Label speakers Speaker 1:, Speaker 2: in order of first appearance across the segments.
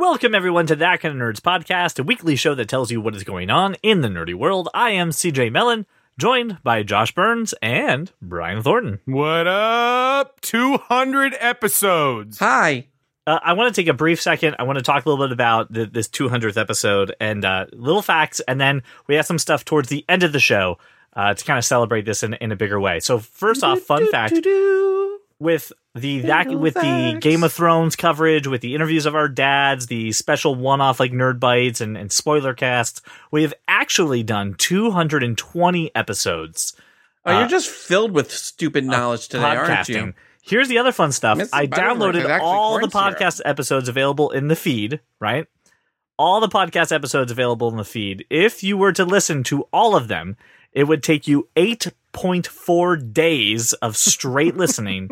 Speaker 1: Welcome, everyone, to That Kind of Nerds podcast, a weekly show that tells you what is going on in the nerdy world. I am CJ Mellon, joined by Josh Burns and Brian Thornton.
Speaker 2: What up? 200 episodes.
Speaker 3: Hi.
Speaker 1: Uh, I want to take a brief second. I want to talk a little bit about the, this 200th episode and uh, little facts, and then we have some stuff towards the end of the show uh, to kind of celebrate this in, in a bigger way. So, first off, fun fact with the that
Speaker 3: Little
Speaker 1: with the
Speaker 3: facts.
Speaker 1: Game of Thrones coverage, with the interviews of our dads, the special one-off like nerd bites and, and spoiler casts, we have actually done 220 episodes
Speaker 3: Oh,
Speaker 1: Uh,
Speaker 3: you're just filled with stupid knowledge today, aren't
Speaker 1: podcasting.
Speaker 3: you?
Speaker 1: Here's the other fun stuff.
Speaker 3: Mrs.
Speaker 1: I
Speaker 3: Butterworth is
Speaker 1: downloaded
Speaker 3: actually
Speaker 1: all the
Speaker 3: corn syrup.
Speaker 1: podcast episodes available in the feed, right? All the podcast episodes available in the feed. If you were to listen to all of them, it would take you 8.4 days of straight listening,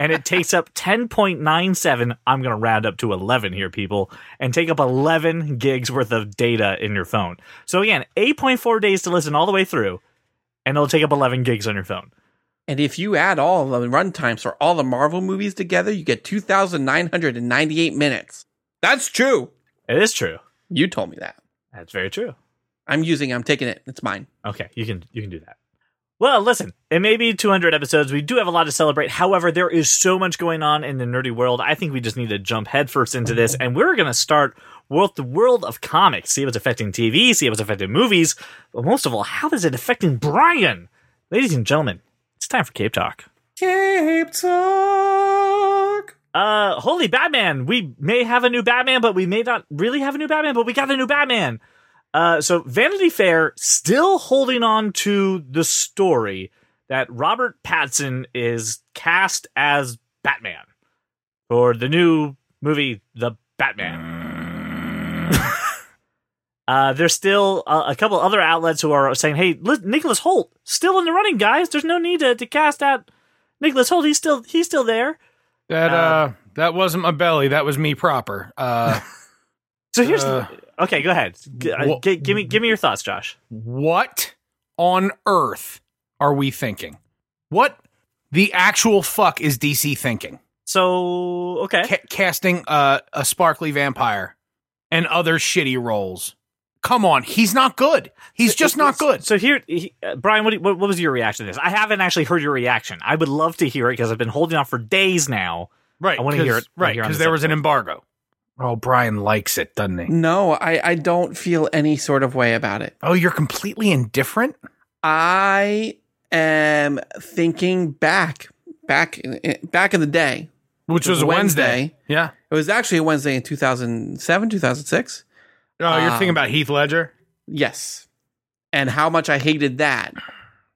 Speaker 1: and it takes up 10.97. I'm going to round up to 11 here, people, and take up 11 gigs worth of data in your phone. So, again, 8.4 days to listen all the way through, and it'll take up 11 gigs on your phone.
Speaker 3: And if you add all the run times for all the Marvel movies together, you get 2,998 minutes. That's true.
Speaker 1: It is true.
Speaker 3: You told me that.
Speaker 1: That's very true.
Speaker 3: I'm using it. I'm taking it. It's mine.
Speaker 1: Okay, you can you can do that. Well, listen, it may be 200 episodes. We do have a lot to celebrate. However, there is so much going on in the nerdy world. I think we just need to jump headfirst into this, and we're going to start with the world of comics. See what's affecting TV. See what's affecting movies. But most of all, how is it affecting Brian? Ladies and gentlemen, it's time for Cape Talk.
Speaker 3: Cape Talk.
Speaker 1: Uh, holy Batman! We may have a new Batman, but we may not really have a new Batman. But we got a new Batman. Uh, so Vanity Fair still holding on to the story that Robert Pattinson is cast as Batman for the new movie, The Batman. uh, there's still a, a couple other outlets who are saying, "Hey, li- Nicholas Holt still in the running, guys. There's no need to, to cast out Nicholas Holt. He's still he's still there."
Speaker 2: That
Speaker 1: Uh,
Speaker 2: uh, that wasn't my belly. That was me proper. Uh,
Speaker 1: So here's
Speaker 2: Uh,
Speaker 1: the, okay. Go ahead. G- uh,
Speaker 2: wha-
Speaker 1: gi- give me give me your thoughts, Josh.
Speaker 2: what on earth are we thinking? What the actual fuck is DC thinking?
Speaker 1: So okay,
Speaker 2: Ca- casting uh, a sparkly vampire and other shitty roles. Come on, he's not good. He's just not good.
Speaker 1: So here, he, uh, Brian, what, do you- what what was your reaction to this? I haven't actually heard your reaction. I would love to hear it because I've been holding off for days now.
Speaker 2: Right.
Speaker 1: I wanna hear
Speaker 2: 'cause-
Speaker 1: it right
Speaker 2: Right,
Speaker 1: here on
Speaker 2: because
Speaker 1: this
Speaker 2: there was an embargo. Oh, Brian likes it, doesn't he?
Speaker 3: No, I, I don't feel any sort of way about it.
Speaker 2: Oh, you're completely indifferent?
Speaker 3: I am thinking back, back, in- back in the day.
Speaker 2: Which was a Wednesday. Yeah.
Speaker 3: It was actually a Wednesday in 2007, 2006.
Speaker 2: Oh, you're thinking
Speaker 3: Um,
Speaker 2: about Heath Ledger?
Speaker 3: Yes. And how much I hated that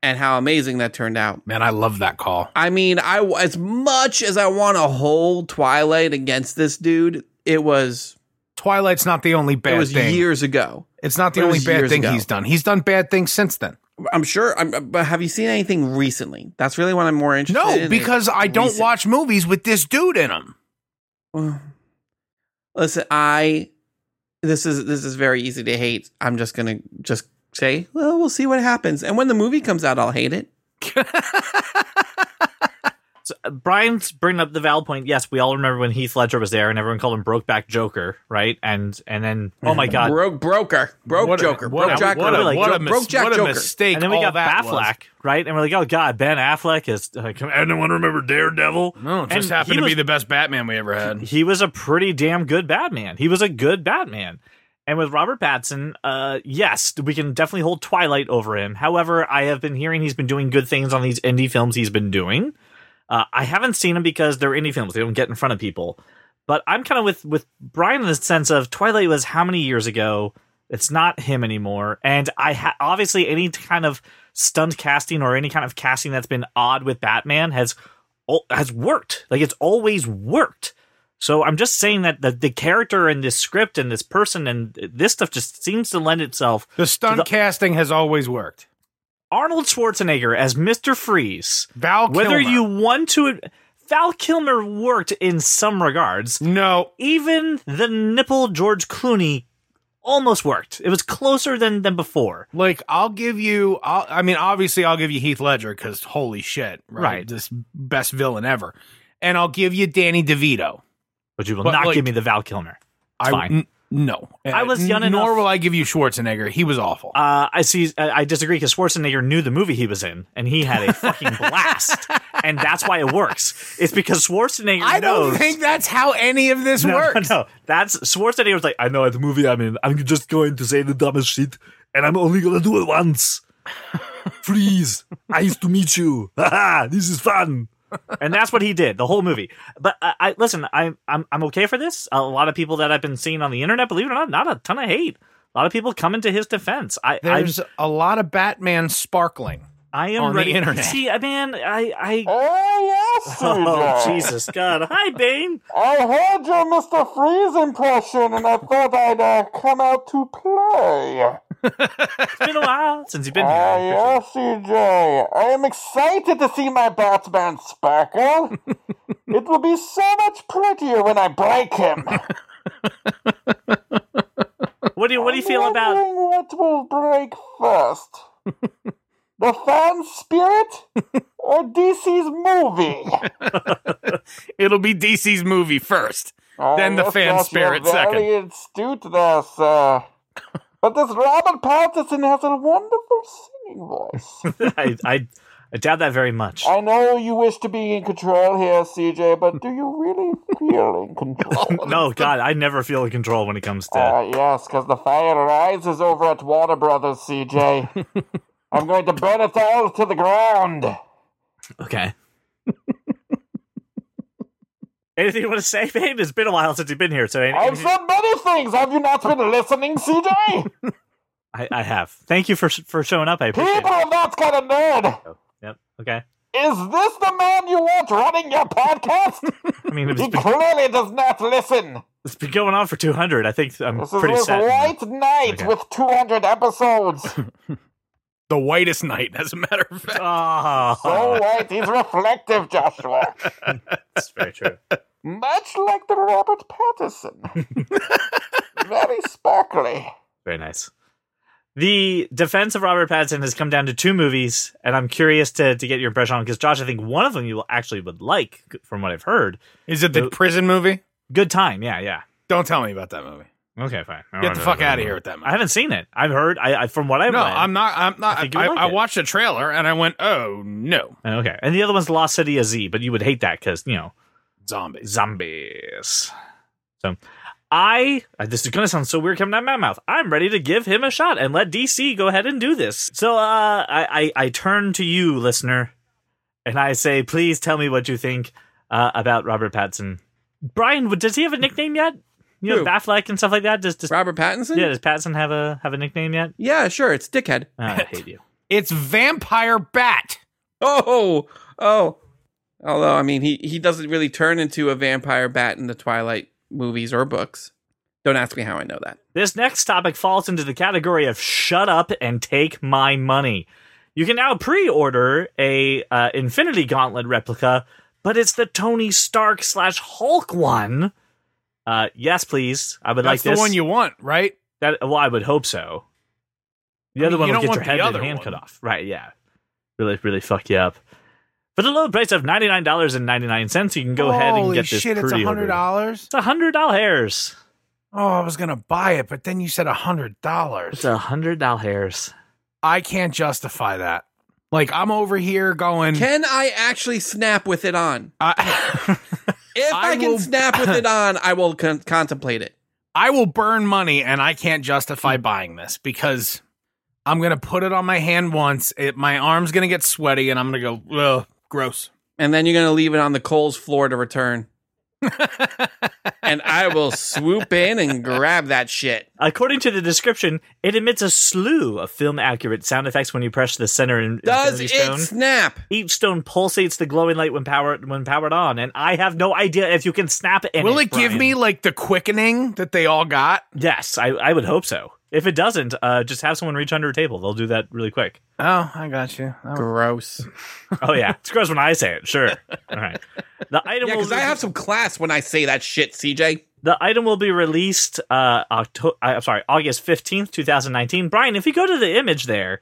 Speaker 3: and how amazing that turned out.
Speaker 2: Man, I love that call.
Speaker 3: I mean, I as much as I want to hold Twilight against this dude, it was
Speaker 2: Twilight's not the only bad
Speaker 3: it was
Speaker 2: thing.
Speaker 3: years ago.
Speaker 2: it's not the
Speaker 3: it
Speaker 2: only
Speaker 3: was
Speaker 2: bad
Speaker 3: years
Speaker 2: thing
Speaker 3: ago.
Speaker 2: he's done. He's done bad things since then.
Speaker 3: I'm sure. I'm, but have you seen anything recently? That's really what I'm more interested in.
Speaker 2: No,
Speaker 3: is
Speaker 2: because I don't
Speaker 3: recent.
Speaker 2: watch movies with this dude in them.
Speaker 3: Well, Listen, I this is this is very easy to hate. I'm just gonna just say, well, we'll see what happens. And when the movie comes out, I'll hate it.
Speaker 1: So, uh, Brian's bringing up the valid point. Yes, we all remember when Heath Ledger was there and everyone called him Brokeback Joker, right? And and then oh my god,
Speaker 3: broke broker, broke
Speaker 2: What a-
Speaker 3: Joker,
Speaker 2: what
Speaker 3: broke
Speaker 2: a-
Speaker 3: Jack,
Speaker 2: What a,
Speaker 1: Really,
Speaker 2: what a
Speaker 3: Joker,
Speaker 2: mis-
Speaker 3: broke Jack
Speaker 2: what a
Speaker 3: Joker.
Speaker 2: mistake.
Speaker 1: and then we
Speaker 2: all
Speaker 1: got
Speaker 2: that
Speaker 1: Batflack,
Speaker 2: was.
Speaker 1: right? And we're like, oh god, Ben Affleck is. Uh, can anyone remember Daredevil?
Speaker 2: No, it just
Speaker 1: And
Speaker 2: happened
Speaker 1: he
Speaker 2: to
Speaker 1: was-
Speaker 2: be the best Batman we ever had.
Speaker 1: he was a pretty damn good Batman. He was a good Batman. And with Robert Pattinson, uh, yes, we can definitely hold Twilight over him. However, I have been hearing he's been doing good things on these indie films he's been doing. Uh, I haven't seen them because they're indie films; they don't get in front of people. But I'm kind of with with Brian in the sense of Twilight was how many years ago? It's not him anymore, and I ha- obviously any kind of stunt casting or any kind of casting that's been odd with Batman has al- has worked. Like it's always worked. So I'm just saying that the, the character and this script and this person and this stuff just seems to lend itself.
Speaker 2: The stunt
Speaker 1: The-
Speaker 2: casting has always worked.
Speaker 1: Arnold Schwarzenegger as Mr. Freeze.
Speaker 2: Val Kilmer.
Speaker 1: Whether you want to, Val Kilmer worked in some regards.
Speaker 2: No,
Speaker 1: Even the nipple George Clooney almost worked. It was closer than than before.
Speaker 2: Like I'll give you, I'll, I mean, obviously I'll give you Heath Ledger because holy shit, right?
Speaker 1: Right.
Speaker 2: This best villain ever, and I'll give you Danny DeVito.
Speaker 1: But you will
Speaker 2: But,
Speaker 1: not
Speaker 2: like-
Speaker 1: give me the Val Kilmer.
Speaker 2: I
Speaker 1: fine.
Speaker 2: n- no.
Speaker 1: I was young
Speaker 2: N- Nor
Speaker 1: enough-
Speaker 2: will I give you Schwarzenegger. He was awful.
Speaker 1: Uh, I see. I I disagree because Schwarzenegger knew the movie he was in, and he had a fucking blast, and that's why it works. It's because Schwarzenegger.
Speaker 2: I don't
Speaker 1: knows-
Speaker 2: think that's how any of this
Speaker 1: No,
Speaker 2: works.
Speaker 1: No, no, that's Schwarzenegger was like, I know the movie I'm in. I'm just going to say the dumbest shit, and I'm only gonna do it once. Please, nice to meet you. Haha, this is fun. and that's what he did the whole movie. But I, I listen, I, I'm I'm okay for this. A lot of people that I've been seeing on the internet, believe it or not, not a ton of hate. A lot of people coming to his defense. I I'm,
Speaker 2: There's a lot of Batman sparkling.
Speaker 1: I am
Speaker 2: on the
Speaker 1: ready.
Speaker 2: internet.
Speaker 1: See, I man, I I
Speaker 4: Oh, yes, you
Speaker 1: oh
Speaker 4: did.
Speaker 1: Jesus God, hi Bane.
Speaker 4: I heard your Mr. Freeze impression, and I thought I'd uh, come out to play.
Speaker 1: It's been a while since you've been here.
Speaker 4: Ah, yes, CJ. I am excited to see my Batman sparkle. it will be so much prettier when I break him.
Speaker 1: What do you what do you
Speaker 4: I'm
Speaker 1: feel about?
Speaker 4: wondering what will break first? the fan spirit or DC's movie?
Speaker 2: It'll be DC's movie first.
Speaker 4: Oh,
Speaker 2: Then the
Speaker 4: yes,
Speaker 2: fan
Speaker 4: yes,
Speaker 2: spirit
Speaker 4: you're
Speaker 2: second.
Speaker 4: Very astute there, sir. But this Robert Pattinson has a wonderful singing voice.
Speaker 1: I, I I doubt that very much.
Speaker 4: I know you wish to be in control here, CJ, but do you really feel in control?
Speaker 1: No, God, I never feel in control when it comes to.
Speaker 4: Uh, yes, because the fire rises over at Warner Brothers, CJ. I'm going to burn it all to the ground.
Speaker 1: okay. Anything you want to say, babe? It's been a while since you've been here, so any-
Speaker 4: I've
Speaker 1: anything-
Speaker 4: said many things. Have you not been listening, CJ?
Speaker 1: I, I have. Thank you for for showing up. I appreciate
Speaker 4: People
Speaker 1: it.
Speaker 4: of that kind of nerd.
Speaker 1: Yep. Okay.
Speaker 4: Is this the man you want running your podcast?
Speaker 1: I mean, it's
Speaker 4: He
Speaker 1: been,
Speaker 4: clearly does not listen.
Speaker 1: it's been going on for 200. I think I'm
Speaker 4: This is
Speaker 1: pretty
Speaker 4: his
Speaker 1: sad.
Speaker 4: white night
Speaker 1: Okay.
Speaker 4: with 200 episodes.
Speaker 2: The whitest night, as a matter of fact.
Speaker 4: so
Speaker 1: Oh,
Speaker 4: white, he's reflective, Joshua.
Speaker 1: that's very true.
Speaker 4: Much like the Robert Pattinson. Very sparkly.
Speaker 1: Very nice. The defense of Robert Pattinson has come down to two movies, and I'm curious to to get your impression on because Josh, I think one of them you will actually would like, from what I've heard.
Speaker 2: Is it the prison movie?
Speaker 1: Good time. Yeah. Yeah.
Speaker 2: Don't tell me about that movie.
Speaker 1: Okay, fine.
Speaker 2: Get the fuck out of here with that
Speaker 1: I
Speaker 2: movie.
Speaker 1: haven't seen it. I've heard. I, I from what I've
Speaker 2: No,
Speaker 1: read.
Speaker 2: I'm not. I'm not.
Speaker 1: I
Speaker 2: I,
Speaker 1: think you would
Speaker 2: I
Speaker 1: like it.
Speaker 2: watched a trailer and I went, "Oh no,
Speaker 1: okay. And the other one's Lost City of Z, but you would hate that because you know
Speaker 2: zombies."
Speaker 1: zombies. So, I uh, this is gonna sound so weird coming out of my mouth. I'm ready to give him a shot and let DC go ahead and do this. So, uh, I I, I turn to you, listener, and I say, please tell me what you think uh, about Robert Pattinson. Brian, does he have a nickname yet? You know,
Speaker 3: Who?
Speaker 1: Affleck and stuff like that. Does, does
Speaker 3: Robert Pattinson?
Speaker 1: yeah, does Pattinson have a have a nickname yet?
Speaker 3: Yeah, sure. It's Dickhead.
Speaker 1: Oh, I hate you.
Speaker 2: It's Vampire Bat.
Speaker 3: Oh, oh. Although, I mean, he, he doesn't really turn into a vampire bat in the Twilight movies or books. Don't ask me how I know that.
Speaker 1: This next topic falls into the category of shut up and take my money. You can now pre-order a uh, Infinity Gauntlet replica, but it's the Tony Stark slash Hulk one. Uh, yes, please. I would like
Speaker 2: That's the
Speaker 1: this.
Speaker 2: one you want, right?
Speaker 1: that, well, I would hope so. The
Speaker 2: I
Speaker 1: other
Speaker 2: mean,
Speaker 1: one will
Speaker 2: you don't
Speaker 1: get
Speaker 2: want
Speaker 1: your
Speaker 2: the
Speaker 1: head and
Speaker 2: other
Speaker 1: hand cut
Speaker 2: one.
Speaker 1: off. Right? Yeah. Really, really fuck you up. For the low price of ninety nine dollars and ninety nine cents, you can go ahead and
Speaker 2: Holy
Speaker 1: get this
Speaker 2: shit, it's a hundred
Speaker 1: pre-ordered.
Speaker 2: dollars.
Speaker 1: It's a hundred dollars.
Speaker 2: Oh, I was gonna buy it, but then you said a hundred
Speaker 1: It's
Speaker 2: dollars.
Speaker 1: a hundred dollars.
Speaker 2: I can't justify that. Like I'm over here going.
Speaker 3: Can I actually snap with it on?
Speaker 2: I-
Speaker 3: If
Speaker 2: I
Speaker 3: I, can
Speaker 2: will-
Speaker 3: snap with it on, I will con- contemplate it.
Speaker 2: I will burn money and I can't justify buying this because I'm going to put it on my hand once. It, my arm's going to get sweaty and I'm going to go, ugh, gross.
Speaker 3: And then you're going to leave it on the Coles floor to return. and I will swoop in and grab that shit.
Speaker 1: According to the description, it emits a slew of film accurate sound effects when you press the center in
Speaker 3: Does
Speaker 1: Infinity
Speaker 3: it
Speaker 1: stone.
Speaker 3: snap?
Speaker 1: Each stone pulsates the glowing light when powered when powered on, and I have no idea if you can snap it.
Speaker 2: Will it give
Speaker 1: Brian.
Speaker 2: me like the quickening that they all got?
Speaker 1: Yes, I, I would hope so. If it doesn't, uh, just have someone reach under a table. They'll do that really quick.
Speaker 2: Oh, I got you. Oh.
Speaker 3: Gross.
Speaker 1: Oh yeah, it's gross when I say it. Sure. All right. The item
Speaker 3: Yeah,
Speaker 1: will
Speaker 3: because I
Speaker 1: be-
Speaker 3: have some class when I say that shit, CJ.
Speaker 1: the item will be released uh Octo- I- I'm sorry, August 15th, 2019. Brian, if you go to the image there,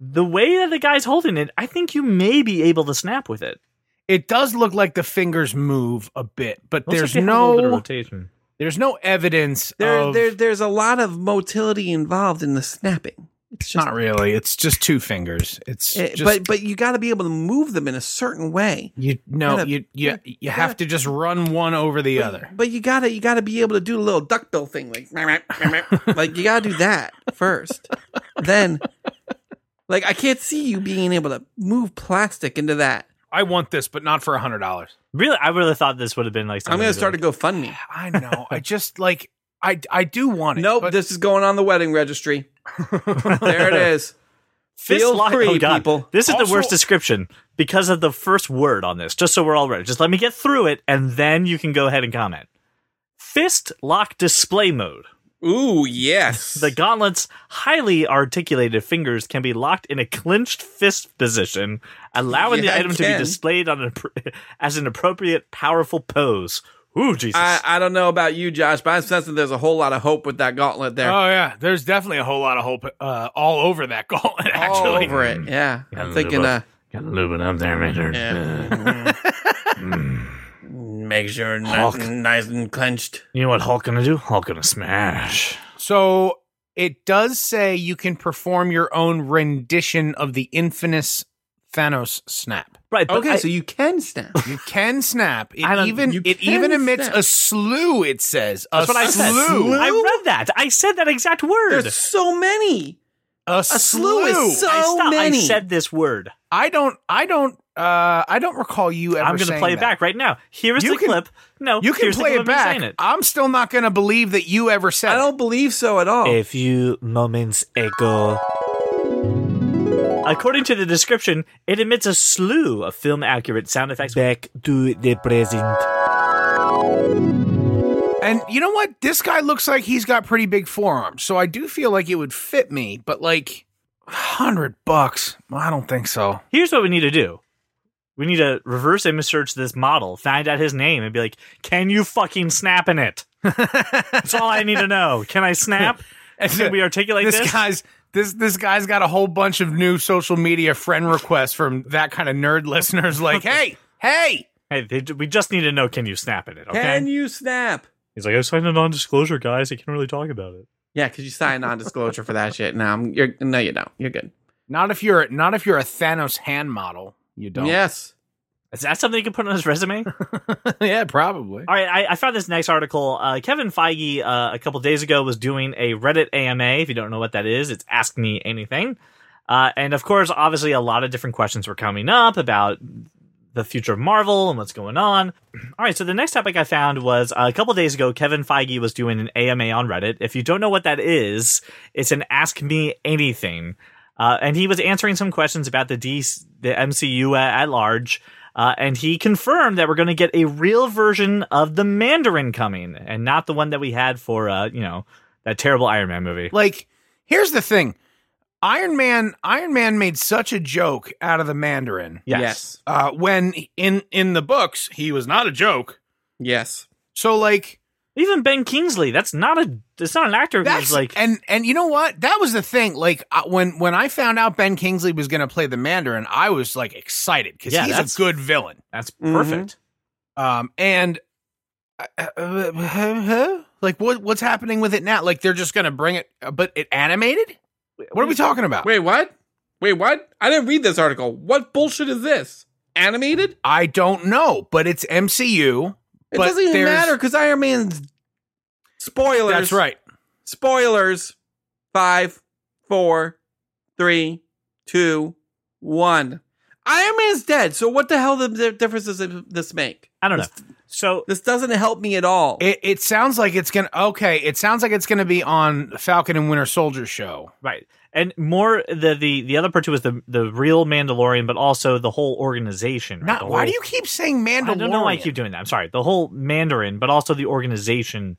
Speaker 1: the way that the guy's holding it, I think you may be able to snap with it.
Speaker 2: It does look like the fingers move a bit,
Speaker 1: Looks
Speaker 2: but
Speaker 1: like
Speaker 2: there's
Speaker 1: they have a little bit of
Speaker 2: no
Speaker 1: rotation.
Speaker 2: There's no evidence
Speaker 3: There,
Speaker 2: of
Speaker 3: there, there's a lot of motility involved in the snapping. It's just,
Speaker 2: not really. It's just two fingers. It's
Speaker 3: it-
Speaker 2: just
Speaker 3: Eh, but but you got to be able to move them in a certain way.
Speaker 2: you no
Speaker 3: gotta-
Speaker 2: you you you have
Speaker 3: gotta-
Speaker 2: to just run one over the other.
Speaker 3: But you gotta you gotta be able to do a little duckbill thing, like like you gotta do that first. then, like I can't see you being able to move plastic into that.
Speaker 2: I want this, but not for a hundred dollars.
Speaker 1: Really, I really thought this would have been like.
Speaker 3: I'm
Speaker 1: something
Speaker 3: gonna
Speaker 1: to
Speaker 3: start a
Speaker 1: be
Speaker 3: GoFundMe.
Speaker 2: I know. I just like I I do want it.
Speaker 3: Nope,
Speaker 2: but
Speaker 3: this is going on the wedding registry.
Speaker 1: like-
Speaker 3: There it is.
Speaker 1: Fist
Speaker 3: Feel
Speaker 1: lock-
Speaker 3: free,
Speaker 1: oh, God.
Speaker 3: people.
Speaker 1: This is
Speaker 2: Also-
Speaker 1: the worst description because of the first word on this. Just so we're all ready, just let me get through it, and then you can go ahead and comment. Fist lock display mode.
Speaker 3: Ooh, yes.
Speaker 1: The gauntlet's highly articulated fingers can be locked in a clenched fist position, allowing
Speaker 3: Yeah,
Speaker 1: the
Speaker 3: I
Speaker 1: item to be
Speaker 3: can.
Speaker 1: displayed on an, appro- as an appropriate, powerful pose. Ooh, Jesus!
Speaker 3: I, I don't know about you, Josh, but I'm sensing there's a whole lot of hope with that gauntlet there.
Speaker 2: Oh yeah, there's definitely a whole lot of hope uh, all over that gauntlet.
Speaker 3: All
Speaker 2: Actually,
Speaker 3: over it. Yeah. I'm thinking uh
Speaker 5: Got to lube it up there, Major.
Speaker 3: make sure nice and clenched.
Speaker 1: you know what Hulk gonna do? Hulk gonna smash.
Speaker 2: So it does say you can perform your own rendition of the infamous Thanos snap.
Speaker 1: Right. But
Speaker 3: Okay,
Speaker 1: I-
Speaker 3: so you can snap.
Speaker 2: You can snap. It
Speaker 1: I don't-
Speaker 2: even
Speaker 3: you
Speaker 2: it
Speaker 3: can
Speaker 2: even emits
Speaker 3: snap.
Speaker 2: a slew. It says a
Speaker 1: that's what I said.
Speaker 2: slew.
Speaker 1: I read that. I said that exact word.
Speaker 3: There's so many.
Speaker 2: A,
Speaker 3: A slew is so
Speaker 1: I stopped.
Speaker 3: many.
Speaker 1: I said this word.
Speaker 2: I don't. I don't. Uh, I don't recall you ever.
Speaker 1: I'm gonna
Speaker 2: saying
Speaker 1: play it
Speaker 2: that.
Speaker 1: back right now. Here is
Speaker 2: You
Speaker 1: the
Speaker 2: can-
Speaker 1: clip. No,
Speaker 2: You can
Speaker 1: here's the
Speaker 2: play
Speaker 1: clip
Speaker 2: it
Speaker 1: of me
Speaker 2: back.
Speaker 1: saying it.
Speaker 2: I'm still not going to believe that you ever said.
Speaker 3: I
Speaker 2: it.
Speaker 3: don't believe so at all.
Speaker 1: A few moments ago. According to the description, it emits a slew of film accurate sound effects. Back to the present.
Speaker 2: And you know what? This guy looks like he's got pretty big forearms, so I do feel like it would fit me. But like, hundred bucks? I don't think so.
Speaker 1: Here's what we need to do we need to reverse image search this model, find out his name, and be like, can you fucking snap in it? That's all I need to know. Can I snap? Can we articulate
Speaker 2: this,
Speaker 1: this?
Speaker 2: guy's this this guy's got a whole bunch of new social media friend requests from that kind of nerd listeners. Like, hey, hey,
Speaker 1: Hey, they, we just need to know can you snap in it, okay?
Speaker 3: Can you snap?
Speaker 1: He's like, I signed a non disclosure, guys. I can't really talk about it.
Speaker 3: Yeah, because you sign non-disclosure for that shit. No, I'm, you're, no, you don't. You're good.
Speaker 2: not if you're not if you're a Thanos hand model, you don't.
Speaker 3: Yes.
Speaker 1: Is that something you can put on his resume?
Speaker 2: yeah, probably.
Speaker 1: All right, I, I found this next article. Uh, Kevin Feige uh, a couple days ago was doing a Reddit AMA. If you don't know what that is, it's Ask Me Anything. Uh, and of course, obviously, a lot of different questions were coming up about the future of Marvel and what's going on. All right, so the next topic I found was uh, a couple days ago, Kevin Feige was doing an AMA on Reddit. If you don't know what that is, it's an Ask Me Anything. Uh, and he was answering some questions about the DC, the MCU at, at large. Uh, and he confirmed that we're going to get a real version of the Mandarin coming, and not the one that we had for, uh, you know, that terrible Iron Man movie.
Speaker 2: Like, here's the thing. Iron Man Iron Man made such a joke out of the Mandarin.
Speaker 1: Yes.
Speaker 2: Uh when in in the books he was not a joke.
Speaker 3: Yes.
Speaker 2: So like
Speaker 1: Even Ben Kingsley, that's not a, that's not an actor
Speaker 2: that's
Speaker 1: who's like,
Speaker 2: like and and you know what? That was the thing. Like I, when when I found out Ben Kingsley was going to play the Mandarin, I was like excited cuz
Speaker 1: Yeah,
Speaker 2: he's
Speaker 1: that's-
Speaker 2: a good villain.
Speaker 1: that's
Speaker 3: Mhm.
Speaker 1: perfect.
Speaker 2: Um and uh, uh, like what what's happening with it now? Like they're just going to bring it uh, but it animated? What are we talking about?
Speaker 3: Wait, what? Wait, what? I didn't read this article. What bullshit is this? Animated?
Speaker 2: I don't know, but it's MCU.
Speaker 3: It
Speaker 2: But
Speaker 3: doesn't even
Speaker 2: there's-
Speaker 3: matter because Iron Man's spoilers.
Speaker 2: That's right.
Speaker 3: Spoilers. Five, four, three, two, one. Iron Man's dead. So what the hell the di- difference does it- this make?
Speaker 1: I don't know. So
Speaker 3: This doesn't help me at all.
Speaker 2: It, it sounds like it's gonna okay. It sounds like it's gonna be on Falcon and Winter Soldier show.
Speaker 1: Right. And more the the the other part too is the the real Mandalorian, but also the whole organization. right?
Speaker 2: Not
Speaker 1: The
Speaker 2: why
Speaker 1: whole-
Speaker 2: do you keep saying Mandalorian?
Speaker 1: I don't know why I keep doing that. I'm sorry. The whole Mandarin, but also the organization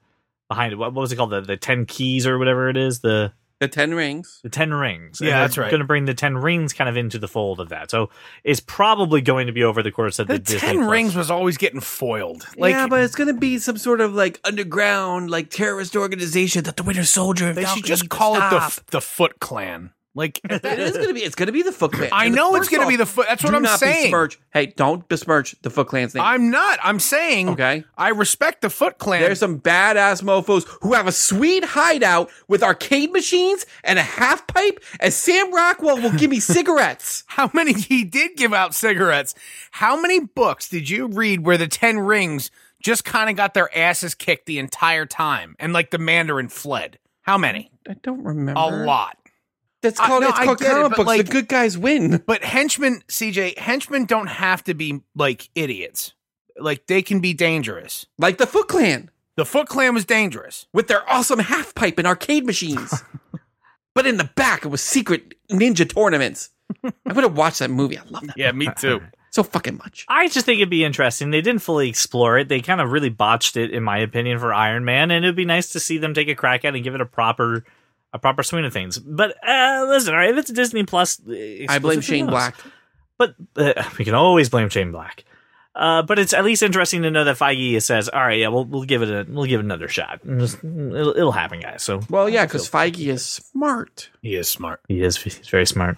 Speaker 1: behind it. What, what was it called? The the ten keys or whatever it is. The
Speaker 3: the Ten Rings.
Speaker 1: the ten rings.
Speaker 2: Yeah, that's right.
Speaker 1: Going to bring the ten rings kind of into the fold of that. So it's probably going to be over the course of the,
Speaker 2: the
Speaker 1: Disney
Speaker 2: Ten
Speaker 1: Plus.
Speaker 2: Rings was always getting foiled. Like
Speaker 3: yeah, but it's gonna be some sort of like underground, like terrorist organization that the Winter Soldier. and
Speaker 2: they
Speaker 3: Falcon
Speaker 2: should just
Speaker 3: need to
Speaker 2: call it the
Speaker 3: stop.
Speaker 2: f- the Foot Clan. Like
Speaker 3: It is gonna be. It's gonna be the Foot Clan.
Speaker 2: I
Speaker 3: And
Speaker 2: know it's
Speaker 3: first
Speaker 2: going to
Speaker 3: off,
Speaker 2: be the foot. That's what
Speaker 3: do
Speaker 2: I'm
Speaker 3: not
Speaker 2: saying.
Speaker 3: Besmirch. Hey, don't besmirch the Foot Clan's name.
Speaker 2: I'm not. I'm saying
Speaker 3: okay.
Speaker 2: I respect the Foot Clan.
Speaker 3: There's some badass mofos who have a sweet hideout with arcade machines and a half pipe, and Sam Rockwell will give me cigarettes.
Speaker 2: how many he did give out cigarettes. How many books did you read where the Ten Rings just kind of got their asses kicked the entire time, and like the Mandarin fled? How many?
Speaker 3: I don't remember
Speaker 2: A lot.
Speaker 3: That's
Speaker 2: I-
Speaker 3: called
Speaker 2: no,
Speaker 3: it's
Speaker 2: I
Speaker 3: called
Speaker 2: get it,
Speaker 3: comic
Speaker 2: but
Speaker 3: books.
Speaker 2: like-
Speaker 3: the good guys win.
Speaker 2: But henchmen, CJ, henchmen don't have to be like idiots. Like they can be dangerous.
Speaker 3: Like the Foot Clan
Speaker 2: The Foot Clan was dangerous.
Speaker 3: with their awesome half pipe and arcade machines. but in the back, it was secret ninja tournaments. I'm gonna watch that movie. I love that
Speaker 2: Yeah, me too.
Speaker 3: so fucking much.
Speaker 1: I just think it'd be interesting. They didn't fully explore it. They kind of really botched it, in my opinion, for Iron Man, and it'd be nice to see them take a crack at it and give it a proper, a proper swing of things. But uh, listen, all right, if it's Disney Plus, uh,
Speaker 3: I blame
Speaker 1: exclusive, who
Speaker 3: Shane
Speaker 1: knows?
Speaker 3: Black.
Speaker 1: But uh, we can always blame Shane Black. Uh, but it's at least interesting to know that Feige says, "All right, yeah, we'll we'll give it a we'll give it another shot. And just- It'll, it'll happen, guys." So
Speaker 3: Well, yeah, because Feige is smart.
Speaker 2: He is smart.
Speaker 1: He is. He's very smart.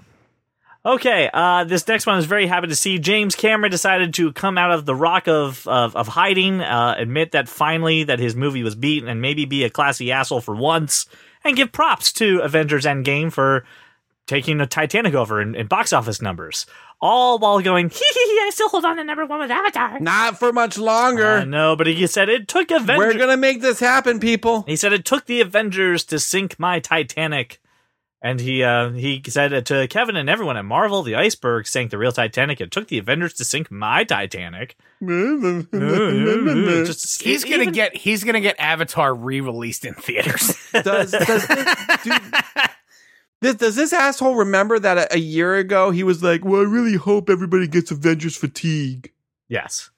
Speaker 1: Okay, uh, this next one is very happy to see. James Cameron decided to come out of the rock of of, of hiding, uh, admit that finally that his movie was beaten, and maybe be a classy asshole for once, and give props to Avengers Endgame for taking a Titanic over in, in box office numbers, all while going, hee hee hee, I still hold on to number one with Avatar.
Speaker 3: Not for much longer.
Speaker 1: Uh, no, but he said it took Avengers.
Speaker 3: We're gonna make this happen, people.
Speaker 1: He said it took the Avengers to sink my Titanic. And he uh, he said it to Kevin and everyone at Marvel, the iceberg sank the real Titanic. It took the Avengers to sink my Titanic.
Speaker 3: does,
Speaker 1: Just-
Speaker 2: He's gonna
Speaker 1: even-
Speaker 2: get he's gonna get Avatar re-released in theaters.
Speaker 3: does, this, dude, this, does this asshole remember that a, a year ago he was like, "Well, I really hope everybody gets Avengers fatigue."
Speaker 1: yes.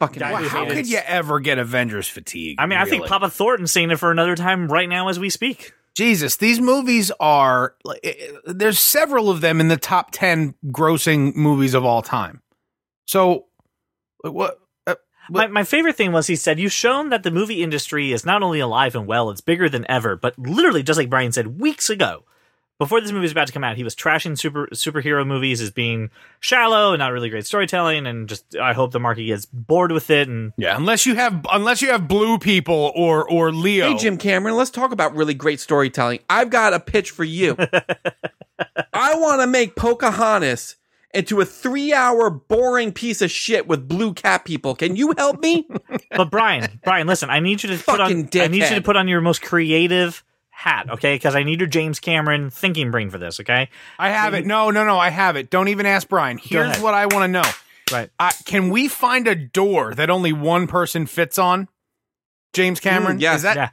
Speaker 3: Fucking
Speaker 1: Guy
Speaker 2: Well,
Speaker 1: who
Speaker 2: how
Speaker 1: hated-
Speaker 2: could you ever get Avengers fatigue?
Speaker 1: I mean, I think
Speaker 2: really?
Speaker 1: Papa Thornton's saying it for another time right now as we speak.
Speaker 2: Jesus, these movies are like, eh, eh, there's several of them in the top 10 grossing movies of all time. So like, what uh,
Speaker 1: My, my favorite thing was he said, You've shown that the movie industry is not only alive and well, it's bigger than ever, but literally, just like Brian said weeks ago, before this movie was about to come out, he was trashing super superhero movies as being shallow and not really great storytelling, and just I hope the market gets bored with it. And
Speaker 2: yeah, unless you have unless you have blue people or or Leo.
Speaker 3: Hey, Jim Cameron, let's talk about really great storytelling. I've got a pitch for you. I want to make Pocahontas into a three-hour boring piece of shit with blue cat people. Can you help me?
Speaker 1: but Brian, Brian, listen, I need you to put on
Speaker 3: Fucking
Speaker 1: I need you to
Speaker 3: dickhead.
Speaker 1: put on your most creative hat, okay? Because I need your James Cameron thinking brain for this, okay?
Speaker 2: I have it. No, no, no, I have it. Don't even ask Brian. Here's
Speaker 1: ahead.
Speaker 2: what I want to know.
Speaker 1: Right.
Speaker 2: Uh, can we find a door that only one person fits on? James Cameron?
Speaker 3: Mm, yes,
Speaker 2: Is that,
Speaker 1: yeah.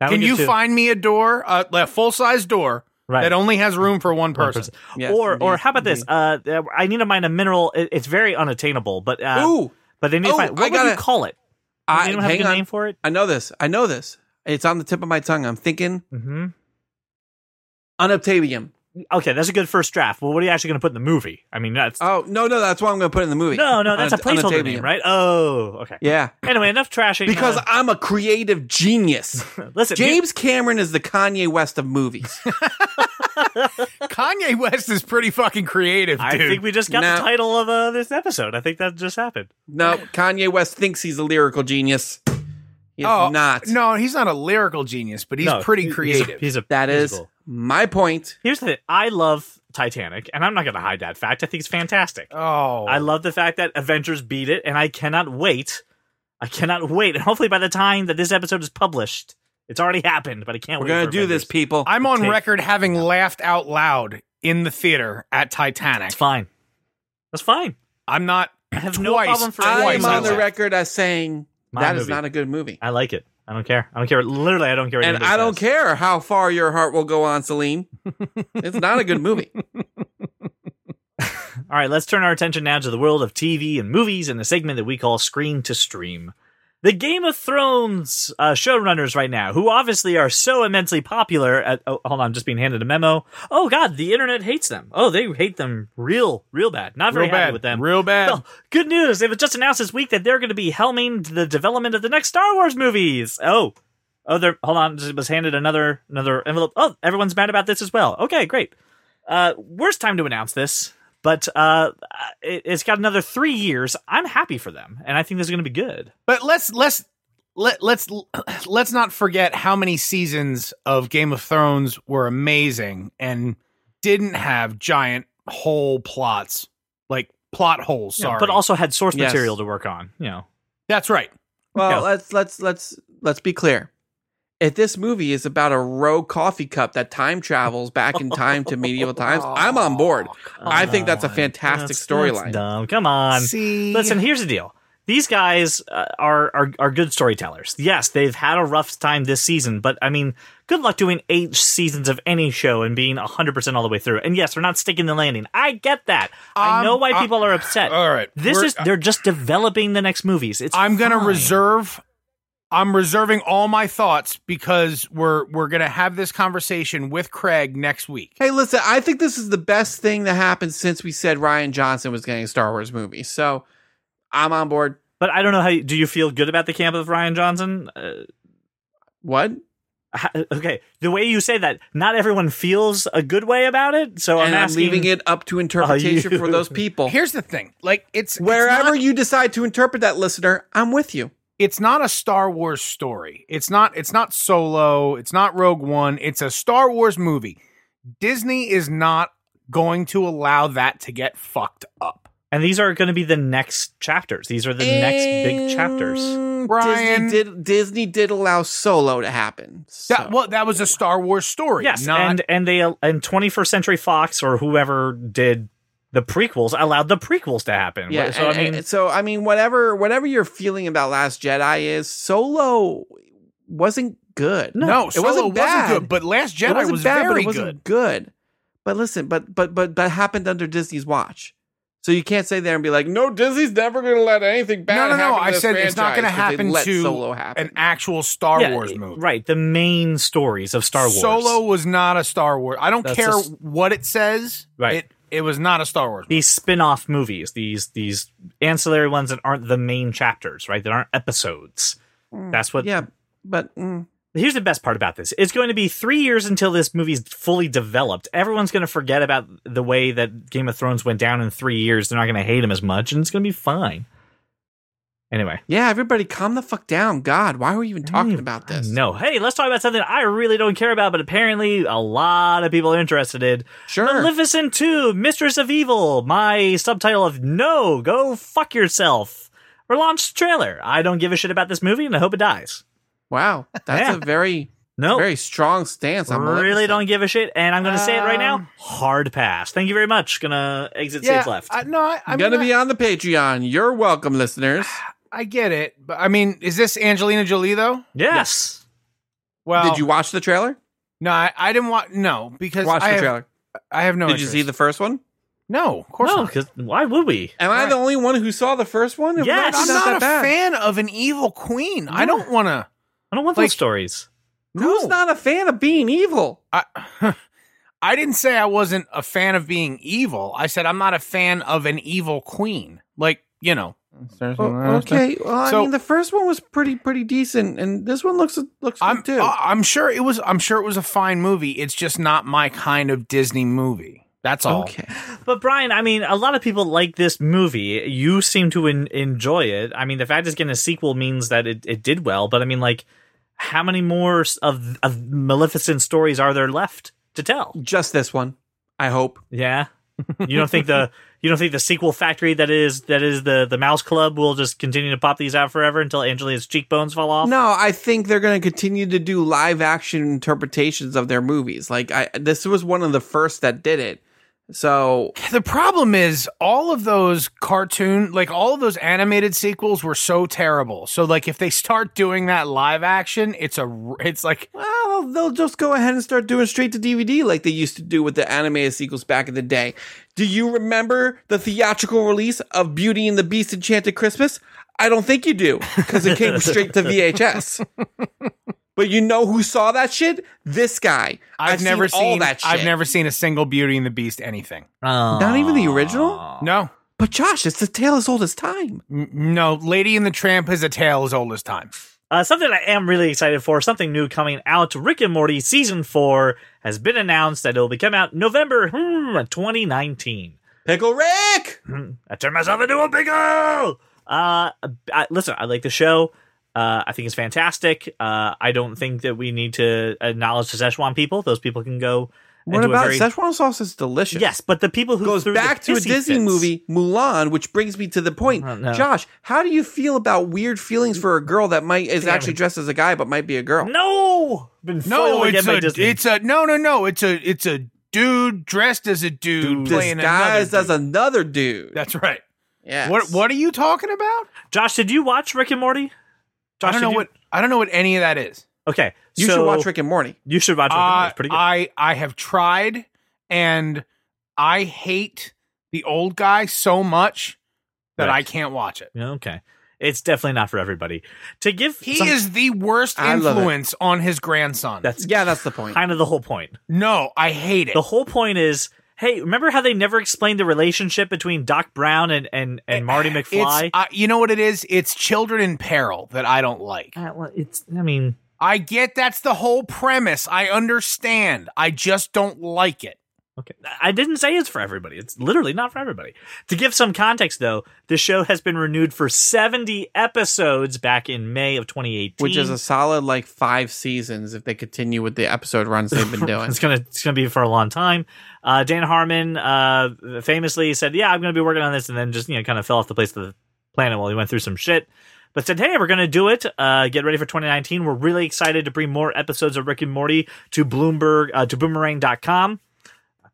Speaker 1: That would
Speaker 2: Can
Speaker 1: get
Speaker 2: you
Speaker 1: to-
Speaker 2: find me a door, uh, a full-size door
Speaker 1: Right.
Speaker 2: that only has room for one person?
Speaker 3: Yes,
Speaker 1: or or
Speaker 3: indeed,
Speaker 1: how about this?
Speaker 3: indeed.
Speaker 1: Uh, I need to mine a mineral. It- It's very unattainable, but uh,
Speaker 3: Ooh,
Speaker 1: But they need
Speaker 3: Oh,
Speaker 1: to find
Speaker 3: I
Speaker 1: what would you
Speaker 3: gotta-
Speaker 1: call it?
Speaker 3: I,
Speaker 1: you don't have a
Speaker 3: hang
Speaker 1: good
Speaker 3: on.
Speaker 1: name for it?
Speaker 3: I know this. I know this. It's on the tip of my tongue. I'm thinking
Speaker 1: hmm
Speaker 3: unobtainium.
Speaker 1: Okay, that's a good first draft. Well, what are you actually going to put in the movie? I mean, that's
Speaker 3: Oh no, no, that's what I'm going to put in the movie.
Speaker 1: no, no, that's a
Speaker 3: Unob-
Speaker 1: placeholder
Speaker 3: unobtainium.
Speaker 1: name, right? Oh, okay.
Speaker 3: Yeah,
Speaker 1: Anyway, enough trashing.
Speaker 3: because
Speaker 1: uh,
Speaker 3: I'm a creative genius.
Speaker 1: listen, here-
Speaker 3: James Cameron is the Kanye West of movies.
Speaker 2: Kanye West is pretty fucking creative, dude.
Speaker 1: I think we just got
Speaker 3: Nah.
Speaker 1: the title of uh, this episode. I think that just happened.
Speaker 3: no, Kanye West thinks he's a lyrical genius. He's not.
Speaker 2: Oh, No, he's not a lyrical genius, but he's
Speaker 1: No,
Speaker 2: pretty
Speaker 1: he's a-
Speaker 2: creative.
Speaker 1: He's a,
Speaker 3: that
Speaker 1: he's
Speaker 3: is
Speaker 1: cool.
Speaker 3: my point.
Speaker 1: Here's the thing. I love Titanic, and I'm not going to hide that fact. I think it's fantastic.
Speaker 2: oh,
Speaker 1: I love the fact that Avengers beat it, and I cannot wait. I cannot wait. And hopefully, by the time that this episode is published, it's already happened. But I can't.
Speaker 3: We're
Speaker 1: wait
Speaker 3: gonna
Speaker 1: for
Speaker 3: do
Speaker 1: Avengers.
Speaker 3: this, people.
Speaker 2: I'm on
Speaker 1: Take-
Speaker 2: record having laughed out loud in the theater at Titanic.
Speaker 1: That's fine. That's fine.
Speaker 2: I'm not.
Speaker 1: I have
Speaker 2: twice,
Speaker 1: no problem for
Speaker 2: twice
Speaker 1: anyone
Speaker 3: I'm on
Speaker 1: says
Speaker 3: the
Speaker 1: that.
Speaker 3: record as saying
Speaker 1: My
Speaker 3: that is
Speaker 1: movie.
Speaker 3: not a good movie,
Speaker 1: I like it. I don't care. I don't care. Literally, I don't care. What
Speaker 3: and
Speaker 1: anybody
Speaker 3: I don't
Speaker 1: says.
Speaker 3: care how far your heart will go on, Celine. it's not a good movie.
Speaker 1: All right, let's turn our attention now to the world of TV and movies in the segment that we call Screen to Stream. The Game of Thrones uh, showrunners right now, who obviously are so immensely popular. At, oh, hold on, just being handed a memo. Oh God, the internet hates them. Oh, they hate them real, real bad. Not very
Speaker 2: Real
Speaker 1: happy
Speaker 2: bad.
Speaker 1: with them.
Speaker 2: Real bad.
Speaker 1: Well, good news. It was just announced this week that they're going to be helming the development of the next Star Wars movies. Oh, oh, they're hold on. It was handed another another envelope. Oh, everyone's mad about this as well. Okay, great. Uh, worst time to announce this, but uh, it, it's got another three years. I'm happy for them, and I think this is going to be good.
Speaker 2: But let's let's let let's let's not forget how many seasons of Game of Thrones were amazing and didn't have giant hole plots like plot holes.
Speaker 1: Yeah,
Speaker 2: Sorry,
Speaker 1: but also had source
Speaker 3: Yes.
Speaker 1: material to work on. You know,
Speaker 2: that's right.
Speaker 3: Well,
Speaker 1: Yeah.
Speaker 3: let's let's let's let's be clear. If this movie is about a row coffee cup that time travels back in time to medieval times, I'm on board. I think that's a fantastic
Speaker 1: That's- that's
Speaker 3: storyline.
Speaker 1: Dumb. Come on.
Speaker 2: See,
Speaker 1: Listen, here's the deal. These guys uh, are, are are good storytellers. Yes, they've had a rough time this season, but I mean, good luck doing eight seasons of any show and being 100% all the way through. And yes, they're not sticking the landing. I get that. I
Speaker 2: Um,
Speaker 1: know why
Speaker 2: uh,
Speaker 1: people are upset.
Speaker 2: all right,
Speaker 1: This
Speaker 2: we're-
Speaker 1: is they're just developing the next movies. It's
Speaker 2: I'm gonna
Speaker 1: fine.
Speaker 2: reserve. I'm reserving all my thoughts because we're we're gonna have this conversation with Craig next week.
Speaker 3: Hey, listen, I think this is the best thing that happened since we said Ryan Johnson was getting a Star Wars movie. So I'm on board.
Speaker 1: But I don't know how you, do you feel good about the camp of Ryan Johnson? Uh,
Speaker 3: What?
Speaker 1: ha- okay, the way you say that, not everyone feels a good way about it. So I'm
Speaker 3: and I'm
Speaker 1: asking
Speaker 3: leaving it up to interpretation
Speaker 1: you-
Speaker 3: for those people.
Speaker 2: Here's the thing, like it's
Speaker 3: Wherever
Speaker 2: it's not,
Speaker 3: you decide to interpret that, listener, I'm with you.
Speaker 2: it's not a Star Wars story. It's not it's not Solo. It's not Rogue One. It's a Star Wars movie. Disney is not going to allow that to get fucked up.
Speaker 1: And these are going to be the next chapters. These are the next
Speaker 2: Eh,
Speaker 1: big chapters.
Speaker 3: Mm,
Speaker 2: Brian-
Speaker 3: Disney did Disney did allow Solo to happen. So.
Speaker 2: That well, that was a Star Wars story.
Speaker 1: Yes,
Speaker 2: not,
Speaker 1: and and they and 21st Century Fox or whoever did the prequels allowed the prequels to happen.
Speaker 3: yeah,
Speaker 1: so
Speaker 3: and-
Speaker 1: I mean,
Speaker 3: and- so I mean, whatever whatever your feeling about Last Jedi is, Solo wasn't good.
Speaker 2: no, Solo
Speaker 3: wasn't bad.
Speaker 2: good. But Last
Speaker 3: it
Speaker 2: Jedi
Speaker 3: wasn't
Speaker 2: was
Speaker 3: bad,
Speaker 2: very
Speaker 3: but it wasn't
Speaker 2: good.
Speaker 3: good. But listen, but but but that happened under Disney's watch, so you can't say there and be like, no, Disney's never going to let anything bad.
Speaker 2: No, no, no,
Speaker 3: happen to
Speaker 2: I
Speaker 3: this
Speaker 2: said it's not
Speaker 3: franchise,"
Speaker 2: gonna
Speaker 3: 'cause they
Speaker 2: happen
Speaker 3: let
Speaker 2: to
Speaker 3: Solo happen.
Speaker 2: An actual Star
Speaker 1: yeah,
Speaker 2: Wars movie.
Speaker 1: right? The main stories of Star Wars.
Speaker 2: Solo was not a Star Wars. I don't
Speaker 1: That's
Speaker 2: care
Speaker 1: a s-
Speaker 2: what it says.
Speaker 1: Right.
Speaker 2: It it was not a Star Wars. Movie.
Speaker 1: these spin-off movies, these these ancillary ones that aren't the main chapters, right? That aren't episodes.
Speaker 2: Hmm.
Speaker 1: That's what
Speaker 3: yeah, but mm,
Speaker 1: Here's the best part about this. It's going to be three years until this movie's fully developed. Everyone's going to forget about the way that Game of Thrones went down in three years. They're not going to hate him as much, and it's going to be fine. Anyway,
Speaker 3: yeah, everybody, calm the fuck down. God, why were we even talking about this?
Speaker 1: no. Hey, let's talk about something I really don't care about, but apparently a lot of people are interested in.
Speaker 3: sure.
Speaker 1: Maleficent 2, Mistress of Evil, my subtitle of No, Go Fuck Yourself, relaunch trailer. I don't give a shit about this movie, and I hope it dies.
Speaker 3: wow, that's
Speaker 1: Yeah.
Speaker 3: a very
Speaker 1: No.
Speaker 3: very strong stance. on
Speaker 1: really
Speaker 3: Maleficent.
Speaker 1: don't give a shit, and I'm gonna say it right now.
Speaker 2: Um,
Speaker 1: Hard pass. Thank you very much. Gonna exit safe left.
Speaker 2: I, no, I, I
Speaker 3: I'm gonna
Speaker 2: mean,
Speaker 3: be on the Patreon. You're welcome, listeners.
Speaker 2: I, I get it, but I mean, is this Angelina Jolie though?
Speaker 1: yes.
Speaker 2: Well,
Speaker 3: Did you watch the trailer?
Speaker 2: No, I, I didn't want. No, because
Speaker 3: Watch
Speaker 2: I
Speaker 3: the
Speaker 2: have,
Speaker 3: trailer.
Speaker 2: I have no.
Speaker 3: Did you see the
Speaker 2: interest.
Speaker 3: first one?
Speaker 2: No, of course
Speaker 1: no,
Speaker 2: not.
Speaker 1: because why would we?
Speaker 3: Am I
Speaker 2: Right.
Speaker 3: the only one who saw the first one? If
Speaker 1: Yes.
Speaker 3: not,
Speaker 2: I'm
Speaker 3: it's
Speaker 2: not,
Speaker 3: that
Speaker 2: a
Speaker 3: bad.
Speaker 2: fan of an evil queen. I don't want to.
Speaker 1: I don't want
Speaker 2: Like-
Speaker 1: those stories.
Speaker 3: Who's
Speaker 2: No.
Speaker 3: not a fan of being evil?
Speaker 2: I, I didn't say I wasn't a fan of being evil. I said I'm not a fan of an evil queen. Like you know.
Speaker 3: Oh, okay, well, I
Speaker 2: So-
Speaker 3: mean, the first one was pretty pretty decent, and this one looks looks
Speaker 2: I'm uh,
Speaker 3: good too.
Speaker 2: I- I'm sure it was I'm sure it was a fine movie. It's just not my kind of Disney movie. That's all.
Speaker 3: okay,
Speaker 1: But Brian, I mean, a lot of people like this movie. You seem to en- enjoy it. I mean, the fact it's getting a sequel means that it, it did well. But I mean, like, how many more s- of of Maleficent stories are there left to tell?
Speaker 3: just this one, I hope.
Speaker 1: Yeah. You don't think the you don't think the sequel factory that is that is the the Mouse Club will just continue to pop these out forever until Angelina's cheekbones fall off?
Speaker 3: No, I think they're going to continue to do live action interpretations of their movies. Like I, this was one of the first that did it. So
Speaker 2: The problem is all of those cartoon like all of those animated sequels were so terrible. So like if they start doing that live action, it's a r- it's like
Speaker 3: Ah, Well, they'll just go ahead and start doing straight to DVD like they used to do with the animated sequels back in the day. Do you remember the theatrical release of Beauty and the Beast Enchanted Christmas? I don't think you do because it came straight to VHS. but you know who saw that shit? This guy.
Speaker 2: I've, never seen,
Speaker 3: all that shit.
Speaker 2: I've never seen a single Beauty and the Beast anything.
Speaker 1: Um,
Speaker 3: Not even the original?
Speaker 2: No.
Speaker 3: But Josh, it's the tale as old as time.
Speaker 2: N- No, Lady and the Tramp is a tale as old as time.
Speaker 1: Uh, something I am really excited for, something new coming out. Rick and Morty season four has been announced that it'll be coming out November hmm, 2019.
Speaker 3: Pickle Rick.
Speaker 1: Hmm, I turned myself into a pickle. Uh, I, listen, I like the show. Uh, I think it's fantastic. Uh, I don't think that we need to acknowledge the Szechuan people. Those people can go.
Speaker 3: What
Speaker 1: into a
Speaker 3: about
Speaker 1: very-
Speaker 3: Szechuan sauce is delicious.
Speaker 1: Yes, but the people who
Speaker 3: goes
Speaker 1: threw
Speaker 3: back
Speaker 1: the
Speaker 3: to a
Speaker 1: pissy
Speaker 3: Disney
Speaker 1: fits-
Speaker 3: movie, Mulan, which brings me to the point.
Speaker 1: Oh, no.
Speaker 3: Josh, how do you feel about weird feelings for a girl that might is
Speaker 1: Damn
Speaker 3: actually
Speaker 1: it.
Speaker 3: dressed as a guy but might be a girl?
Speaker 1: No, been
Speaker 2: No,
Speaker 1: foiled again
Speaker 2: it's
Speaker 1: by
Speaker 2: a,
Speaker 1: Disney.
Speaker 2: it's a no, no, no. It's a it's a dude dressed as a dude, playing another.
Speaker 3: Disguised as
Speaker 2: dude.
Speaker 3: another dude.
Speaker 2: That's right.
Speaker 3: Yes.
Speaker 2: What what are you talking about?
Speaker 1: Josh, did you watch Rick and Morty? Josh,
Speaker 2: I don't
Speaker 1: did
Speaker 2: know
Speaker 1: you-
Speaker 2: what I don't know what any of that is.
Speaker 1: Okay,
Speaker 3: You
Speaker 1: so
Speaker 3: should watch Rick and Morty.
Speaker 1: You should watch Rick and Morty.
Speaker 2: Uh,
Speaker 1: It's pretty good.
Speaker 2: I I have tried, and I hate the old guy so much that
Speaker 1: Right.
Speaker 2: I can't watch it.
Speaker 1: okay, it's definitely not for everybody. To give
Speaker 2: He
Speaker 1: some-
Speaker 2: is the worst
Speaker 3: I love it.
Speaker 2: influence on his grandson.
Speaker 1: that's
Speaker 3: Yeah, that's the point.
Speaker 1: kind of the whole point.
Speaker 2: no, I hate it.
Speaker 1: The whole point is, hey, remember how they never explained the relationship between Doc Brown and and, and Marty McFly?
Speaker 2: It's, uh, you know what it is? It's children in peril that I don't like.
Speaker 1: Uh, well, it's I mean,
Speaker 2: I get that's the whole premise. I understand. I just don't like it.
Speaker 1: Okay. I didn't say it's for everybody. It's literally not for everybody. To give some context, though, the show has been renewed for 70 episodes back in May of 2018.
Speaker 3: Which is a solid like five seasons if they continue with the episode runs they've been doing.
Speaker 1: it's gonna it's gonna be for a long time. Uh, Dan Harmon uh, famously said, "Yeah, I'm gonna be working on this," and then just you know kind of fell off the place of the planet while he went through some shit. But said, "Hey, we're gonna do it. Uh, get ready for 2019. We're really excited to bring more episodes of Rick and Morty to Bloomberg uh, to Boomerang.com."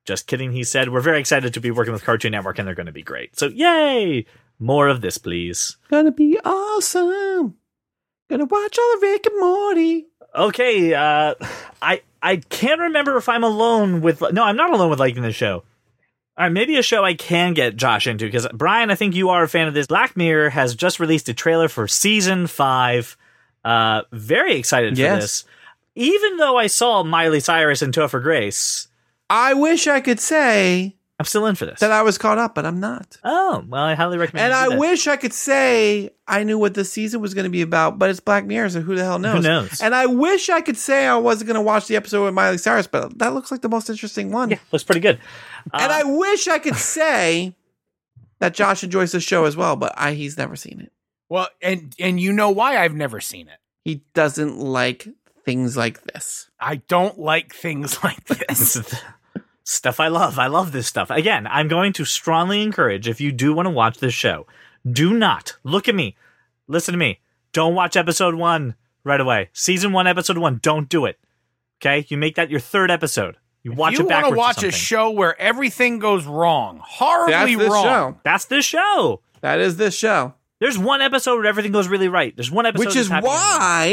Speaker 1: Just kidding, he said. We're very excited to be working with Cartoon Network, and they're going to be great. So, yay! More of this, please.
Speaker 3: gonna be awesome. Gonna watch all of Rick and Morty.
Speaker 1: okay uh i i can't remember if i'm alone with no i'm not alone with liking this show all right maybe a show i can get josh into because brian i think you are a fan of this black mirror has just released a trailer for season five uh very excited for
Speaker 3: Yes.
Speaker 1: this even though i saw miley cyrus and topher grace
Speaker 3: I wish I could say
Speaker 1: i'm still in for this
Speaker 3: that I was caught up, but I'm not.
Speaker 1: oh well i highly recommend
Speaker 3: And
Speaker 1: you do
Speaker 3: I
Speaker 1: that.
Speaker 3: wish I could say I knew what the season was going to be about, but it's Black Mirror, so who the hell knows?
Speaker 1: who knows
Speaker 3: And I wish I could say I wasn't going to watch the episode with Miley Cyrus, but that looks like the most interesting one.
Speaker 1: yeah looks pretty good
Speaker 3: And
Speaker 1: Uh,
Speaker 3: I wish I could say that Josh enjoys the show as well, but I he's never seen it.
Speaker 2: Well, and and you know why I've never seen it.
Speaker 3: He doesn't like things like this.
Speaker 2: I don't like things like this.
Speaker 1: stuff I love. I love this stuff. Again, I'm going to strongly encourage if you do want to watch this show, do not look at me, listen to me. Don't watch episode one right away. Season one, episode one. Don't do it. Okay, you make that your third episode. You watch
Speaker 2: you
Speaker 1: it
Speaker 2: want
Speaker 1: backwards.
Speaker 2: to
Speaker 1: or
Speaker 2: watch a
Speaker 1: something.
Speaker 2: show where everything goes wrong, horribly wrong.
Speaker 1: That's this show.
Speaker 3: That is this show.
Speaker 1: There's one episode where everything goes really right. There's one episode,
Speaker 3: Which is
Speaker 1: that's happy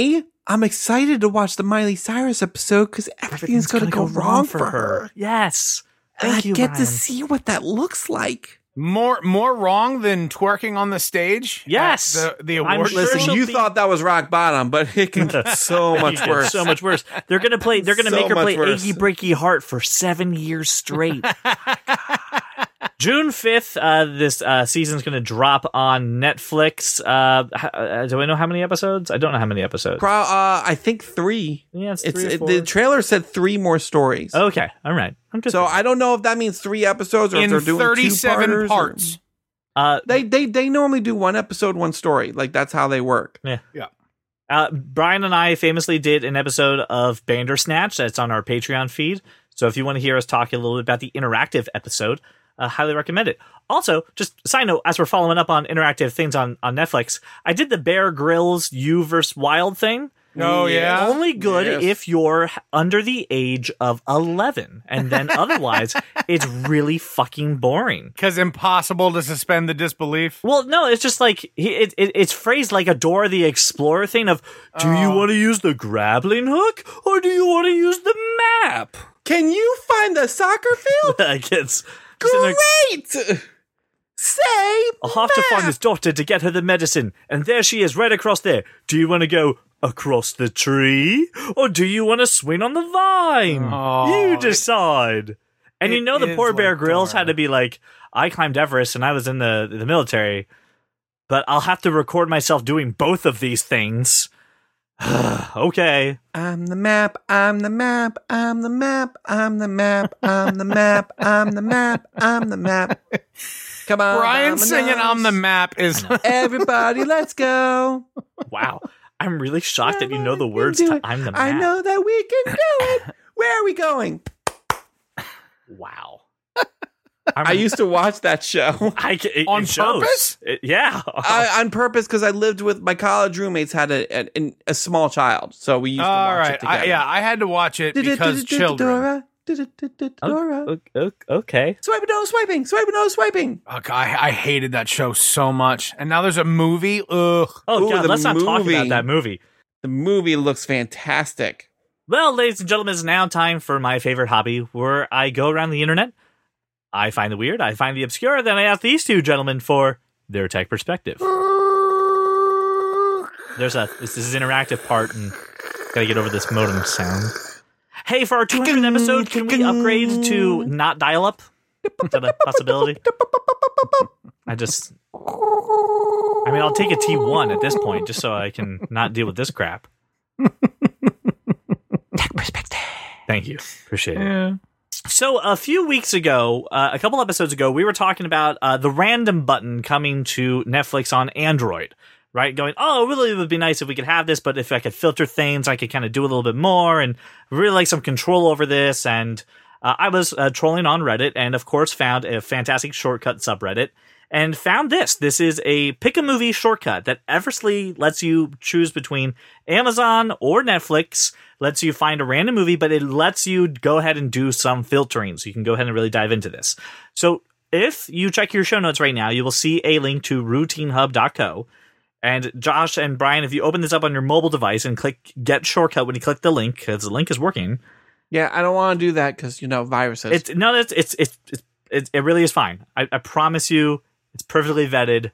Speaker 1: ending.
Speaker 3: why I'm excited to watch the Miley Cyrus episode because everything's, going to go, wrong, for her.
Speaker 1: Yes.
Speaker 3: And
Speaker 1: Thank
Speaker 3: I
Speaker 1: you,
Speaker 3: get to
Speaker 1: Ryan.
Speaker 3: see what that looks like.
Speaker 2: More more wrong than twerking on the stage. at
Speaker 1: Yes.
Speaker 2: the the
Speaker 1: I'm
Speaker 2: award.
Speaker 1: sure-
Speaker 3: Listen,
Speaker 1: She'll
Speaker 3: you
Speaker 1: be-
Speaker 3: thought that was rock bottom, but it can get so much
Speaker 1: Yeah,
Speaker 3: worse.
Speaker 1: So much worse. They're gonna play. They're gonna
Speaker 3: So
Speaker 1: make her
Speaker 3: much
Speaker 1: play
Speaker 3: worse.
Speaker 1: "Achy Breaky Heart" for seven years straight. June fifth, uh, this uh, season's gonna drop on Netflix. Uh, h- uh, do I know how many episodes? I don't know how many episodes.
Speaker 3: Pro- uh, I think three.
Speaker 1: yeah, it's,
Speaker 3: It's
Speaker 1: three or
Speaker 3: it,
Speaker 1: four. Oh,
Speaker 3: the trailer said three more stories.
Speaker 1: okay, all right. I'm good.
Speaker 3: So
Speaker 1: then.
Speaker 3: I don't know if that means three episodes or if they're
Speaker 2: in
Speaker 3: doing
Speaker 2: thirty-seven
Speaker 3: two-parters
Speaker 2: parts.
Speaker 3: Or,
Speaker 1: uh,
Speaker 3: they they they normally do one episode, one story. Like that's how they work.
Speaker 1: uh, Brian and I famously did an episode of Bandersnatch that's on our Patreon feed. So if you want to hear us talk a little bit about the interactive episode, uh, highly recommend it. Also, just side note, as we're following up on interactive things on, on Netflix, I did the Bear Grylls You versus Wild thing.
Speaker 2: Oh yeah.
Speaker 1: Only good
Speaker 3: Yes.
Speaker 1: if you're h- under the age of 11, and then otherwise, it's really fucking boring.
Speaker 2: Because impossible to suspend the disbelief.
Speaker 1: Well, no, it's just like he, it, it, it's phrased like a Dora the Explorer thing of do you want to use the grappling hook or do you want to use the map?
Speaker 3: Can you find the soccer field?
Speaker 1: Like it's just in a-
Speaker 3: Great. Say
Speaker 1: I'll have to find his doctor to get her the medicine, and there she is, right across there. Do you want to go across the tree or do you want to swing on the vine?
Speaker 2: Oh,
Speaker 1: you decide. and you
Speaker 2: it
Speaker 1: know the
Speaker 2: is
Speaker 1: poor Bear
Speaker 2: like
Speaker 1: Grylls
Speaker 2: Dora.
Speaker 1: had to be like, I climbed Everest and I was in the the military, but I'll have to record myself doing both of these things. okay.
Speaker 3: I'm the map, I'm the map, I'm the map, I'm the map, I'm the map, I'm the map, I'm the map. Come on.
Speaker 2: Brian
Speaker 3: dominoes.
Speaker 2: singing on the map is
Speaker 3: Everybody, let's go.
Speaker 1: Wow. I'm really shocked that you know the
Speaker 3: Everybody
Speaker 1: words
Speaker 3: can do
Speaker 1: to
Speaker 3: it.
Speaker 1: I'm the map.
Speaker 3: I know that we can do it. Where are we going?
Speaker 1: Wow.
Speaker 3: I used to watch that show.
Speaker 1: I ca- it,
Speaker 2: On
Speaker 1: it shows.
Speaker 2: purpose?
Speaker 1: It- yeah.
Speaker 3: I, on purpose because I lived with my college roommates had a a, an- a small child, so we used to
Speaker 2: all
Speaker 3: watch
Speaker 2: right.
Speaker 3: it together.
Speaker 2: I, yeah, I had to watch it because children.
Speaker 3: Dora, Dora.
Speaker 1: O- o- okay.
Speaker 3: Swiping, no swiping, swiping, no swiping.
Speaker 2: Ugh, I, I hated that show so much, and now there's a movie. Ugh.
Speaker 1: Oh
Speaker 3: Ooh,
Speaker 1: god,
Speaker 3: the
Speaker 1: let's not talk
Speaker 3: movie.
Speaker 1: about that movie.
Speaker 3: The movie looks fantastic.
Speaker 1: Well, ladies and gentlemen, it's now time for my favorite hobby, where I go around the internet, I find the weird, I find the obscure, then I ask these two gentlemen for their tech perspective. There's a this is an interactive part, and gotta get over this modem sound. Hey, for our 200th episode, can we upgrade to not dial up? Is that a possibility? I just, I mean, I'll take a T1 at this point, just so I can not deal with this crap. Tech perspective. Thank you, appreciate it.
Speaker 2: Yeah.
Speaker 1: So a few weeks ago, uh, a couple episodes ago, we were talking about uh, the random button coming to Netflix on Android, right? Going, oh, really, it would be nice if we could have this, but if I could filter things, I could kind of do a little bit more, and really like some control over this. And uh, I was uh, trolling on Reddit, and of course, found a fantastic shortcut subreddit, and found this. This is a pick a movie shortcut that effortlessly lets you choose between Amazon or Netflix lets you find a random movie, but it lets you go ahead and do some filtering. So you can go ahead and really dive into this. So if you check your show notes right now, you will see a link to routinehub.co. And Josh and Brian, if you open this up on your mobile device and click get shortcut when you click the link, because the link is working,
Speaker 3: Yeah, I don't want to do that because you know viruses.
Speaker 1: it's no, it's it's it's, it's it, it really is fine. I, I promise you, it's perfectly vetted.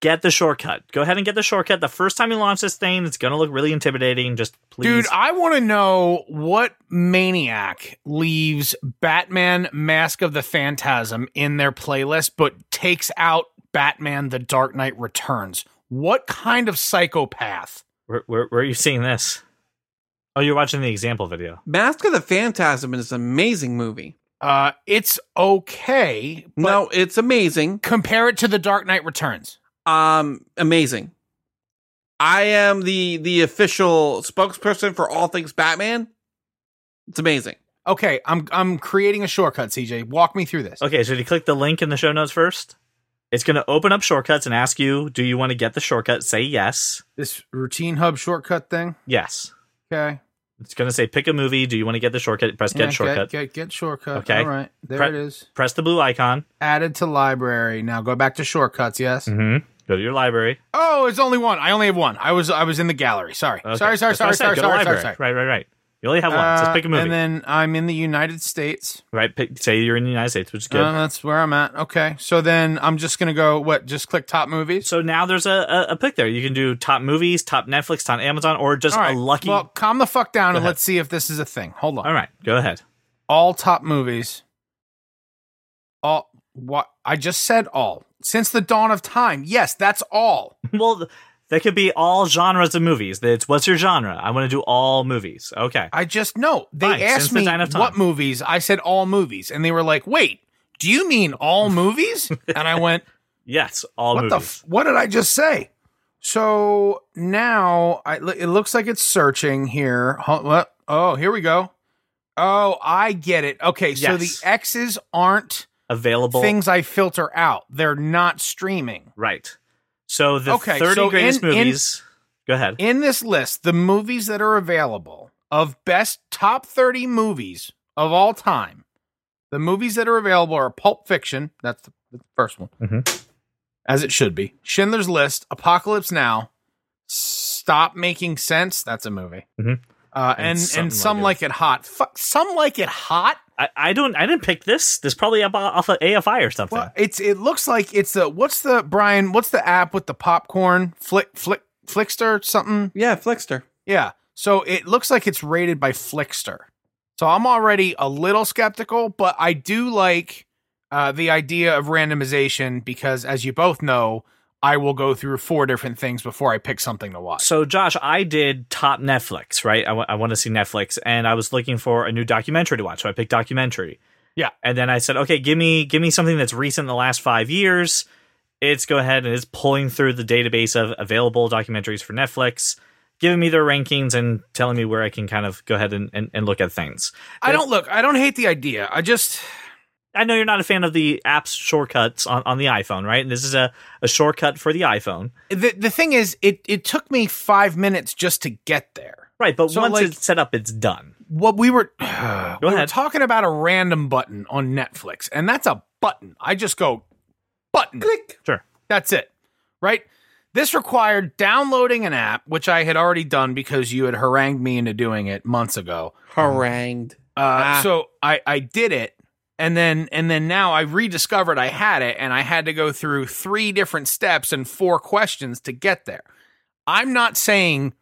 Speaker 1: Get the shortcut. Go ahead and get the shortcut. The first time you launch this thing, it's gonna look really intimidating. Just please,
Speaker 2: Dude, I want to know what maniac leaves Batman Mask of the Phantasm in their playlist but takes out Batman The Dark Knight Returns. What kind of psychopath?
Speaker 1: Where, where, where are you seeing this? Oh, you're watching the example video.
Speaker 3: Mask of the Phantasm is an amazing movie.
Speaker 2: Uh, it's okay, but
Speaker 3: no, it's amazing.
Speaker 2: compare it to The Dark Knight Returns.
Speaker 3: Um, amazing. I am the the official spokesperson for all things Batman. It's amazing.
Speaker 2: Okay, I'm I'm creating a shortcut, CJ. Walk me through this.
Speaker 1: Okay, so if you click the link in the show notes first, it's going to open up shortcuts and ask you, do you want to get the shortcut? Say yes.
Speaker 2: This routine hub shortcut thing.
Speaker 1: Yes.
Speaker 2: Okay.
Speaker 1: It's going to say pick a movie. Do you want to get the shortcut? Press
Speaker 2: Yeah,
Speaker 1: get shortcut.
Speaker 2: Get, get shortcut.
Speaker 1: Okay.
Speaker 2: All right. There
Speaker 1: Pre-
Speaker 2: it is.
Speaker 1: Press the blue icon.
Speaker 2: Added to library. Now go back to shortcuts, yes?
Speaker 1: Mm-hmm. Go to your library.
Speaker 2: Oh, it's only one. I only have one. I was I was in the gallery. Sorry.
Speaker 1: Okay.
Speaker 2: Sorry, sorry,
Speaker 1: That's what I
Speaker 2: sorry,
Speaker 1: said,
Speaker 2: sorry,
Speaker 1: go to
Speaker 2: sorry, sorry,
Speaker 1: library.
Speaker 2: sorry.
Speaker 1: Right, right, right. You only have one. so
Speaker 2: Uh,
Speaker 1: pick a movie.
Speaker 2: And then I'm in the United States.
Speaker 1: right, pick, say you're in the United States, which is good.
Speaker 2: Uh, that's where I'm at. Okay. So then I'm just gonna go what, just click top movies?
Speaker 1: so now there's a, a, a pick there. You can do top movies, top Netflix, top Amazon, or just
Speaker 2: All right.
Speaker 1: a lucky.
Speaker 2: Well, calm the fuck down and
Speaker 1: ahead.
Speaker 2: let's see if this is a thing. Hold on.
Speaker 1: All right, go ahead.
Speaker 2: all top movies. All what I just said all since the dawn of time. Yes, that's all.
Speaker 1: Well, th- that could be all genres of movies. That's what's your genre? I want to do all movies. Okay.
Speaker 2: I just know they
Speaker 1: Fine,
Speaker 2: asked
Speaker 1: since the
Speaker 2: me
Speaker 1: dawn of time.
Speaker 2: what movies. I said all movies, and they were like, "Wait, do you mean all movies?" and I went,
Speaker 1: Yes, all
Speaker 2: "What
Speaker 1: movies.
Speaker 2: the? F- what did I just say?" So now I, it looks like it's searching here. Huh, what? Oh, here we go. Oh, I get it. Okay, so
Speaker 1: Yes.
Speaker 2: the X's aren't
Speaker 1: Available.
Speaker 2: things I filter out. They're not streaming.
Speaker 1: Right. So the
Speaker 2: Okay,
Speaker 1: 30
Speaker 2: so
Speaker 1: greatest
Speaker 2: in- in-
Speaker 1: movies. go ahead.
Speaker 2: in this list, the movies that are available of best top 30 movies of all time, the movies that are available are Pulp Fiction, that's the, the first one, as it should be, Schindler's List, Apocalypse Now, Stop Making Sense, that's a movie.
Speaker 1: Mhm.
Speaker 2: Uh,
Speaker 1: And
Speaker 2: and and,
Speaker 1: Something
Speaker 2: some
Speaker 1: Like
Speaker 2: like it hot. Fuck, some like it hot.
Speaker 1: I, I don't. I didn't pick this. This probably up off of AFI or something.
Speaker 2: Well, it's it looks like it's a what's the Brian? What's the app with the popcorn? Flick flick flickster something.
Speaker 3: Yeah, Flickster.
Speaker 2: Yeah. So it looks like it's rated by Flickster. So I'm already a little skeptical, but I do like uh, the idea of randomization because, as you both know, I will go through four different things before I pick something to watch.
Speaker 1: So, Josh, I did top Netflix, right? I want to see Netflix, and I was looking for a new documentary to watch, so I picked documentary.
Speaker 2: Yeah.
Speaker 1: and then I said, okay, give me give me something that's recent in the last five years. It's go ahead and it's pulling through the database of available documentaries for Netflix, giving me their rankings and telling me where I can kind of go ahead and, and, and look at things.
Speaker 2: I don't look. I don't hate the idea. I just
Speaker 1: I know you're not a fan of the apps shortcuts on, on the iPhone, right? And this is a, a shortcut for the iPhone.
Speaker 2: the the thing is, it it took me five minutes just to get there.
Speaker 1: Right, but
Speaker 2: So,
Speaker 1: once
Speaker 2: like-
Speaker 1: it's set up, it's done.
Speaker 2: What we were we
Speaker 1: Go
Speaker 2: were
Speaker 1: ahead.
Speaker 2: talking about a random button on Netflix, and that's a button. I just go button.
Speaker 3: Click.
Speaker 1: Sure.
Speaker 2: That's it. Right? This required downloading an app, which I had already done because you had harangued me into doing it months ago.
Speaker 3: Harangued.
Speaker 2: Uh,
Speaker 1: Ah.
Speaker 2: So I, I did it, and then and then now I rediscovered I had it, and I had to go through three different steps and four questions to get there. I'm not saying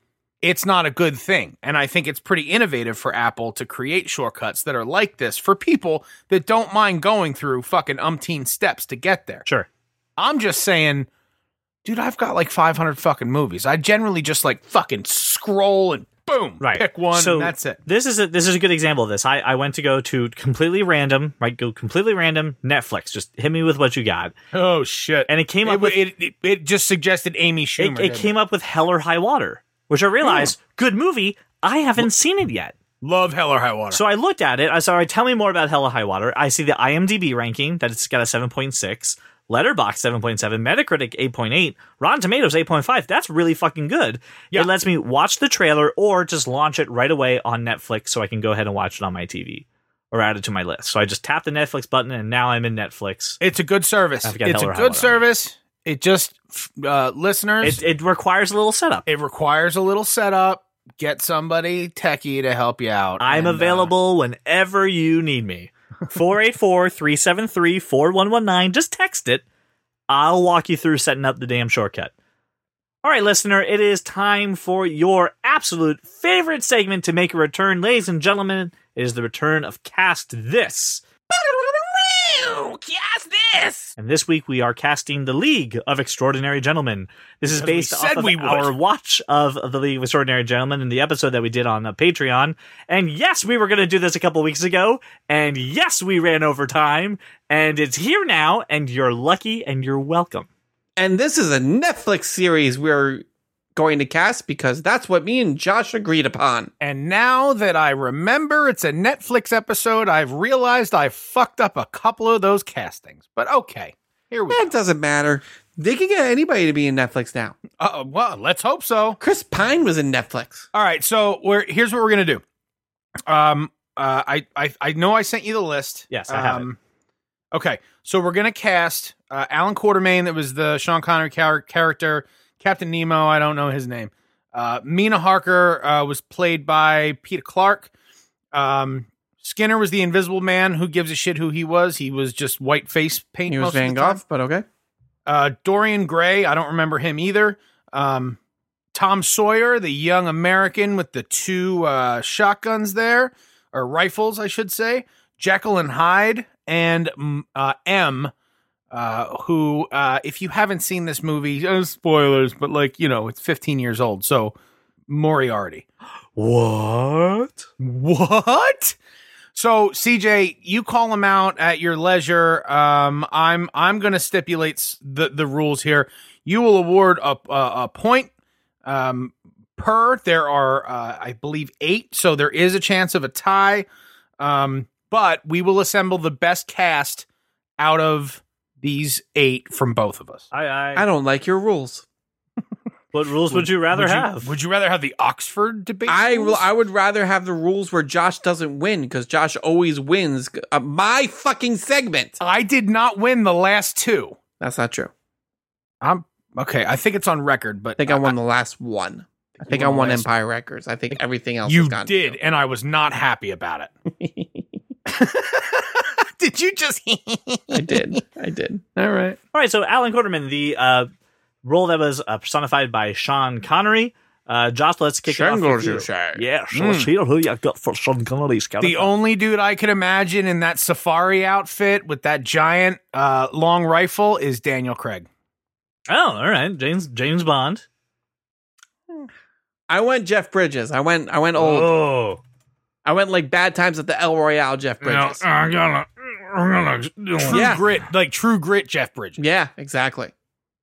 Speaker 2: it's not a good thing, and I think it's pretty innovative for Apple to create shortcuts that are like this for people that don't mind going through fucking umpteen steps to get there.
Speaker 1: Sure.
Speaker 2: I'm just saying, dude, I've got like 500 fucking movies. I generally just like fucking scroll and boom,
Speaker 1: Right.
Speaker 2: pick one,
Speaker 1: So
Speaker 2: and that's it.
Speaker 1: This is a this is a good example of this. I, I went to go to completely random, right? Go completely random Netflix. Just hit me with what you got.
Speaker 2: Oh shit!
Speaker 1: And it came up
Speaker 2: it,
Speaker 1: with
Speaker 2: it, it, it just suggested Amy Schumer.
Speaker 1: it, it came up with Hell or High Water, which I realized good movie. I haven't seen it yet.
Speaker 2: Love Hell or High Water.
Speaker 1: So I looked at it. I said, all right, tell me more about Hell or High Water. I see the IMDb ranking that it's got a 7.6, Letterbox 7.7, Metacritic 8.8, Rotten Tomatoes 8.5. That's really fucking good.
Speaker 2: Yeah.
Speaker 1: It lets me watch the trailer or just launch it right away on Netflix so I can go ahead and watch it on my TV or add it to my list. So I just tap the Netflix button and now I'm in Netflix.
Speaker 2: it's a good service.
Speaker 1: I've got
Speaker 2: It's
Speaker 1: Hell
Speaker 2: a
Speaker 1: or High
Speaker 2: good
Speaker 1: Water.
Speaker 2: service. It just f- uh, listeners.
Speaker 1: It,
Speaker 2: It,
Speaker 1: it requires a little setup.
Speaker 2: requires a little setup. Get somebody techie to help you out.
Speaker 1: I'm
Speaker 2: and, uh,
Speaker 1: available whenever you need me. 484 373 4119. Just text it. I'll walk you through setting up the damn shortcut. All right, listener, it is time for your absolute favorite segment to make a return. Ladies and gentlemen, it is the return of Cast This.
Speaker 3: Cast this.
Speaker 1: And this week we are casting The League of Extraordinary Gentlemen. This is
Speaker 2: As we
Speaker 1: based off
Speaker 2: said
Speaker 1: of
Speaker 2: we would.
Speaker 1: our watch of The League of Extraordinary Gentlemen in the episode that we did on uh, Patreon. And yes, we were going to do this a couple weeks ago. And yes, we ran over time. And it's here now. And you're lucky and you're welcome.
Speaker 3: And this is a Netflix series we're going to cast because that's what me and Josh agreed upon.
Speaker 2: And now that I remember it's a Netflix episode, I've realized I fucked up a couple of those castings. But okay, here we go.
Speaker 1: Eh.
Speaker 3: That doesn't matter. They can get anybody to be in Netflix now.
Speaker 2: Uh, well, let's hope so.
Speaker 3: Chris Pine was in Netflix.
Speaker 2: All right, so we're here's what we're gonna do. Um, uh, I I I know I sent you the list. Um,
Speaker 1: Yes, I have it.
Speaker 2: Okay, so we're gonna cast uh, Alan Quartermain, that was the Sean Connery char- character, Captain Nemo. I don't know his name. Uh, Mina Harker uh, was played by Peter Clark. Um, Skinner was the Invisible Man. Who gives a shit who he was? He was just white face paint.
Speaker 3: He
Speaker 2: most
Speaker 3: was
Speaker 2: of the
Speaker 3: Van
Speaker 2: time.
Speaker 3: Gogh, but okay.
Speaker 2: Uh, Dorian Gray, I don't remember him either. Um, Tom Sawyer, the young American with the two uh, shotguns there, or rifles, I should say. Jekyll and Hyde, and mm, uh, M, uh, who, uh, if you haven't seen this movie, uh, spoilers, but like, you know, it's 15 years old. So Moriarty.
Speaker 1: What?
Speaker 2: What? So CJ, you call them out at your leisure. Um, I'm I'm going to stipulate s- the the rules here. You will award a a, a point um, per. There are uh, I believe eight, so there is a chance of a tie. Um, but we will assemble the best cast out of these eight from both of us.
Speaker 1: I, I,
Speaker 3: I don't like your rules.
Speaker 1: what rules would you rather
Speaker 2: would you,
Speaker 1: have?
Speaker 2: Would you rather have the Oxford debate?
Speaker 3: I,
Speaker 2: rules?
Speaker 3: I would rather have the rules where Josh doesn't win because Josh always wins uh, my fucking segment.
Speaker 2: I did not win the last two.
Speaker 3: That's not true.
Speaker 2: I'm okay. I think it's on record, but
Speaker 3: I think I won the last one. I think I won Empire Records. I think everything else
Speaker 2: you
Speaker 3: has gone
Speaker 2: did, and I was not happy about it. did you just?
Speaker 3: I did. I did.
Speaker 2: All right.
Speaker 1: All right, so Alan Quarterman, the uh, role that was uh, personified by Sean Connery. Uh, Josh, let's kick it off. with you. Yeah, so let's hear who you got for Sean Connery's character.
Speaker 2: The only dude I could imagine in that safari outfit with that giant uh, long rifle is Daniel Craig.
Speaker 1: Oh, all right, James James Bond.
Speaker 3: I went Jeff Bridges. I went I went old.
Speaker 1: Oh,
Speaker 3: I went like bad times at the El Royale Jeff Bridges.
Speaker 5: I'm gonna, I'm gonna.
Speaker 2: True
Speaker 3: Yeah.
Speaker 2: grit, like true grit, Jeff Bridges.
Speaker 3: Yeah, exactly.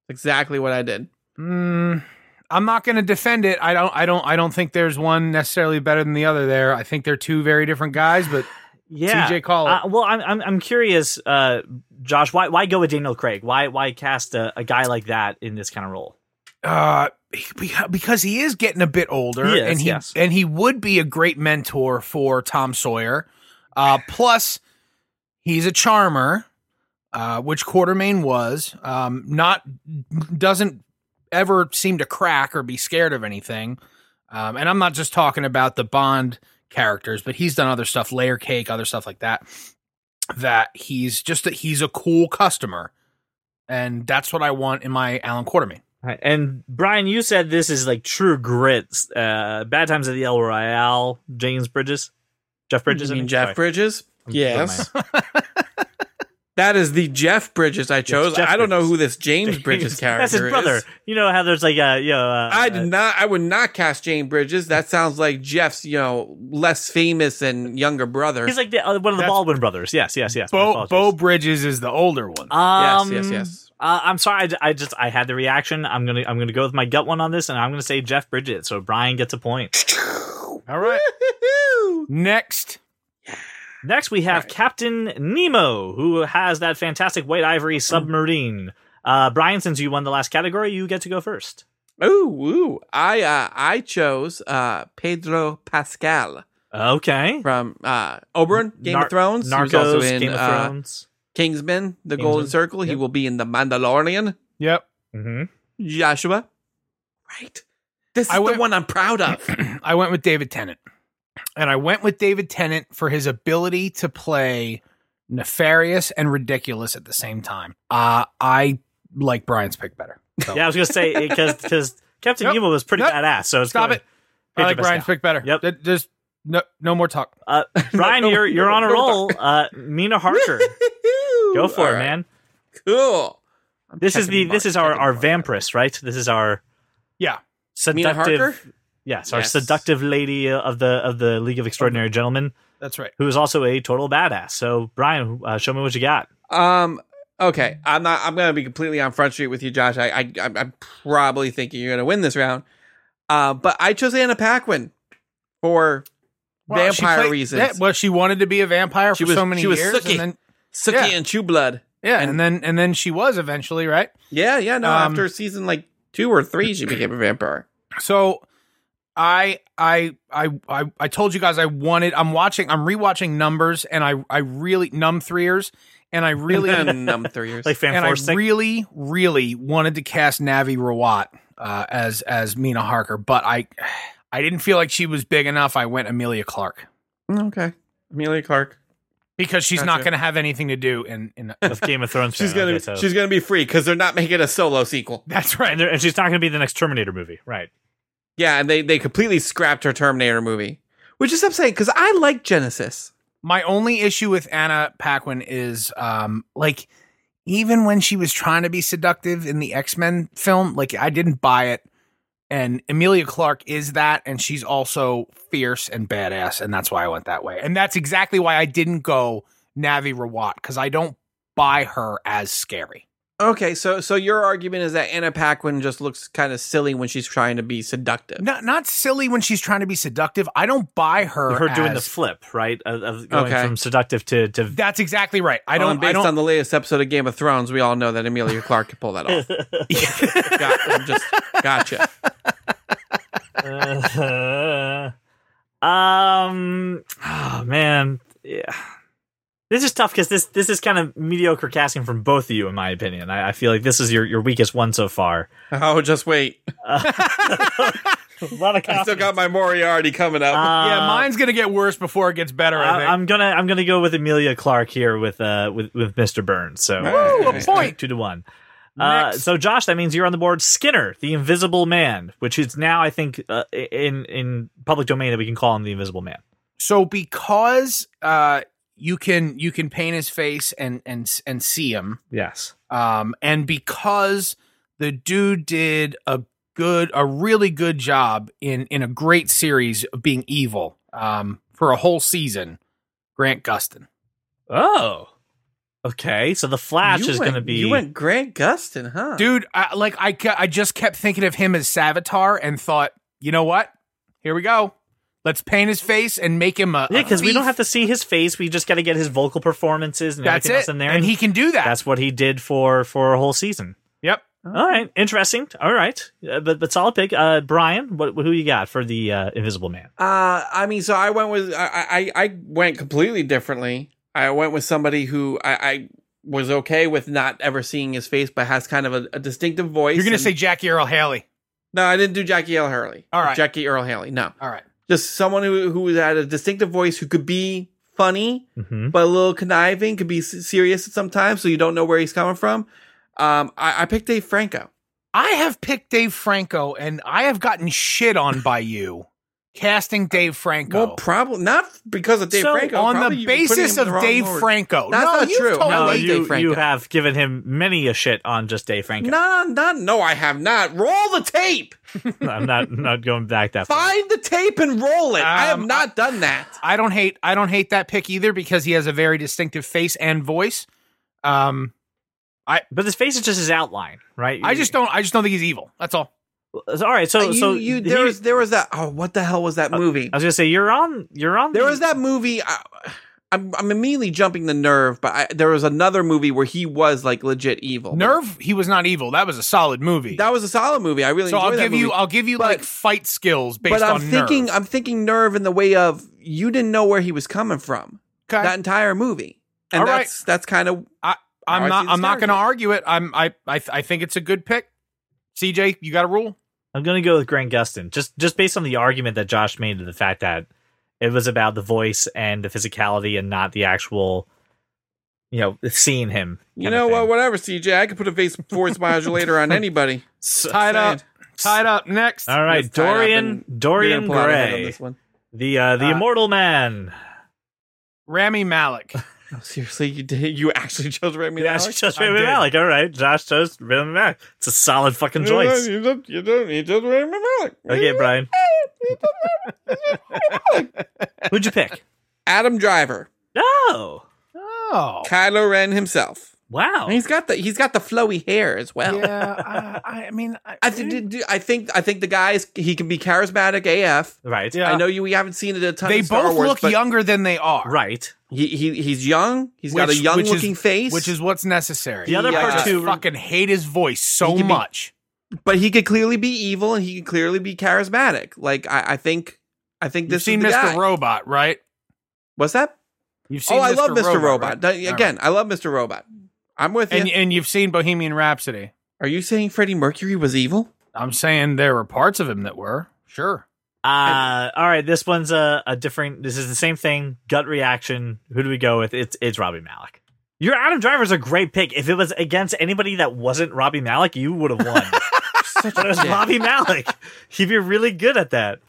Speaker 3: Exactly what I did.
Speaker 2: Mm, I'm not going to defend it. I don't. I don't. I don't think there's one necessarily better than the other. There, I think they're two very different guys. But
Speaker 1: yeah.
Speaker 2: TJ Collitt.
Speaker 1: Uh, well, I'm, I'm I'm curious, uh, Josh. Why why go with Daniel Craig? Why why cast a, a guy like that in this kind of role?
Speaker 2: uh he- because he is getting a bit older
Speaker 1: He is,
Speaker 2: and he
Speaker 1: yes.
Speaker 2: and he would be a great mentor for Tom Sawyer. Uh plus he's a charmer, uh which Quartermain was. Um not doesn't ever seem to crack or be scared of anything. Um and I'm not just talking about the Bond characters, but he's done other stuff, Layer Cake, other stuff like that. That he's just that he's a cool customer. And that's what I want in my Alan Quartermain.
Speaker 1: All right, And Brian, you said this is like true grits. Uh, Bad Times at the El Royale. James Bridges, Jeff Bridges. I
Speaker 3: You mean
Speaker 1: mean,
Speaker 3: Jeff
Speaker 1: sorry.
Speaker 3: Bridges?
Speaker 1: I'm doing
Speaker 3: Yes. that is the Jeff Bridges I chose.
Speaker 1: Jeff
Speaker 3: I don't know
Speaker 1: Bridges.
Speaker 3: who this James, Bridges character
Speaker 1: That's his brother.
Speaker 3: is.
Speaker 1: You know how there's like a you know. Uh,
Speaker 3: I did not. I would not cast James Bridges. That sounds like Jeff's, you know, less famous and younger brother.
Speaker 1: He's like the, uh, one of the
Speaker 2: That's-
Speaker 1: Baldwin brothers. Yes, yes, yes. My
Speaker 2: Bo,
Speaker 1: apologies.
Speaker 2: Bo Bridges is the older one.
Speaker 1: Um,
Speaker 3: yes, yes, yes.
Speaker 1: Uh, I'm sorry. I j- I, just I had the reaction. I'm gonna I'm gonna go with my gut one on this, and I'm gonna say Jeff Bridges. So Brian gets a point.
Speaker 2: All right.
Speaker 3: Woo-hoo-hoo.
Speaker 2: Next.
Speaker 1: Next, we have Captain Nemo, who has that fantastic white ivory submarine. Uh, Brian, since you won the last category, you get to go first.
Speaker 3: Ooh, ooh. I uh, I chose uh, Pedro Pascal
Speaker 1: Okay.
Speaker 3: from uh, Oberon, Game
Speaker 1: Nar-
Speaker 3: of Thrones. He was
Speaker 1: Narcos,
Speaker 3: also in,
Speaker 1: Game of
Speaker 3: uh,
Speaker 1: Thrones.
Speaker 3: Kingsman, The
Speaker 1: Kingsman,
Speaker 3: Golden Circle. He
Speaker 1: yep.
Speaker 3: will be in The Mandalorian.
Speaker 2: Yep.
Speaker 1: hmm
Speaker 3: Joshua. Right. This is
Speaker 2: I went-
Speaker 3: the one I'm proud of.
Speaker 2: I went with David Tennant. And I went with David Tennant for his ability to play nefarious and ridiculous at the same time. Uh, I like Brian's pick better. So,
Speaker 1: Yeah, I was gonna say because Captain
Speaker 2: Yep.
Speaker 1: Nemo was pretty
Speaker 2: Yep.
Speaker 1: badass. So it's
Speaker 2: Stop
Speaker 1: going-
Speaker 2: it. I like
Speaker 1: Pedro
Speaker 2: Brian's
Speaker 1: Pascal.
Speaker 2: pick better.
Speaker 1: Yep.
Speaker 2: Th- There's no, no more talk.
Speaker 1: Uh, Brian,
Speaker 3: no,
Speaker 1: you're you're
Speaker 3: no,
Speaker 1: on a
Speaker 3: no,
Speaker 1: roll. Uh, Mina Harker, go for
Speaker 3: All
Speaker 1: it,
Speaker 3: right.
Speaker 1: man.
Speaker 3: Cool. I'm
Speaker 1: This is
Speaker 3: checking
Speaker 1: the this
Speaker 3: Mark,
Speaker 1: is our
Speaker 3: checking
Speaker 1: our
Speaker 3: Mark.
Speaker 1: vampiress, right? This is our
Speaker 2: Yeah.
Speaker 3: Mina
Speaker 1: seductive.
Speaker 3: Harker?
Speaker 1: Yes, our
Speaker 3: Yes.
Speaker 1: seductive lady of the of the League of Extraordinary Gentlemen,
Speaker 2: That's right.
Speaker 1: who is also a total badass. So, Brian, uh, show me what you got.
Speaker 3: Um. Okay. I'm not. I'm gonna be completely on front street with you, Josh. I. I I'm, I'm probably thinking you're gonna win this round. Uh, but I chose Anna Paquin for
Speaker 2: Well, she
Speaker 3: vampire
Speaker 2: played-
Speaker 3: reasons.
Speaker 2: yeah, well, she wanted to be a vampire
Speaker 3: She
Speaker 2: for
Speaker 3: was-
Speaker 2: so many
Speaker 3: she was
Speaker 2: years.
Speaker 3: Sookie.
Speaker 2: And then,
Speaker 3: Sookie
Speaker 2: yeah.
Speaker 3: and True Blood.
Speaker 2: yeah.
Speaker 3: And-
Speaker 2: And then, and then she was eventually, right?
Speaker 3: Yeah. Yeah. No.
Speaker 2: Um,
Speaker 3: after season like two or three, she became a vampire.
Speaker 2: So I I I I I told you guys I wanted I'm watching I'm rewatching numbers and I I really numb threeers and I really and
Speaker 3: numb three years.
Speaker 1: Like fan
Speaker 2: I
Speaker 1: force thing.
Speaker 2: really really wanted to cast Navi Rawat uh, as as Mina Harker but I I didn't feel like she was big enough I went Amelia Clark
Speaker 3: okay. Amelia Clark.
Speaker 2: because she's
Speaker 3: Gotcha.
Speaker 2: not going to have anything to do in in
Speaker 1: of Game of Thrones.
Speaker 3: She's
Speaker 1: fan.
Speaker 3: gonna.
Speaker 1: Okay, so-
Speaker 3: She's gonna be free because they're not making a solo sequel.
Speaker 2: That's right.
Speaker 1: and, there- and she's not gonna be the next Terminator movie, right?
Speaker 3: Yeah, and they they completely scrapped her Terminator movie, which is upsetting because I like Genesis.
Speaker 2: my only issue with Anna Paquin is um like even when she was trying to be seductive in the X-Men film, like I didn't buy it. And Amelia Clark is that, and she's also fierce and badass, and that's why I went that way. And that's exactly why I didn't go Navi Rawat, because I don't buy her as scary.
Speaker 3: Okay, so so your argument is that Anna Paquin just looks kind of silly when she's trying to be seductive.
Speaker 2: Not not silly when she's trying to be seductive. I don't buy her.
Speaker 1: Her doing the
Speaker 2: as-
Speaker 1: flip, right? Of, of going
Speaker 3: Okay.
Speaker 1: from seductive to to.
Speaker 2: That's exactly right. I
Speaker 3: I
Speaker 2: don't.
Speaker 3: don't. Um, Based
Speaker 2: I don't,
Speaker 3: on the latest episode of Game of Thrones, we all know that Amelia Clark could pull that off. Got, I'm just gotcha.
Speaker 1: Uh, um. Oh man. Yeah. This is tough because this this is kind of mediocre casting from both of you, in my opinion. I, I feel like this is your, your weakest one so far.
Speaker 3: Oh, just wait.
Speaker 1: A lot of
Speaker 3: I still got my Moriarty coming up.
Speaker 1: Uh,
Speaker 2: yeah, mine's gonna get worse before it gets better. I think.
Speaker 1: I, am gonna I'm gonna go with Amelia Clark here with uh with with Mr. Burns. So
Speaker 3: Woo, a
Speaker 1: it's
Speaker 2: point.
Speaker 1: two to one. Uh,
Speaker 2: Next.
Speaker 1: so Josh, that means you're on the board. Skinner, the Invisible Man, which is now I think uh, in in public domain that we can call him the Invisible Man.
Speaker 2: So because uh you can you can paint his face and and and see him
Speaker 1: Yes.
Speaker 2: um and because the dude did a good, a really good job in in a great series of being evil um, for a whole season. Grant Gustin.
Speaker 1: Oh. Okay, so the Flash
Speaker 3: You
Speaker 1: is
Speaker 3: went-
Speaker 1: going to be.
Speaker 3: You went Grant Gustin, huh?
Speaker 2: dude I, like I, ca- I just kept thinking of him as savitar and thought you know what here we go let's paint his face and make him a
Speaker 1: yeah,
Speaker 2: a
Speaker 1: because we don't
Speaker 2: thief.
Speaker 1: have to see his face. We just got to get his vocal performances and
Speaker 2: that's
Speaker 1: everything
Speaker 2: it
Speaker 1: else in there.
Speaker 2: and he can do that
Speaker 1: that's what he did for for a whole season.
Speaker 2: yep
Speaker 1: All right, interesting. All right, Uh, but but solid pick. Uh, Brian, what who you got for the uh, Invisible Man?
Speaker 3: Uh, I mean, so I went with I, I I went completely differently. I went with somebody who I, I was okay with not ever seeing his face, but has kind of a, a distinctive voice.
Speaker 2: you're gonna
Speaker 3: and-
Speaker 2: say jackie earl haley
Speaker 3: no? I didn't do Jackie Earl Haley.
Speaker 2: All right.
Speaker 3: Jackie Earl Haley. No,
Speaker 2: all right
Speaker 3: just someone who who had a distinctive voice who could be funny
Speaker 1: Mm-hmm.
Speaker 3: but a little conniving, could be s- serious sometimes, so you don't know where he's coming from. Um, I, I picked Dave Franco.
Speaker 2: i have picked dave franco and i have gotten shit on by you casting dave franco
Speaker 3: Well, probably not because of Dave
Speaker 1: So,
Speaker 3: Franco.
Speaker 2: on
Speaker 3: probably
Speaker 2: the
Speaker 3: you were
Speaker 2: basis
Speaker 3: putting him in
Speaker 2: of
Speaker 3: the wrong
Speaker 2: dave
Speaker 3: order.
Speaker 2: franco
Speaker 3: That's
Speaker 2: no,
Speaker 3: not
Speaker 2: you've
Speaker 3: true.
Speaker 2: Totally
Speaker 1: No,
Speaker 3: like Oh, Dave
Speaker 1: you
Speaker 3: Franco.
Speaker 1: you have given him many a shit on just Dave Franco.
Speaker 3: No, no, no, I have not. Roll the tape.
Speaker 1: I'm not not going back that far.
Speaker 3: Find the tape and roll it. I have
Speaker 2: Um,
Speaker 3: not done that.
Speaker 2: I don't hate I don't hate that pick either because he has a very distinctive face and voice. Um,
Speaker 1: But his face is just his outline, right?
Speaker 2: I just don't I just don't think he's evil. That's all.
Speaker 1: don't. All right, so
Speaker 3: Uh, you,
Speaker 1: so
Speaker 3: you,
Speaker 1: he-
Speaker 3: there was there was that. Oh, what the hell was that
Speaker 2: Uh,
Speaker 3: movie?
Speaker 1: I was gonna say you're on you're on.
Speaker 3: there
Speaker 1: the-
Speaker 3: was that movie. I, I'm I'm immediately jumping the nerve, but I, there was another movie where he was like legit evil.
Speaker 2: Nerve, he was not evil. That was a solid movie.
Speaker 3: That was a solid movie. I really
Speaker 2: so I'll
Speaker 3: enjoyed that
Speaker 2: give you
Speaker 3: movie.
Speaker 2: I'll give you
Speaker 3: But-
Speaker 2: like fight skills based
Speaker 3: but I'm
Speaker 2: on
Speaker 3: thinking
Speaker 2: nerve.
Speaker 3: I'm thinking nerve in the way of you didn't know where he was coming from
Speaker 2: Okay.
Speaker 3: that entire movie, and
Speaker 2: All right.
Speaker 3: that's that's kind of how I
Speaker 2: I'm not
Speaker 3: see this
Speaker 2: I'm not going to
Speaker 3: character.
Speaker 2: argue it. I'm I I, th- I think it's a good pick. CJ, you got a rule?
Speaker 1: I'm gonna go with Grant Gustin, just just based on the argument that Josh made to the fact that it was about the voice and the physicality and not the actual, you know, seeing him.
Speaker 3: you
Speaker 1: kind of
Speaker 3: know
Speaker 1: thing.
Speaker 3: what? Whatever, CJ. I could put a face force modulator on anybody.
Speaker 1: So-
Speaker 2: Tied up.
Speaker 3: saying.
Speaker 2: Tied up next.
Speaker 1: all right,
Speaker 3: It's tied up
Speaker 1: Dorian
Speaker 3: and
Speaker 1: Dorian
Speaker 3: You're gonna pull out ahead on
Speaker 1: Gray,
Speaker 3: this one.
Speaker 1: the uh, the
Speaker 2: Uh,
Speaker 1: immortal man.
Speaker 2: Rami Malik.
Speaker 3: No, seriously, you did. You actually chose Rami.
Speaker 1: Yeah,
Speaker 3: Malek?
Speaker 1: just
Speaker 2: I
Speaker 1: Rami
Speaker 2: did.
Speaker 1: Malik. All right, Josh chose Rami Malik. It's a solid fucking choice.
Speaker 3: You don't. You don't. You did Rami Malek.
Speaker 1: Okay, Brian. Who'd you pick?
Speaker 3: Adam Driver,
Speaker 1: Oh,
Speaker 2: Oh.
Speaker 3: Kylo Ren himself.
Speaker 1: wow.
Speaker 3: And he's got the he's got the flowy hair as well.
Speaker 2: Yeah, I, I mean
Speaker 3: I, th- do- do- I think I think the guy is he can be charismatic AF.
Speaker 1: Right. Uh,
Speaker 2: Yeah.
Speaker 3: I know you. We haven't seen it a ton.
Speaker 2: they
Speaker 3: in Star
Speaker 2: both
Speaker 3: Wars,
Speaker 2: look
Speaker 3: but
Speaker 2: younger than they are.
Speaker 1: Right.
Speaker 3: He, he he's young. He's got a
Speaker 2: Which-
Speaker 3: young
Speaker 2: which is-
Speaker 3: looking face,
Speaker 2: which is what's necessary.
Speaker 1: The other
Speaker 3: Yeah,
Speaker 1: part
Speaker 2: I
Speaker 3: just
Speaker 1: too.
Speaker 2: fucking hate his voice so
Speaker 3: He can be-
Speaker 2: much.
Speaker 3: but he could clearly be evil and he could clearly be charismatic. Like I, I think I think
Speaker 2: You've
Speaker 3: this
Speaker 2: seen
Speaker 3: is the
Speaker 2: Mr.
Speaker 3: guy.
Speaker 2: Robot, right?
Speaker 3: What's that?
Speaker 2: You've seen
Speaker 3: Oh, I love Mr. Robot.
Speaker 2: right?
Speaker 3: Don't-
Speaker 2: All
Speaker 3: Again, I love Mr. Robot. I'm with
Speaker 2: right.
Speaker 3: you.
Speaker 2: and and you've seen Bohemian Rhapsody.
Speaker 3: Are you saying Freddie Mercury was evil?
Speaker 2: I'm saying there were parts of him that were sure.
Speaker 1: Uh, all right. This one's a, a different. This is the same thing. Gut reaction. Who do we go with? It's it's Robbie Malik. Your Adam Driver's a great pick. If it was against anybody that wasn't Robbie Malik, you would have won. but it was Robbie Malik. He'd be really good at that.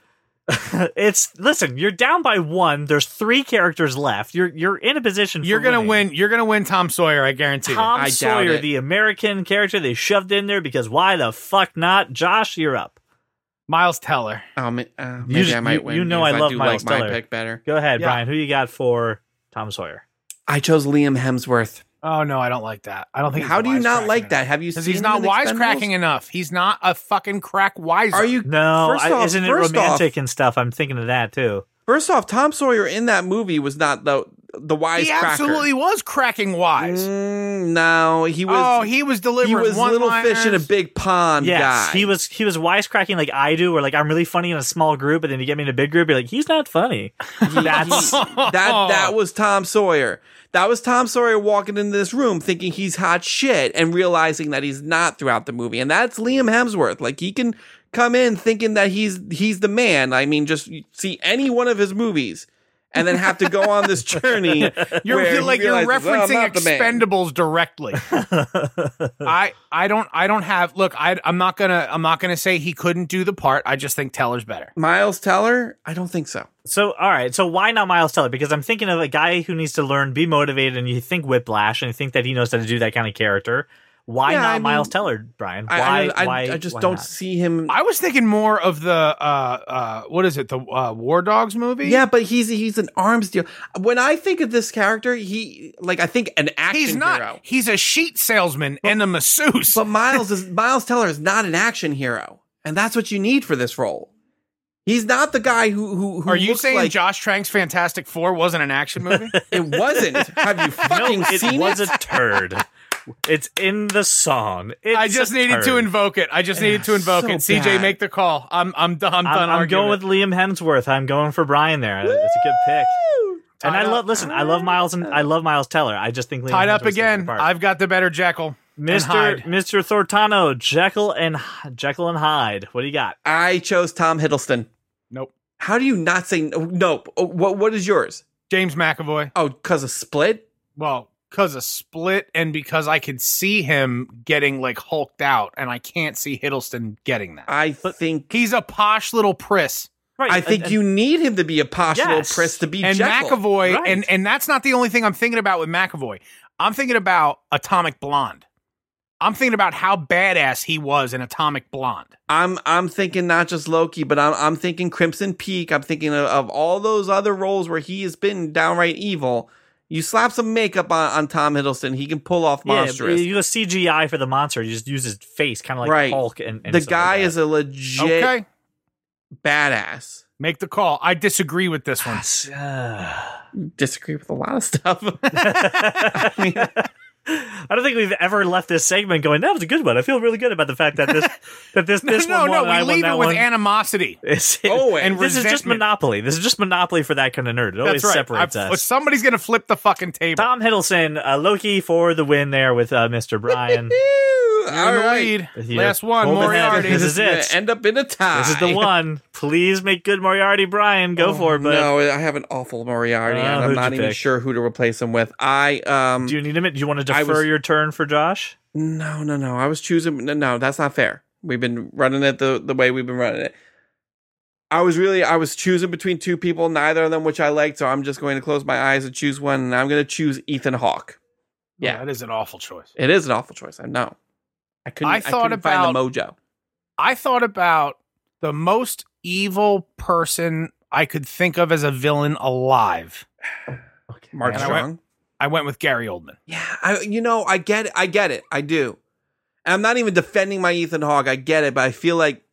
Speaker 1: it's listen. You're down by one. There's three characters left. You're you're in a position. for
Speaker 2: You're gonna
Speaker 1: winning.
Speaker 2: win. You're gonna win Tom Sawyer. I guarantee. it.
Speaker 1: Tom
Speaker 3: I doubt
Speaker 1: Sawyer,
Speaker 3: it.
Speaker 1: the American character they shoved in there because why the fuck not? Josh, you're up.
Speaker 2: Miles Teller.
Speaker 3: Um, uh, maybe
Speaker 1: just-
Speaker 3: I might
Speaker 1: you-
Speaker 3: win.
Speaker 1: you know
Speaker 3: because
Speaker 1: I love
Speaker 3: do
Speaker 1: Miles
Speaker 3: like my
Speaker 1: Teller.
Speaker 3: pick better.
Speaker 1: Go ahead,
Speaker 2: Yeah.
Speaker 1: Brian. Who you got for Tom Sawyer?
Speaker 3: I chose Liam Hemsworth.
Speaker 2: Oh no, I don't like that. I don't think.
Speaker 3: How
Speaker 2: he's
Speaker 3: do you not
Speaker 2: wisecracking
Speaker 3: like
Speaker 2: enough.
Speaker 3: that? Have you seen
Speaker 2: Because he's
Speaker 3: him
Speaker 2: not
Speaker 3: in
Speaker 2: wisecracking
Speaker 3: Expendables?
Speaker 2: enough. He's not a fucking crack wiser.
Speaker 3: Are you
Speaker 1: No,
Speaker 3: First
Speaker 1: I,
Speaker 3: off-
Speaker 1: isn't it
Speaker 3: first off-
Speaker 1: romantic and stuff? I'm thinking of that too.
Speaker 3: First off, Tom Sawyer in that movie was not the the wise.
Speaker 2: He absolutely was cracking wise.
Speaker 3: no, he
Speaker 2: oh,
Speaker 3: Mm, was.
Speaker 2: he was delivering.
Speaker 3: he was little fish in a
Speaker 2: one-liners.
Speaker 3: big pond.
Speaker 1: Yes,
Speaker 3: guy.
Speaker 1: he was he was wisecracking like I do, where like I'm really funny in a small group, and then you get me in a big group, you're like, he's not funny. That's
Speaker 3: that that was Tom Sawyer. That was Tom Sawyer walking into this room thinking he's hot shit and realizing that he's not throughout the movie. And that's Liam Hemsworth. Like he can come in thinking that he's he's the man. I mean, just see any one of his movies and then have to go on this journey.
Speaker 2: You're
Speaker 3: where
Speaker 2: you're
Speaker 3: he
Speaker 2: like you're
Speaker 3: realizes, "Oh, I'm
Speaker 2: referencing
Speaker 3: not the man."
Speaker 2: Expendables directly. I I don't I don't have look I I'm not gonna I'm not gonna say he couldn't do the part. I just think Teller's better.
Speaker 3: Miles Teller? I don't think so.
Speaker 1: so. All right, so why not Miles Teller? Because I'm thinking of a guy who needs to learn, be motivated, and you think Whiplash, and you think that he knows how to do that kind of character. Why
Speaker 3: Yeah,
Speaker 1: not
Speaker 3: I mean-
Speaker 1: Miles Teller, Brian? Why?
Speaker 3: I, I, I,
Speaker 1: why
Speaker 3: I just
Speaker 1: why
Speaker 3: don't
Speaker 1: not?
Speaker 3: see him.
Speaker 2: I was thinking more of the uh uh what is it the uh, War Dogs movie?
Speaker 3: Yeah, but he's he's an arms deal. When I think of this character, he like I think an action
Speaker 2: he's not.
Speaker 3: hero.
Speaker 2: He's a sheet salesman and a masseuse.
Speaker 3: But Miles is Miles Teller is not an action hero, and that's what you need for this role. He's not the guy who who, who
Speaker 2: Are you
Speaker 3: looks
Speaker 2: saying
Speaker 3: like
Speaker 2: Josh Trank's Fantastic Four wasn't an action movie?
Speaker 3: it wasn't. Have you fucking
Speaker 1: No, it
Speaker 3: seen
Speaker 1: was
Speaker 3: it?
Speaker 1: a turd. It's in the song. It's
Speaker 2: I just
Speaker 1: a
Speaker 2: needed to
Speaker 1: turd.
Speaker 2: invoke it. I just needed to invoke
Speaker 3: so
Speaker 2: it. CJ,
Speaker 3: bad.
Speaker 2: make the call. I'm I'm done. I'm,
Speaker 1: I'm,
Speaker 2: done
Speaker 1: I'm
Speaker 2: arguing.
Speaker 1: going with Liam Hemsworth. I'm going for Brian there. It's a good pick. And
Speaker 2: Tied
Speaker 1: I
Speaker 2: up.
Speaker 1: love. Listen, I love Miles and I love Miles Teller. I just think Liam
Speaker 2: tied up
Speaker 1: Hemsworth's
Speaker 2: again.
Speaker 1: the part.
Speaker 2: I've got the better Jekyll. and
Speaker 1: Mr.
Speaker 2: Hyde.
Speaker 1: Mr. Thortano, Jekyll and Hy- Jekyll and Hyde. What do you got?
Speaker 3: I chose Tom Hiddleston.
Speaker 2: Nope.
Speaker 3: How do you not say no? no. Oh, What what is yours?
Speaker 2: James McAvoy.
Speaker 3: Oh, cause of Split.
Speaker 2: Well, because of Split and because I could see him getting like hulked out, and I can't see Hiddleston getting that.
Speaker 3: I think
Speaker 2: He's a posh little priss.
Speaker 1: Right.
Speaker 3: I
Speaker 1: and-
Speaker 3: think
Speaker 1: and-
Speaker 3: you need him to be a posh little
Speaker 1: Yes.
Speaker 3: press to be
Speaker 2: and
Speaker 3: Jekyll.
Speaker 2: McAvoy,
Speaker 1: Right.
Speaker 2: and and that's not the only thing I'm thinking about with McAvoy. I'm thinking about Atomic Blonde. I'm thinking about how badass he was in Atomic Blonde.
Speaker 3: I'm I'm thinking not just Loki, but I'm I'm thinking Crimson Peak. I'm thinking of, of all those other roles where he has been downright evil. You slap some makeup on, on Tom Hiddleston, he can pull off
Speaker 1: yeah,
Speaker 3: monstrous.
Speaker 1: you go CGI for the monster. You just use his face, kind of like
Speaker 3: Right.
Speaker 1: Hulk. And, and
Speaker 3: the
Speaker 1: stuff
Speaker 3: guy
Speaker 1: like
Speaker 3: is a legit
Speaker 2: Okay,
Speaker 3: badass.
Speaker 2: make the call. I disagree with this one.
Speaker 1: is. I
Speaker 3: Disagree with a lot of stuff.
Speaker 1: don't think we've ever left this segment going. That was a good one. I feel really good about the fact that this that this this
Speaker 2: no,
Speaker 1: one won
Speaker 2: no,
Speaker 1: and I
Speaker 2: we
Speaker 1: won
Speaker 2: leave
Speaker 1: that
Speaker 2: it with
Speaker 1: one.
Speaker 2: animosity.
Speaker 1: It's-
Speaker 3: oh,
Speaker 2: and
Speaker 3: and
Speaker 1: this is just
Speaker 2: resentment.
Speaker 1: monopoly. This is just monopoly for that kind of nerd. It always
Speaker 2: That's right.
Speaker 1: separates
Speaker 2: I-
Speaker 1: us.
Speaker 2: Somebody's gonna flip the fucking table.
Speaker 1: Tom Hiddleston, uh, Loki for the win there with uh, Mr. Brian.
Speaker 2: You're in
Speaker 3: all
Speaker 2: the
Speaker 3: right.
Speaker 2: lead.
Speaker 1: Yeah.
Speaker 2: Last one,
Speaker 1: Hold the head.
Speaker 2: Moriarty.
Speaker 1: This is
Speaker 3: gonna
Speaker 1: it.
Speaker 3: End up in a tie.
Speaker 1: This is the one. Please make good Moriarty Brian.
Speaker 2: Oh,
Speaker 1: Go for it, but
Speaker 3: Oh, no, I have an awful Moriarty,
Speaker 1: Oh,
Speaker 3: and I'm
Speaker 1: who'd
Speaker 3: not
Speaker 1: you
Speaker 3: even
Speaker 1: pick?
Speaker 3: sure who to replace him with. I um
Speaker 1: do you need a minute? Do you want to
Speaker 3: I
Speaker 1: defer
Speaker 3: was-
Speaker 1: your turn for Josh?
Speaker 3: No, no, no. I was choosing. No, no, that's not fair. We've been running it the, the way we've been running it. I was really, I was choosing between two people, neither of them which I liked. So I'm just going to close my eyes and choose one, and I'm going to choose Ethan Hawke. Yeah.
Speaker 2: that is an awful choice.
Speaker 3: It is an awful choice. I know. I couldn't.
Speaker 2: I
Speaker 3: I
Speaker 2: thought
Speaker 3: thought about find the mojo.
Speaker 2: I thought about the most evil person I could think of as a villain alive.
Speaker 3: Mark
Speaker 2: And I
Speaker 3: Strong.
Speaker 2: went- I went with Gary Oldman.
Speaker 3: yeah, I. You know, I get it. I get it. I do. And I'm not even defending my Ethan Hawke. I get it, but I feel like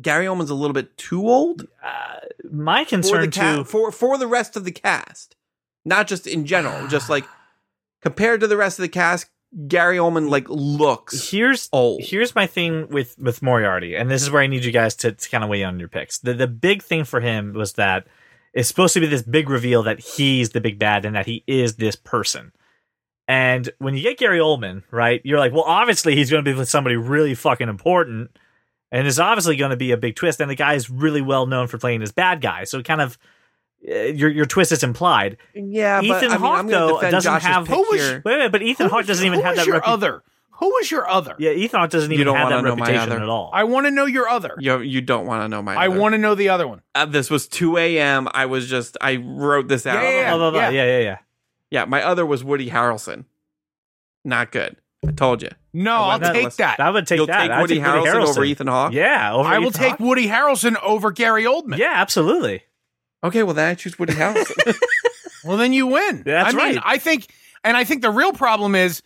Speaker 3: Gary Oldman's a little bit too old.
Speaker 1: Uh, my
Speaker 3: for the
Speaker 1: concern
Speaker 3: ca-
Speaker 1: too.
Speaker 3: for for the rest of the cast, not just in general, just like compared to the rest of the cast, Gary Oldman like looks
Speaker 1: Here's
Speaker 3: old.
Speaker 1: here's my thing with with Moriarty, and this is where I need you guys to, to kind of weigh on your picks. The the big thing for him was that it's supposed to be this big reveal that he's the big bad and that he is this person. And when you get Gary Oldman, right, you're like, well, obviously he's going to be with somebody really fucking important, and it's obviously going to be a big twist. And the guy is really well known for playing this bad guy, so it kind of uh, your your twist is implied.
Speaker 3: yeah, but
Speaker 1: Ethan
Speaker 3: I mean,
Speaker 1: Hawke,
Speaker 3: I'm going
Speaker 1: though,
Speaker 3: to defend
Speaker 1: doesn't
Speaker 3: Josh's
Speaker 1: have-
Speaker 3: pick
Speaker 2: Who was-
Speaker 3: here.
Speaker 1: Wait a minute, but Ethan Hawke doesn't even
Speaker 2: Who
Speaker 1: have
Speaker 2: was
Speaker 1: that
Speaker 2: your
Speaker 1: repu-
Speaker 2: other? Who was your other?
Speaker 1: Yeah, Ethan Hawke doesn't even
Speaker 3: don't
Speaker 1: have
Speaker 3: wanna
Speaker 1: that
Speaker 3: know my
Speaker 1: reputation
Speaker 3: other.
Speaker 1: at all.
Speaker 2: I want to know your other.
Speaker 3: You you don't want to know my.
Speaker 2: I
Speaker 3: other-
Speaker 2: want to know the other one.
Speaker 3: Uh, this was 2 a.m. I was just I wrote this out.
Speaker 2: Yeah, yeah,
Speaker 1: Blah, blah, blah.
Speaker 2: yeah.
Speaker 1: yeah, yeah, yeah.
Speaker 3: Yeah, my other was Woody Harrelson. Not good. I told you.
Speaker 2: No,
Speaker 3: I
Speaker 2: I'll
Speaker 3: went-
Speaker 2: take that.
Speaker 1: I would take
Speaker 3: You'll
Speaker 1: that.
Speaker 3: take
Speaker 1: I'd
Speaker 3: Woody,
Speaker 1: take
Speaker 3: Harrelson, over Ethan Hawke.
Speaker 1: Yeah, over
Speaker 2: I will
Speaker 1: Ethan
Speaker 2: take
Speaker 1: Hawke.
Speaker 2: Woody Harrelson over Gary Oldman.
Speaker 1: Yeah, absolutely.
Speaker 3: Okay, well then I choose Woody Harrelson.
Speaker 2: Well, then you win.
Speaker 1: That's
Speaker 2: I mean,
Speaker 1: right.
Speaker 2: I think, and I think the real problem is,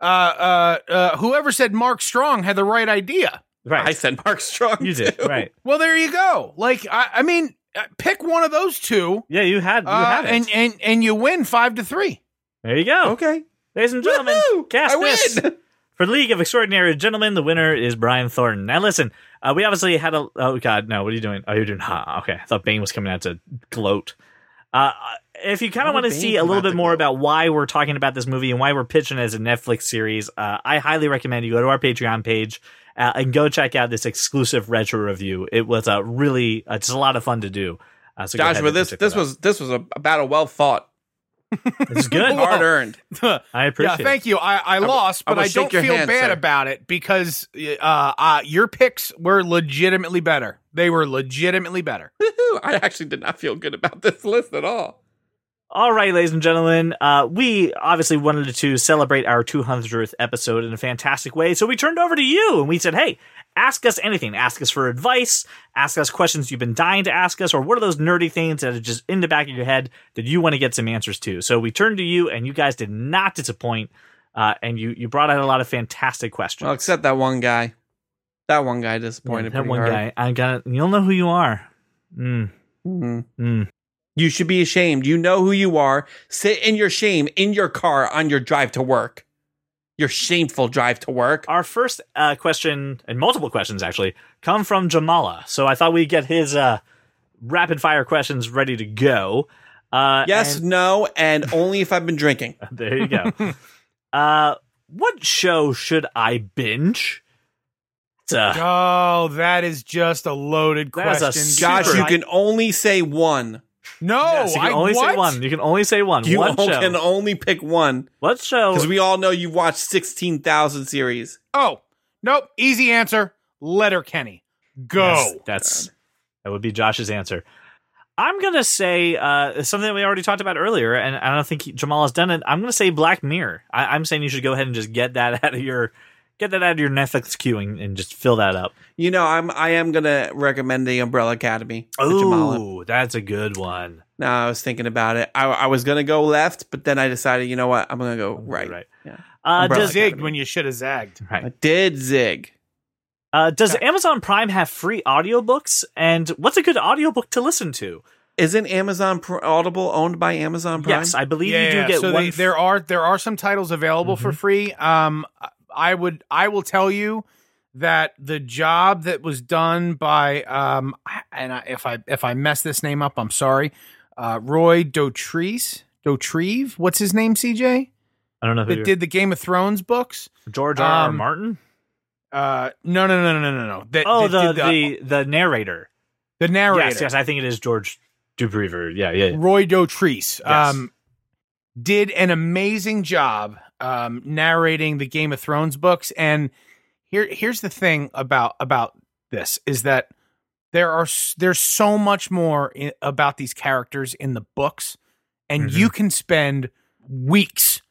Speaker 2: uh, uh, uh, whoever said Mark Strong had the right idea.
Speaker 1: Right.
Speaker 3: I said Mark Strong.
Speaker 1: you did.
Speaker 3: too.
Speaker 1: Right.
Speaker 2: Well, there you go. Like, I, I mean, uh, pick one of those two,
Speaker 1: Yeah, you had you
Speaker 2: uh,
Speaker 1: had it.
Speaker 2: and and and you win five to three.
Speaker 1: there you go.
Speaker 3: Okay.
Speaker 1: Ladies and gentlemen,
Speaker 3: Oh. Woohoo!
Speaker 1: cast
Speaker 3: I win!
Speaker 1: this. For League of Extraordinary Gentlemen, the winner is Brian Thornton. Now listen, uh, we obviously had a oh god, no, what are you doing? Oh, you're doing ha. Okay. I thought Bane was coming out to gloat. Uh, if you kind
Speaker 3: Why
Speaker 1: of want to
Speaker 3: would Bane
Speaker 1: see a
Speaker 3: come
Speaker 1: little
Speaker 3: out
Speaker 1: bit
Speaker 3: to
Speaker 1: more
Speaker 3: gloat?
Speaker 1: about why we're talking about this movie and why we're pitching it as a Netflix series, uh, I highly recommend you go to our Patreon page uh, and go check out this exclusive retro review. It was uh, really uh, just a lot of fun to do. Uh, so go ahead
Speaker 3: Joshua,
Speaker 1: and
Speaker 3: this
Speaker 1: check
Speaker 3: this
Speaker 1: that out.
Speaker 3: was this was a, a battle well fought,
Speaker 1: it's good.
Speaker 3: hard earned.
Speaker 1: I
Speaker 2: yeah,
Speaker 1: appreciate. it.
Speaker 2: thank you. I, I
Speaker 3: will-
Speaker 2: lost,
Speaker 3: I
Speaker 2: but
Speaker 3: will
Speaker 2: I,
Speaker 3: shake
Speaker 2: don't
Speaker 3: your
Speaker 2: feel
Speaker 3: hand,
Speaker 2: bad
Speaker 3: sir.
Speaker 2: about it because uh, uh, your picks were legitimately better. They were legitimately better.
Speaker 3: Woohoo! I actually did not feel good about this list at all.
Speaker 1: All right, ladies and gentlemen, uh, we obviously wanted to celebrate our 200th episode in a fantastic way, so we turned over to you and we said, hey, ask us anything. Ask us for advice, ask us questions you've been dying to ask us, or what are those nerdy things that are just in the back of your head that you want to get some answers to? So we turned to you, and you guys did not disappoint, uh, and you, you brought out a lot of fantastic questions.
Speaker 3: Well, except that one guy. That one guy disappointed
Speaker 1: that
Speaker 3: pretty
Speaker 1: one
Speaker 3: hard.
Speaker 1: guy, I got You'll know who you are. Mm,
Speaker 3: Mhm.
Speaker 1: mm.
Speaker 3: You should be ashamed. You know who you are. Sit in your shame in your car on your drive to work. Your shameful drive to work.
Speaker 1: Our first uh, question, and multiple questions actually, come from Jamala. So I thought we'd get his uh, rapid fire questions ready to go. Uh,
Speaker 3: Yes,
Speaker 1: and-
Speaker 3: no, and only if I've been drinking.
Speaker 1: there you go. uh, what show should I binge? It's uh, a,
Speaker 2: Oh, that is just a loaded
Speaker 1: That is a
Speaker 2: question.
Speaker 1: Super.
Speaker 3: Josh, you can only say one.
Speaker 2: no,
Speaker 1: yes, you can
Speaker 2: I
Speaker 1: only
Speaker 2: what?
Speaker 1: say one. You can only say one.
Speaker 3: You
Speaker 1: one
Speaker 3: all
Speaker 1: show.
Speaker 3: can only pick one
Speaker 1: what show?
Speaker 3: because we all know you've watched 16,000 series.
Speaker 2: Oh, nope. Easy answer. Letter Kenny. Go.
Speaker 1: Yes, that's that would be Josh's answer. I'm gonna say uh, something that we already talked about earlier, and I don't think he, Jamal has done it. I'm gonna say Black Mirror. I, I'm saying you should go ahead and just get that out of your get that out of your Netflix queue and, and just fill that up.
Speaker 3: You know, I'm I am gonna recommend the Umbrella Academy. to Jamala.
Speaker 1: Oh, that's a good one.
Speaker 3: no, I was thinking about it. I, I was gonna go left, but then I decided, you know what, I'm gonna go right.
Speaker 1: right.
Speaker 3: Yeah.
Speaker 1: Uh,
Speaker 3: Umbrella
Speaker 1: does
Speaker 2: Zigged
Speaker 3: Academy.
Speaker 2: when you should have zagged.
Speaker 1: right.
Speaker 3: I did zig.
Speaker 1: Uh, does Amazon Prime have free audiobooks? And what's a good audiobook to listen to?
Speaker 3: Isn't Amazon Pr- Audible owned by Amazon Prime?
Speaker 1: Yes, I believe
Speaker 2: yeah,
Speaker 1: you do
Speaker 2: yeah,
Speaker 1: get Mm-hmm.
Speaker 2: so
Speaker 1: one.
Speaker 2: they,
Speaker 1: f-
Speaker 2: there are there are some titles available for free. Um, I would I will tell you that the job that was done by um, and I, if I if I mess this name up, I'm sorry. Uh, Roy Dotrice, Dotrieve, what's his name? CJ
Speaker 1: I don't know who
Speaker 2: that
Speaker 1: you're-
Speaker 2: did the Game of Thrones books.
Speaker 1: George R. R.
Speaker 2: um,
Speaker 1: Martin.
Speaker 2: Uh, no, no, no, no, no, no. That,
Speaker 1: Oh,
Speaker 2: that
Speaker 1: the,
Speaker 2: did
Speaker 1: the the narrator.
Speaker 2: the narrator.
Speaker 1: Yes, yes, I think it is George Dubriever. Yeah, yeah, yeah.
Speaker 2: Roy Dotrice
Speaker 1: Yes.
Speaker 2: um, did an amazing job um, narrating the Game of Thrones books. And here, here's the thing about about this is that there are s- there's so much more i about these characters in the books, and
Speaker 1: Mhm.
Speaker 2: you can spend weeks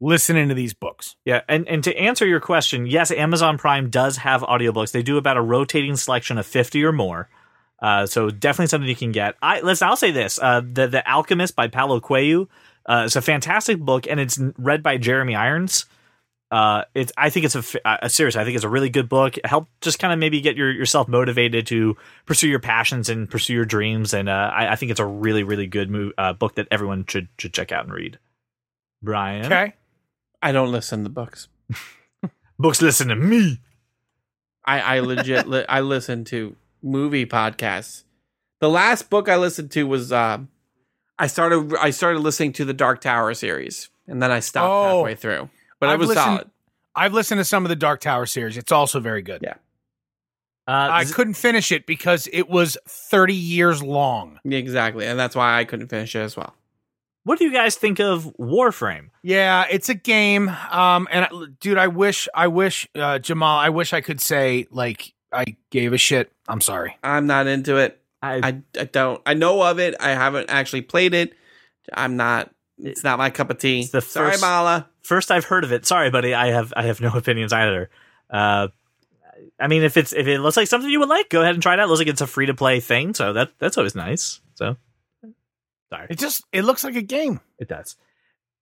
Speaker 2: listening to these books.
Speaker 1: Yeah, and, and to answer your question, yes, Amazon Prime does have audiobooks. They do about a rotating selection of 50 or more. Uh, so definitely something you can get. I listen, I'll say this. Uh, the The Alchemist by Paulo Coelho uh, is a fantastic book and it's n- read by Jeremy Irons. Uh, it's I think it's a, f- uh serious. I think it's a really good book. Help just kind of maybe get your yourself motivated to pursue your passions and pursue your dreams. And uh, I, I think it's a really really good mo- uh, book that everyone should should check out and read. Brian,
Speaker 2: Okay,
Speaker 3: I don't listen to books.
Speaker 1: books listen to me.
Speaker 3: I, I legit li- I listen to movie podcasts. The last book I listened to was uh, I started I started listening to the Dark Tower series and then I stopped
Speaker 2: Oh.
Speaker 3: halfway through. But it
Speaker 2: I've
Speaker 3: was
Speaker 2: listened-
Speaker 3: solid.
Speaker 2: I've listened to some of the Dark Tower series. It's also very good.
Speaker 3: Yeah.
Speaker 1: Uh,
Speaker 2: I
Speaker 1: Z-
Speaker 2: couldn't finish it because it was 30 years long.
Speaker 3: Exactly, and that's why I couldn't finish it as well.
Speaker 1: What do you guys think of Warframe?
Speaker 2: Yeah, it's a game. Um, and I- dude, I wish, I wish, uh, Jamal, I wish I could say like I gave a shit. I'm sorry.
Speaker 3: I'm not into it.
Speaker 1: I,
Speaker 3: I, I don't. I know of it. I haven't actually played it. I'm not. It's not my cup of tea.
Speaker 1: It's the
Speaker 3: Sorry,
Speaker 1: first-
Speaker 3: Mala.
Speaker 1: first I've heard of it. Sorry, buddy, I have I have no opinions either. Uh, I mean, if it's if it looks like something you would like, go ahead and try it out. Looks like it's a free to play thing, so that that's always nice. So, sorry,
Speaker 2: It just, it looks like a game.
Speaker 1: it does.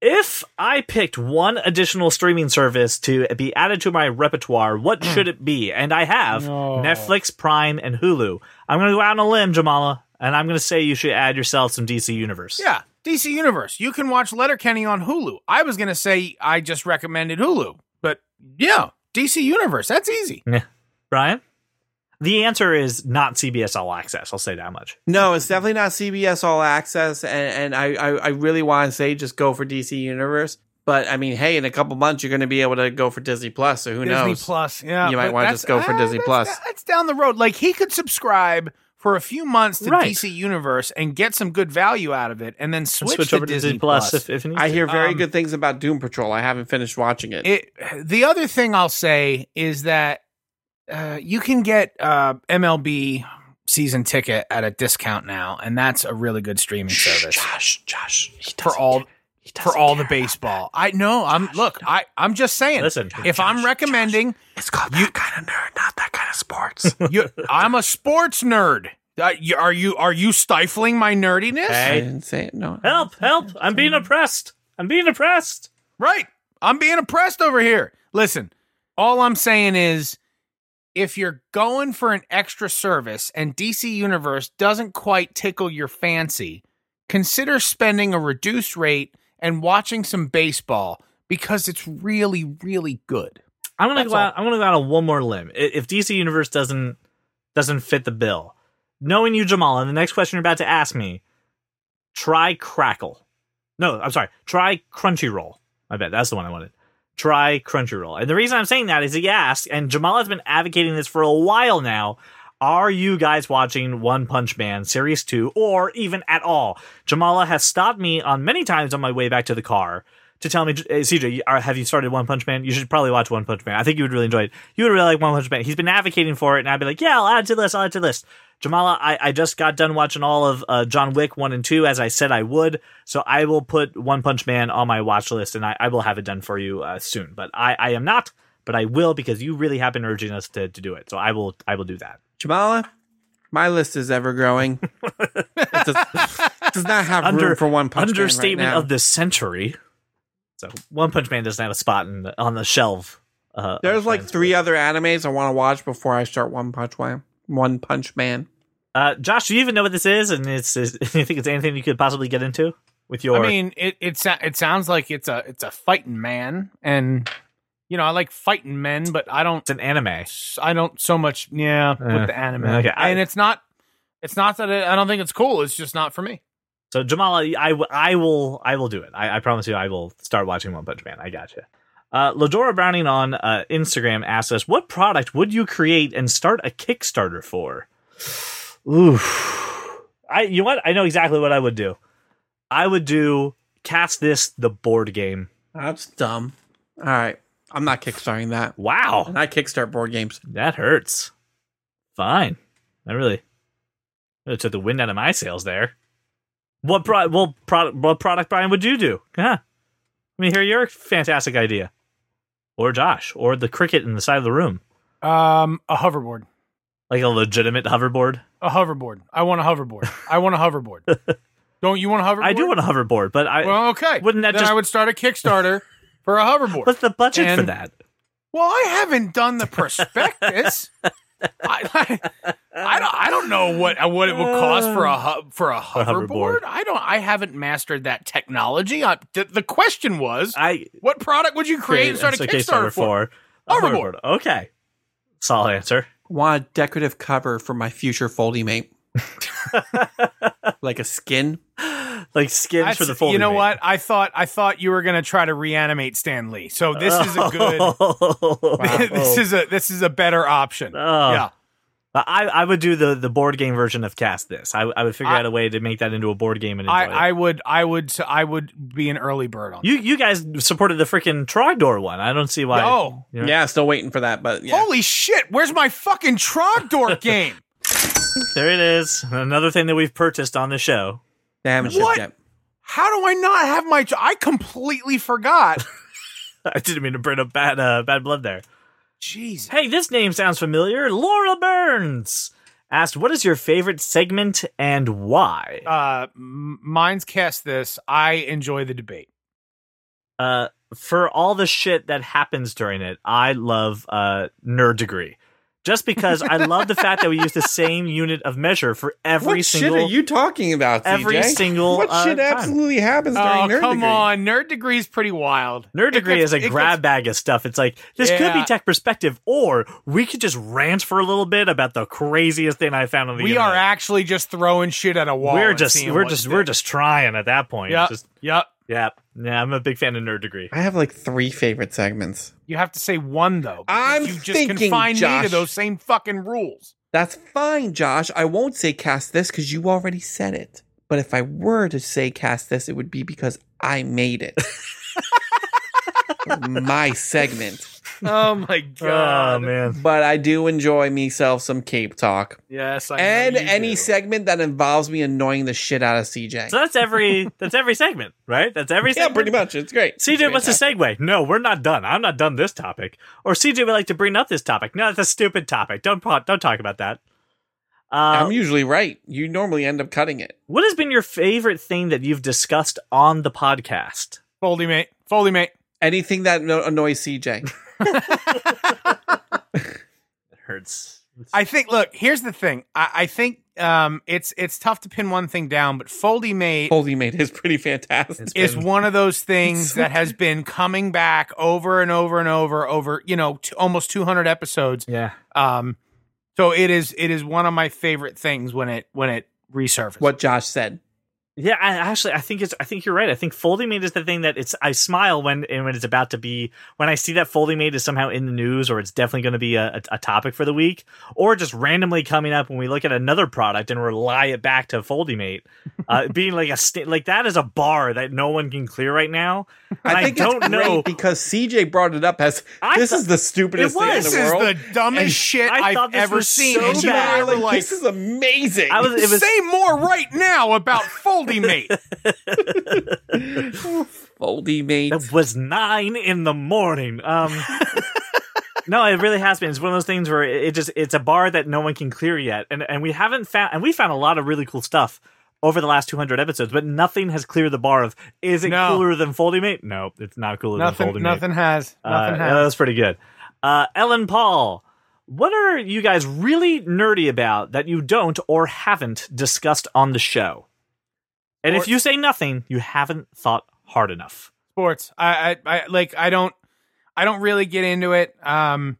Speaker 1: If I picked one additional streaming service to be added to my repertoire, what should it be? And I have
Speaker 2: No.
Speaker 1: Netflix, Prime, and Hulu. I'm going to go out on a limb, Jamala, and I'm going to say you should add yourself some DC Universe.
Speaker 2: Yeah. DC Universe. You can watch Letterkenny on Hulu. I was going to say I just recommended Hulu, but yeah, DC Universe. That's easy.
Speaker 1: Brian? The answer is not CBS All Access. I'll say that much.
Speaker 3: No, it's definitely not CBS All Access, and, and I, I, I really want to say just go for DC Universe. But I mean, hey, in a couple months you're going to be able to go for Disney Plus. So who
Speaker 2: Disney
Speaker 3: knows?
Speaker 2: Plus. Yeah,
Speaker 3: You might
Speaker 2: but
Speaker 3: wanna
Speaker 2: that's-
Speaker 3: just go for
Speaker 2: ah,
Speaker 3: Disney
Speaker 2: that's-
Speaker 3: Plus.
Speaker 2: That's down the road. Like he could subscribe for a few months to
Speaker 1: Right.
Speaker 2: DC Universe and get some good value out of it, and then switch,
Speaker 1: Switch
Speaker 2: to
Speaker 1: over
Speaker 2: Disney,
Speaker 1: Plus, if, if it needs
Speaker 3: I hear very
Speaker 2: Um,
Speaker 3: good things about Doom Patrol. I haven't finished watching it.
Speaker 2: it, the other thing I'll say is that uh, you can get uh, MLB season ticket at a discount now, and that's a really good streaming service
Speaker 1: Josh, Josh, he
Speaker 2: for
Speaker 1: doesn't
Speaker 2: all
Speaker 1: care- he
Speaker 2: for
Speaker 1: doesn't
Speaker 2: all
Speaker 1: care
Speaker 2: the
Speaker 1: about
Speaker 2: baseball. I know. I'm look. I I'm just saying.
Speaker 1: Listen,
Speaker 2: if I'm
Speaker 1: Josh,
Speaker 2: recommending,
Speaker 1: that. It's called that kind of nerd, not that kind of sports.
Speaker 2: you, I'm a sports nerd. Uh, you, are you are you stifling my nerdiness?
Speaker 3: I
Speaker 1: hey,
Speaker 3: didn't say it. No.
Speaker 1: help, help! I'm being oppressed. I'm being oppressed.
Speaker 2: Right. I'm being oppressed over here. Listen, all I'm saying is if you're going for an extra service and DC Universe doesn't quite tickle your fancy, consider spending a reduced rate and watching some baseball because it's really, really good.
Speaker 1: I'm gonna
Speaker 2: That's
Speaker 1: go. Out, I'm gonna go out on one more limb. I- If DC Universe doesn't doesn't fit the bill, knowing you, Jamal, and the next question you're about to ask me, try Crackle. No, I'm sorry. Try Crunchyroll. I bet that's the one I wanted. Try Crunchyroll. And the reason I'm saying that is he asked, and Jamal has been advocating this for a while now. Are you guys watching One Punch Man Series 2 or even at all? Jamala has stopped me on many times on my way back to the car to tell me, "Hey, CJ, are- have you started One Punch Man? You should probably watch One Punch Man. I think you would really enjoy it. You would really like One Punch Man. He's been advocating for it, and I'd be like, yeah, I'll add to the list. I'll add to the list. Jamala, I, I just got done watching all of uh, John Wick 1 and 2 as I said I would. So I will put One Punch Man on my watch list and I, I will have it done for you uh, soon. But I, I am not, but I will because you really have been urging us to, to do it. So I will I will do that.
Speaker 3: Jamala, my list is ever growing. it does, does not have room
Speaker 1: Under-
Speaker 3: for one punch. Man right
Speaker 1: Understatement
Speaker 3: now.
Speaker 1: of the century. So One Punch Man doesn't have a spot in the, on the shelf. Uh,
Speaker 3: There's
Speaker 1: of
Speaker 3: like
Speaker 1: fans.
Speaker 3: three other animes I want to watch before I start One Punch Man. One Punch Man.
Speaker 1: Uh, Josh, do you even know what this is? And it's, is you think it's anything you could possibly get into with your?
Speaker 2: I mean, it it, sa- it sounds like it's a it's a fighting man and you know, I like fighting men, but I don't
Speaker 1: it's an anime.
Speaker 2: I don't so much yeah
Speaker 1: Uh,
Speaker 2: with the anime.
Speaker 1: okay.
Speaker 2: and it's not it's not that I I don't think it's cool, it's just not for me.
Speaker 1: So Jamala, I, w- I will I will do it. I, I promise you, I will start watching One Punch Man. I got you. Uh, Ladora Browning on uh, Instagram asked us, "What product would you create and start a Kickstarter for?" Ooh, I you know what? I know exactly what I would do. I would do cast this the board game.
Speaker 3: That's dumb. All right. I'm not kickstarting that.
Speaker 1: Wow,
Speaker 3: And I kickstart board games.
Speaker 1: that hurts. Fine, I really, really took the wind out of my sails there. What pro- well, product? What product, Brian? Would you do? Huh? Let me hear your fantastic idea, or Josh, or the cricket in the side of the room,
Speaker 2: Um, a hoverboard.
Speaker 1: like a legitimate hoverboard.
Speaker 2: A hoverboard. I want a hoverboard. I want a hoverboard. Don't you want a hoverboard?
Speaker 1: I do want a hoverboard, but I
Speaker 2: Well, okay.
Speaker 1: Wouldn't that
Speaker 2: then
Speaker 1: just-
Speaker 2: I would start a Kickstarter for a hoverboard.
Speaker 1: what's the budget for
Speaker 2: And-
Speaker 1: that?
Speaker 2: well, I haven't done the prospectus. I, I, I don't. I don't know what uh, what it would cost for a hu- for a hoverboard.
Speaker 1: Uh, hoverboard.
Speaker 2: I don't. I haven't mastered that technology. I, th- the question was,
Speaker 1: I
Speaker 2: what product would you create and start a
Speaker 1: it's
Speaker 2: Kickstarter, for?
Speaker 1: a
Speaker 2: Hoverboard.
Speaker 1: Okay, solid answer.
Speaker 3: Want a decorative cover for my future Foldy mate. like a skin.
Speaker 1: Like skins
Speaker 2: That's-
Speaker 1: for the full.
Speaker 2: you know what? I thought I thought you were going to try to reanimate Stan Lee. So this is a good.
Speaker 1: Oh.
Speaker 2: this is a this is a better option.
Speaker 1: Oh.
Speaker 2: Yeah.
Speaker 1: But I, I would do the, the board game version of Cast This. I, I would figure
Speaker 2: I-
Speaker 1: out a way to make that into a board game and enjoy
Speaker 2: I,
Speaker 1: it.
Speaker 2: I would I would I would be an early bird on.
Speaker 1: You you guys supported the freaking Trogdor one. I don't see why.
Speaker 2: Oh.
Speaker 1: Yeah.
Speaker 3: Yeah, still waiting for that, but yeah.
Speaker 2: Holy shit, where's my fucking Trogdor game?
Speaker 1: There it is. Another thing that we've purchased on the show.
Speaker 3: They haven't shipped
Speaker 2: What?
Speaker 3: yet.
Speaker 2: How do I not have my Tro- I completely forgot.
Speaker 1: I didn't mean to bring up bad uh, bad blood there.
Speaker 2: Jeez.
Speaker 1: Hey, this name sounds familiar. Laura Burns asked, "What is your favorite segment and why?"
Speaker 2: Uh m- mine's cast this. I enjoy the debate.
Speaker 1: uh, for all the shit that happens during it, I love uh, Nerd Degree. Just because I love the fact that we use the same unit of measure for every
Speaker 3: what
Speaker 1: single.
Speaker 3: shit are you talking about?
Speaker 1: every
Speaker 3: CJ?
Speaker 1: single,
Speaker 3: What
Speaker 1: uh,
Speaker 3: shit
Speaker 1: time.
Speaker 3: absolutely happens during
Speaker 2: oh,
Speaker 3: nerd
Speaker 2: come
Speaker 3: degree?
Speaker 2: on. Nerd degree's pretty wild.
Speaker 1: Nerd
Speaker 2: It
Speaker 1: Degree is
Speaker 2: gets-
Speaker 1: a
Speaker 2: it gets-
Speaker 1: grab bag of stuff. It's like, this could be
Speaker 2: Yeah.
Speaker 1: tech perspective, or we could just rant for a little bit about the craziest thing I found on the
Speaker 2: we
Speaker 1: internet.
Speaker 2: are actually just throwing shit at a wall.
Speaker 1: we're
Speaker 2: and
Speaker 1: just
Speaker 2: seeing
Speaker 1: we're
Speaker 2: what
Speaker 1: just
Speaker 2: sticks.
Speaker 1: we're just trying at that point.
Speaker 2: Yep.
Speaker 1: Just-
Speaker 2: Yep.
Speaker 1: yeah. Yeah, I'm a big fan of Nerd Degree.
Speaker 3: I have like three favorite segments.
Speaker 2: You have to say one though. because
Speaker 3: I'm
Speaker 2: you just
Speaker 3: thinking,
Speaker 2: confine me
Speaker 3: Josh.
Speaker 2: to those same fucking rules.
Speaker 3: That's fine, Josh. I won't say cast this because you already said it. But if I were to say cast this, it would be because I made it. my segment.
Speaker 2: Oh my
Speaker 1: Oh
Speaker 2: god.
Speaker 1: man.
Speaker 3: But I do enjoy myself some Cape Talk
Speaker 2: Yes, I know
Speaker 3: and
Speaker 2: you
Speaker 3: any
Speaker 2: do.
Speaker 3: segment that involves me annoying the shit out of CJ.
Speaker 1: So that's every that's every segment, right? That's every
Speaker 3: yeah,
Speaker 1: segment.
Speaker 3: pretty much. It's great.
Speaker 1: CJ, what's a
Speaker 3: Fantastic.
Speaker 1: segue? No, we're not done. I'm not done this topic. Or CJ would like to bring up this topic. No, that's a stupid topic. Don't pro- don't talk about that. Uh,
Speaker 3: I'm usually right. You normally end up cutting it.
Speaker 1: what has been your favorite thing that you've discussed on the podcast?
Speaker 2: Foldy mate. Foldy mate.
Speaker 3: Anything that no- annoys CJ.
Speaker 1: It hurts.
Speaker 2: I think. Look, here's the thing. I, I think um, it's it's tough to pin one thing down, but Foldy mate
Speaker 3: Holy mate is pretty fantastic.
Speaker 2: is one of those things that has been coming back over and over and over over. You know, t- almost 200 episodes.
Speaker 1: yeah.
Speaker 2: Um, so it is it is one of my favorite things when it when it resurfaces.
Speaker 3: What Josh said.
Speaker 1: Yeah, I, actually, I think it's. I think you're right. I think folding mate is the thing that it's. I smile when and when it's about to be when I see that folding mate is somehow in the news or it's definitely going to be a, a, a topic for the week or just randomly coming up when we look at another product and rely it back to folding mate, uh, being like a sta- like that is a bar that no one can clear right now. And
Speaker 3: I think
Speaker 1: don't
Speaker 3: it's great
Speaker 1: know.
Speaker 3: because CJ brought it up as
Speaker 1: I
Speaker 3: this
Speaker 1: thought-
Speaker 3: is the stupidest
Speaker 1: It
Speaker 3: thing in
Speaker 1: was.
Speaker 3: the
Speaker 2: This is
Speaker 3: world.
Speaker 2: the dumbest
Speaker 3: And
Speaker 2: shit
Speaker 1: I
Speaker 2: I've
Speaker 1: thought this
Speaker 2: ever
Speaker 1: was
Speaker 2: seen.
Speaker 1: so
Speaker 2: And you
Speaker 1: bad.
Speaker 2: were
Speaker 3: Like,
Speaker 2: like,
Speaker 3: this is amazing.
Speaker 1: I was. It was.
Speaker 2: say more right now about Foldy Mate.
Speaker 3: Foldy mate.
Speaker 1: It was nine in the morning. Um, no, it really has been. It's one of those things where it it just it's a bar that no one can clear yet, and and we haven't found and we found a lot of really cool stuff over the last 200 episodes, but nothing has cleared the bar of is it
Speaker 2: No.
Speaker 1: cooler than Foldy Mate? No, it's not cooler than Foldy
Speaker 2: nothing,
Speaker 1: Mate.
Speaker 2: nothing has, nothing
Speaker 1: Uh,
Speaker 2: has.
Speaker 1: yeah, That's pretty good. Uh, Ellen Paul, what are you guys really nerdy about that you don't or haven't discussed on the show? And if
Speaker 2: Or-
Speaker 1: you say nothing, you haven't thought hard enough.
Speaker 2: sports. I, I, I like I don't I don't really get into it. Um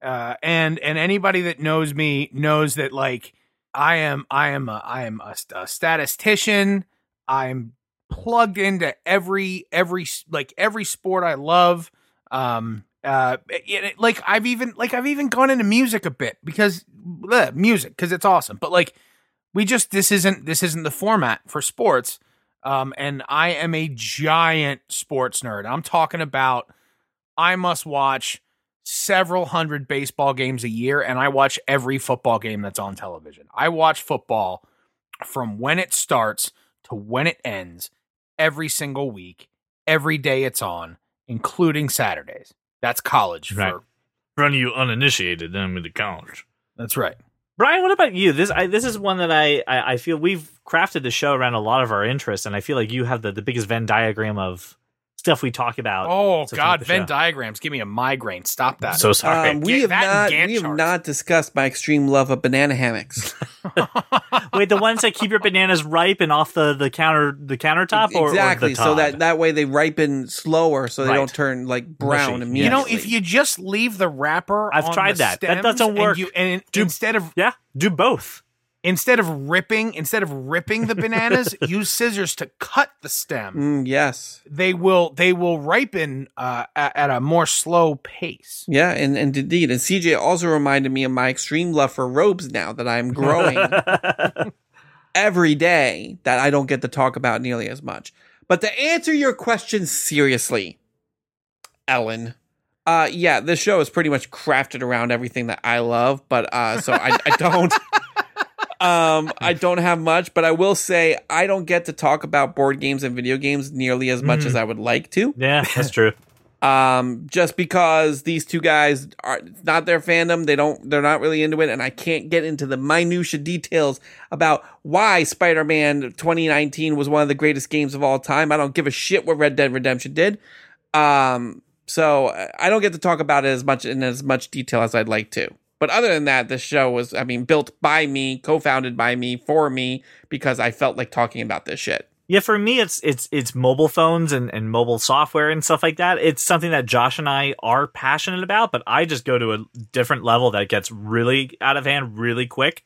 Speaker 2: uh and and anybody that knows me knows that like I am I am a I am a, st- a statistician. I'm plugged into every every s- like every sport I love. Um uh it- it- like I've even like I've even gone into music a bit because bleh, music cuz it's awesome. But like we just this isn't this isn't the format for sports um, and I am a giant sports nerd. I'm talking about I must watch several hundred baseball games a year, and I watch every football game that's on television. I watch football from when it starts to when it ends every single week, every day it's on, including Saturdays. That's college.
Speaker 1: Right.
Speaker 2: For,
Speaker 5: Run you uninitiated, then with the college.
Speaker 2: that's right.
Speaker 1: Brian, what about you? This I, this is one that I, I I feel we've crafted the show around a lot of our interests, and I feel like you have the, the biggest Venn diagram of stuff we talk about.
Speaker 2: Oh
Speaker 1: Such a
Speaker 2: God,
Speaker 1: good
Speaker 2: Venn
Speaker 1: show.
Speaker 2: diagrams. Give me a migraine. Stop that.
Speaker 1: so sorry.
Speaker 3: Um, we
Speaker 2: Get
Speaker 3: have
Speaker 2: that
Speaker 3: not
Speaker 2: Gantt
Speaker 3: we have
Speaker 2: chart.
Speaker 3: not discussed my extreme love of banana hammocks.
Speaker 1: Wait, the ones that keep your bananas ripe and off the, the counter the countertop, or, or
Speaker 3: exactly.
Speaker 1: the
Speaker 3: so
Speaker 1: tub?
Speaker 3: that that way they ripen slower, so they
Speaker 1: Right.
Speaker 3: don't turn like brown
Speaker 1: Mushy.
Speaker 3: immediately.
Speaker 2: You know, if you just leave the wrapper,
Speaker 1: I've
Speaker 2: on
Speaker 1: tried
Speaker 2: the
Speaker 1: that. That
Speaker 2: stems
Speaker 1: doesn't work.
Speaker 2: And, you, and
Speaker 1: Do-
Speaker 2: instead of
Speaker 1: yeah, do both.
Speaker 2: instead of ripping, instead of ripping the bananas, use scissors to cut the stem.
Speaker 3: Mm, yes,
Speaker 2: They will they will ripen uh, a- at a more slow pace.
Speaker 3: yeah, and, and indeed, and CJ also reminded me of my extreme love for robes. Now that I'm growing every day, that I don't get to talk about nearly as much. But to answer your question seriously, Ellen, uh, yeah, this show is pretty much crafted around everything that I love, but uh, so I, I don't. Um, I don't have much, but I will say I don't get to talk about board games and video games nearly as much
Speaker 1: Mhm.
Speaker 3: as I would like to.
Speaker 1: yeah, that's true.
Speaker 3: um just because these two guys are it's not their fandom they don't they're not really into it and i can't get into the minutia details about why spider-man 2019 was one of the greatest games of all time i don't give a shit what red dead redemption did um so uh, i don't get to talk about it as much in as much detail as i'd like to but other than that this show was i mean built by me co-founded by me for me because i felt like talking about this shit
Speaker 1: Yeah, for me, it's it's it's mobile phones and, and mobile software and stuff like that. It's something that Josh and I are passionate about, but I just go to a different level that gets really out of hand really quick.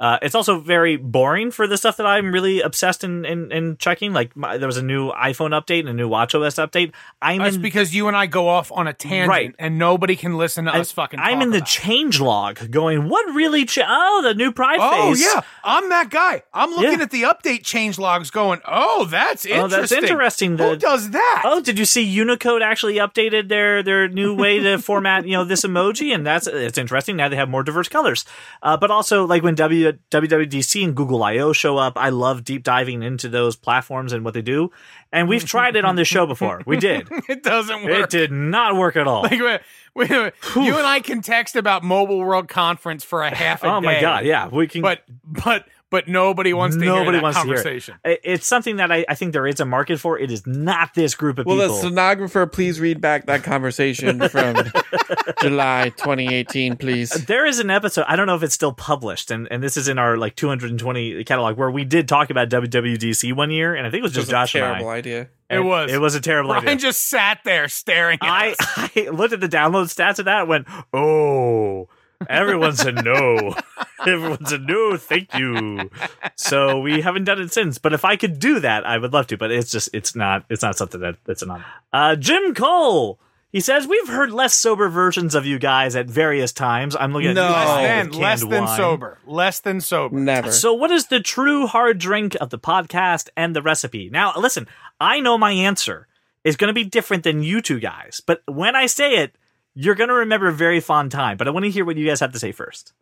Speaker 1: Uh, it's also very boring for the stuff that I'm really obsessed in in, in checking. Like my, there was a new iPhone update and a new WatchOS update. I'm
Speaker 2: That's
Speaker 1: in-
Speaker 2: because you and I go off on a tangent,
Speaker 1: Right.
Speaker 2: and nobody can listen to us fucking.
Speaker 1: I'm
Speaker 2: talk
Speaker 1: in the
Speaker 2: about it.
Speaker 1: change log going, what really? Cha- oh, the new Pride
Speaker 2: Oh
Speaker 1: face.
Speaker 2: yeah, I'm that guy. I'm looking
Speaker 1: Yeah.
Speaker 2: at the update change logs, going, "Oh, that's interesting.
Speaker 1: Oh, that's interesting
Speaker 2: Who
Speaker 1: that-
Speaker 2: does that?
Speaker 1: Oh, did you see Unicode actually updated their their new way to format you know this emoji? And that's it's interesting. Now they have more diverse colors. Uh, but also like when w, WWDC and Google I/O show up, I love deep diving into those platforms and what they do. And we've tried it on this show before. We did.
Speaker 2: It doesn't work.
Speaker 1: It did not work at all.
Speaker 2: Like, wait, wait, wait. You and I can text about Mobile World Conference for a half a
Speaker 1: Oh my
Speaker 2: day,
Speaker 1: god! Yeah, we can.
Speaker 2: But but but nobody wants to hear
Speaker 1: Nobody
Speaker 2: that
Speaker 1: wants to hear it.
Speaker 2: conversation.
Speaker 1: it- it's something that I, I think there is a market for. It is not this group of
Speaker 3: Will
Speaker 1: people.
Speaker 3: the stenographer please read back that conversation from July 2018, please?
Speaker 1: There is an episode. I don't know if it's still published, and, and this is in our like 220 catalog where we did talk about WWDC one year, and I think it was just
Speaker 3: That was a
Speaker 1: Josh and
Speaker 3: terrible
Speaker 1: I.
Speaker 3: idea.
Speaker 1: And
Speaker 2: It was.
Speaker 1: It was a terrible
Speaker 2: Brian
Speaker 1: idea.
Speaker 2: just sat there staring. At
Speaker 1: I,
Speaker 2: us.
Speaker 1: I looked at the download stats of that and went, oh, everyone's a no. everyone's a no. Thank you. So we haven't done it since. But if I could do that, I would love to. But it's just, it's not, it's not something that that's an honor. Uh, Jim Cole. He says we've heard less sober versions of you guys at various times. I'm looking at
Speaker 3: No.
Speaker 1: you
Speaker 2: less
Speaker 1: guys with
Speaker 2: than
Speaker 1: canned
Speaker 2: less than
Speaker 1: wine. Mm.
Speaker 2: sober, less than sober.
Speaker 3: Never.
Speaker 1: So, what is the true hard drink of the podcast and the recipe? Now, listen, I know my answer is going to be different than you two guys, but when I say it, you're going to remember a very fond time. But I want to hear what you guys have to say first.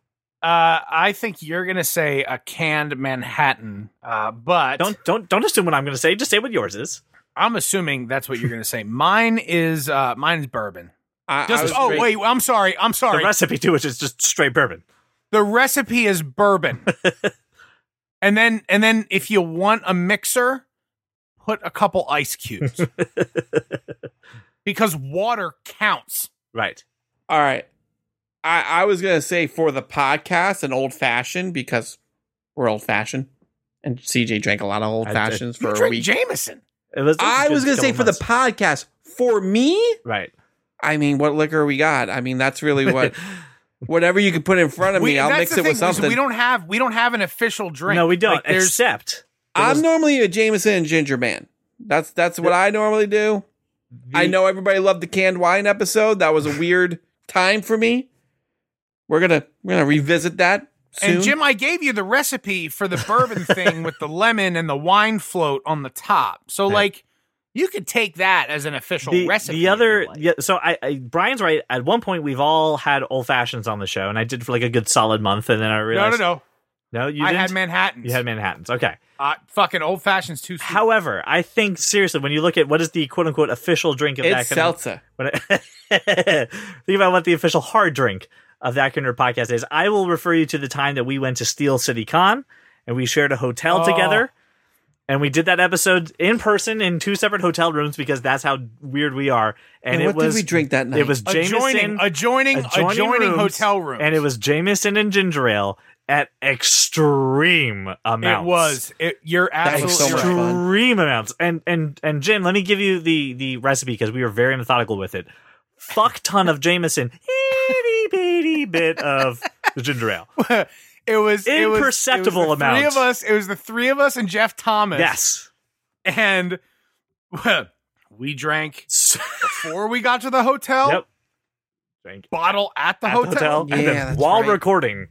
Speaker 2: Uh, I think you're gonna say a canned Manhattan, uh, but
Speaker 1: Don't don't don't assume what I'm going to say. Just say what yours is.
Speaker 2: I'm assuming that's what you're gonna say. Mine is uh, mine is bourbon.
Speaker 3: I, I
Speaker 2: Just
Speaker 3: was
Speaker 2: oh wait,
Speaker 3: great.
Speaker 2: I'm sorry, I'm
Speaker 1: The
Speaker 2: sorry.
Speaker 1: recipe too, which is just straight bourbon.
Speaker 2: the recipe is bourbon. and then and then if you want a mixer, put a couple ice cubes. because water counts.
Speaker 1: Right.
Speaker 3: All right. I, I was going to say for the podcast, an old fashioned because we're old fashioned. And CJ drank a lot of old
Speaker 1: I did.
Speaker 3: fashions
Speaker 2: You
Speaker 3: for a
Speaker 2: drink
Speaker 3: week.
Speaker 2: Jameson.
Speaker 1: It was.
Speaker 3: I was going to say for the podcast, for me,
Speaker 1: right.
Speaker 3: I mean, what liquor we got? I mean, that's really what, whatever you can put in front of me,
Speaker 2: We-
Speaker 3: I'll
Speaker 2: that's
Speaker 3: mix
Speaker 2: the
Speaker 3: it with
Speaker 2: thing, is
Speaker 3: something.
Speaker 2: We don't have we don't have an official drink.
Speaker 1: No, we don't.
Speaker 2: Like, there's
Speaker 1: except
Speaker 3: I'm normally a Jameson and ginger man. That's that's what I normally do. I know everybody loved the canned wine episode. That was a weird time for me. We're gonna we're gonna revisit that soon.
Speaker 2: and Jim, I gave you the recipe for the bourbon thing with the lemon and the wine float on the top. So like you could take that as an official
Speaker 1: the,
Speaker 2: recipe.
Speaker 1: the
Speaker 2: if
Speaker 1: other
Speaker 2: you like.
Speaker 1: yeah, so I, I brian's right at one point we've all had old fashions on the show and i did for like a good solid month and then i
Speaker 2: No,
Speaker 1: realized
Speaker 2: no, no.
Speaker 1: no you
Speaker 2: I
Speaker 1: didn't
Speaker 2: had Manhattans.
Speaker 1: you had manhattans
Speaker 3: Mm.
Speaker 1: okay
Speaker 2: uh, fucking old fashions too. sweet.
Speaker 1: however i think seriously when you look at what is the quote-unquote official drink of
Speaker 3: it's
Speaker 1: that kind of-
Speaker 3: seltzer.
Speaker 1: when I- think about what the official hard drink of that kind of podcast is i will refer you to the time that we went to steel city con and we shared a hotel
Speaker 2: Oh.
Speaker 1: together and we did that episode in person in two separate hotel rooms because that's how weird we are. And,
Speaker 3: And
Speaker 1: it
Speaker 3: what
Speaker 1: was
Speaker 3: did we drink that night?
Speaker 1: it was Jameson
Speaker 2: adjoining, adjoining, adjoining,
Speaker 1: rooms,
Speaker 2: hotel rooms.
Speaker 1: and it was Jameson and ginger ale at extreme amounts.
Speaker 2: It was. It, you're
Speaker 3: That
Speaker 2: absolutely
Speaker 3: was so much
Speaker 2: right.
Speaker 3: fun.
Speaker 1: extreme amounts. And and and Jim, let me give you the the recipe because we were very methodical with it. Fuck ton of Jameson, itty bitty bit of ginger ale.
Speaker 2: It was it was- it was the
Speaker 1: Imperceptible
Speaker 2: Three
Speaker 1: amount.
Speaker 2: of us. It was the three of us and Jeff Thomas.
Speaker 1: Yes.
Speaker 2: and we drank before we got to the hotel.
Speaker 1: Yep. Drink
Speaker 2: Bottle at the
Speaker 1: at the
Speaker 2: hotel.
Speaker 1: hotel, and
Speaker 3: Yeah,
Speaker 1: then
Speaker 3: that's
Speaker 1: while
Speaker 3: right.
Speaker 1: recording.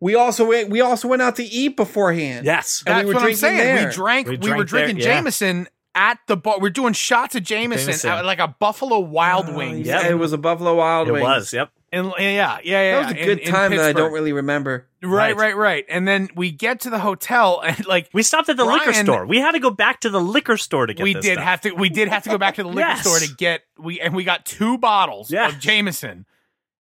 Speaker 3: We also went we also went out to eat beforehand.
Speaker 1: Yes.
Speaker 3: And
Speaker 2: That's
Speaker 3: we were
Speaker 2: what I'm
Speaker 3: drinking
Speaker 2: saying.
Speaker 3: there.
Speaker 2: We drank.
Speaker 1: We
Speaker 2: We, were
Speaker 1: drank there,
Speaker 2: drinking
Speaker 1: yeah.
Speaker 2: Jameson at the bar. We're doing shots of Jameson,
Speaker 1: Jameson.
Speaker 2: At, like a Buffalo Wild
Speaker 3: Oh,
Speaker 2: Wings.
Speaker 1: yeah.
Speaker 3: It was a Buffalo Wild
Speaker 1: It
Speaker 3: Wings.
Speaker 1: was, yep.
Speaker 2: And, yeah, yeah, yeah.
Speaker 3: That was a
Speaker 2: in-
Speaker 3: good
Speaker 2: in
Speaker 3: time that I don't
Speaker 2: Pittsburgh.
Speaker 3: really remember.
Speaker 2: Right,
Speaker 1: Right.
Speaker 2: right, right. And then we get to the hotel and like
Speaker 1: We stopped at the liquor
Speaker 2: Brian-
Speaker 1: store. We had to go back to the liquor store to get
Speaker 2: we
Speaker 1: this
Speaker 2: did
Speaker 1: stuff.
Speaker 2: have to we did have to go back to the liquor
Speaker 1: Yes.
Speaker 2: store to get we and we got two bottles
Speaker 1: Yeah.
Speaker 2: of Jameson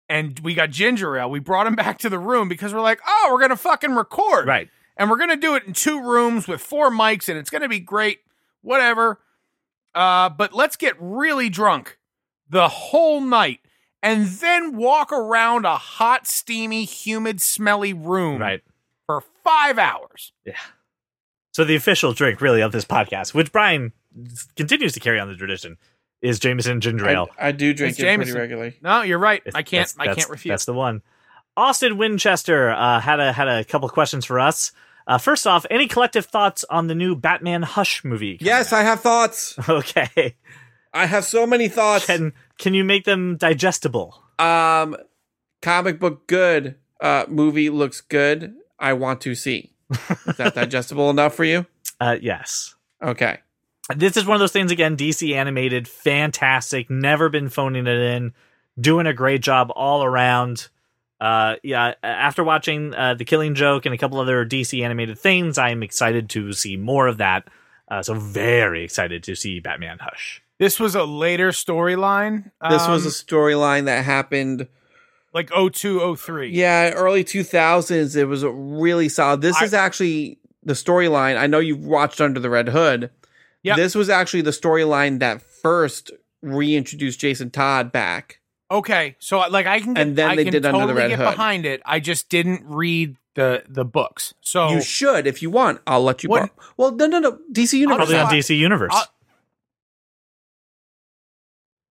Speaker 2: and we got ginger ale. We brought them back to the room because we're like, "Oh, we're going to fucking record."
Speaker 1: Right.
Speaker 2: And we're going to do it in two rooms with four mics and it's going to be great. Whatever. Uh, but let's get really drunk the whole night and then walk around a hot, steamy, humid, smelly room
Speaker 1: Right.
Speaker 2: for 5 hours.
Speaker 1: So the official drink, really, of this podcast, which Brian continues to carry on the tradition, is Jameson ginger
Speaker 3: I,
Speaker 1: ale.
Speaker 3: I do drink
Speaker 2: It's
Speaker 3: it
Speaker 2: Jameson.
Speaker 3: pretty regularly.
Speaker 2: No, you're right. I can't
Speaker 1: That's-
Speaker 2: I
Speaker 1: that's-
Speaker 2: can't refuse.
Speaker 1: That's the one. Austin Winchester uh, had a had a couple questions for us. Uh, first off, any collective thoughts on the new Batman Hush movie? coming
Speaker 3: Yes, I have thoughts.
Speaker 1: out? Okay.
Speaker 3: I have so many thoughts.
Speaker 1: Can can you make them digestible?
Speaker 3: Um, comic book good. Uh, movie looks good. I want to see. Is that digestible enough for you?
Speaker 1: Uh, yes.
Speaker 3: Okay.
Speaker 1: This is one of those things again. DC animated, fantastic. Never been phoning it in. Doing a great job all around. Uh, yeah. After watching uh, the Killing Joke and a couple other DC animated things, I am excited to see more of that. Uh, so very excited to see Batman Hush.
Speaker 2: This was a later storyline.
Speaker 3: This was
Speaker 2: um,
Speaker 3: a storyline that happened.
Speaker 2: like 0203.
Speaker 3: Yeah, early two thousands. It was a really solid. This
Speaker 2: I-
Speaker 3: is actually the storyline. I know you watched Under the Red Hood.
Speaker 2: Yep.
Speaker 3: This was actually the storyline that first reintroduced Jason Todd back.
Speaker 2: Okay, so uh, like I can get,
Speaker 3: And then
Speaker 2: I
Speaker 3: they
Speaker 2: can
Speaker 3: did Under
Speaker 2: totally
Speaker 3: the Red
Speaker 2: get
Speaker 3: Hood.
Speaker 2: behind it. I just didn't read the the books. So
Speaker 3: You should, if you want. I'll let you.
Speaker 2: Oh. What-
Speaker 3: borrow- Well, no, no, no. DC Universe.
Speaker 1: Probably on
Speaker 2: I'll-
Speaker 1: DC Universe.
Speaker 2: I'll-
Speaker 3: Uh,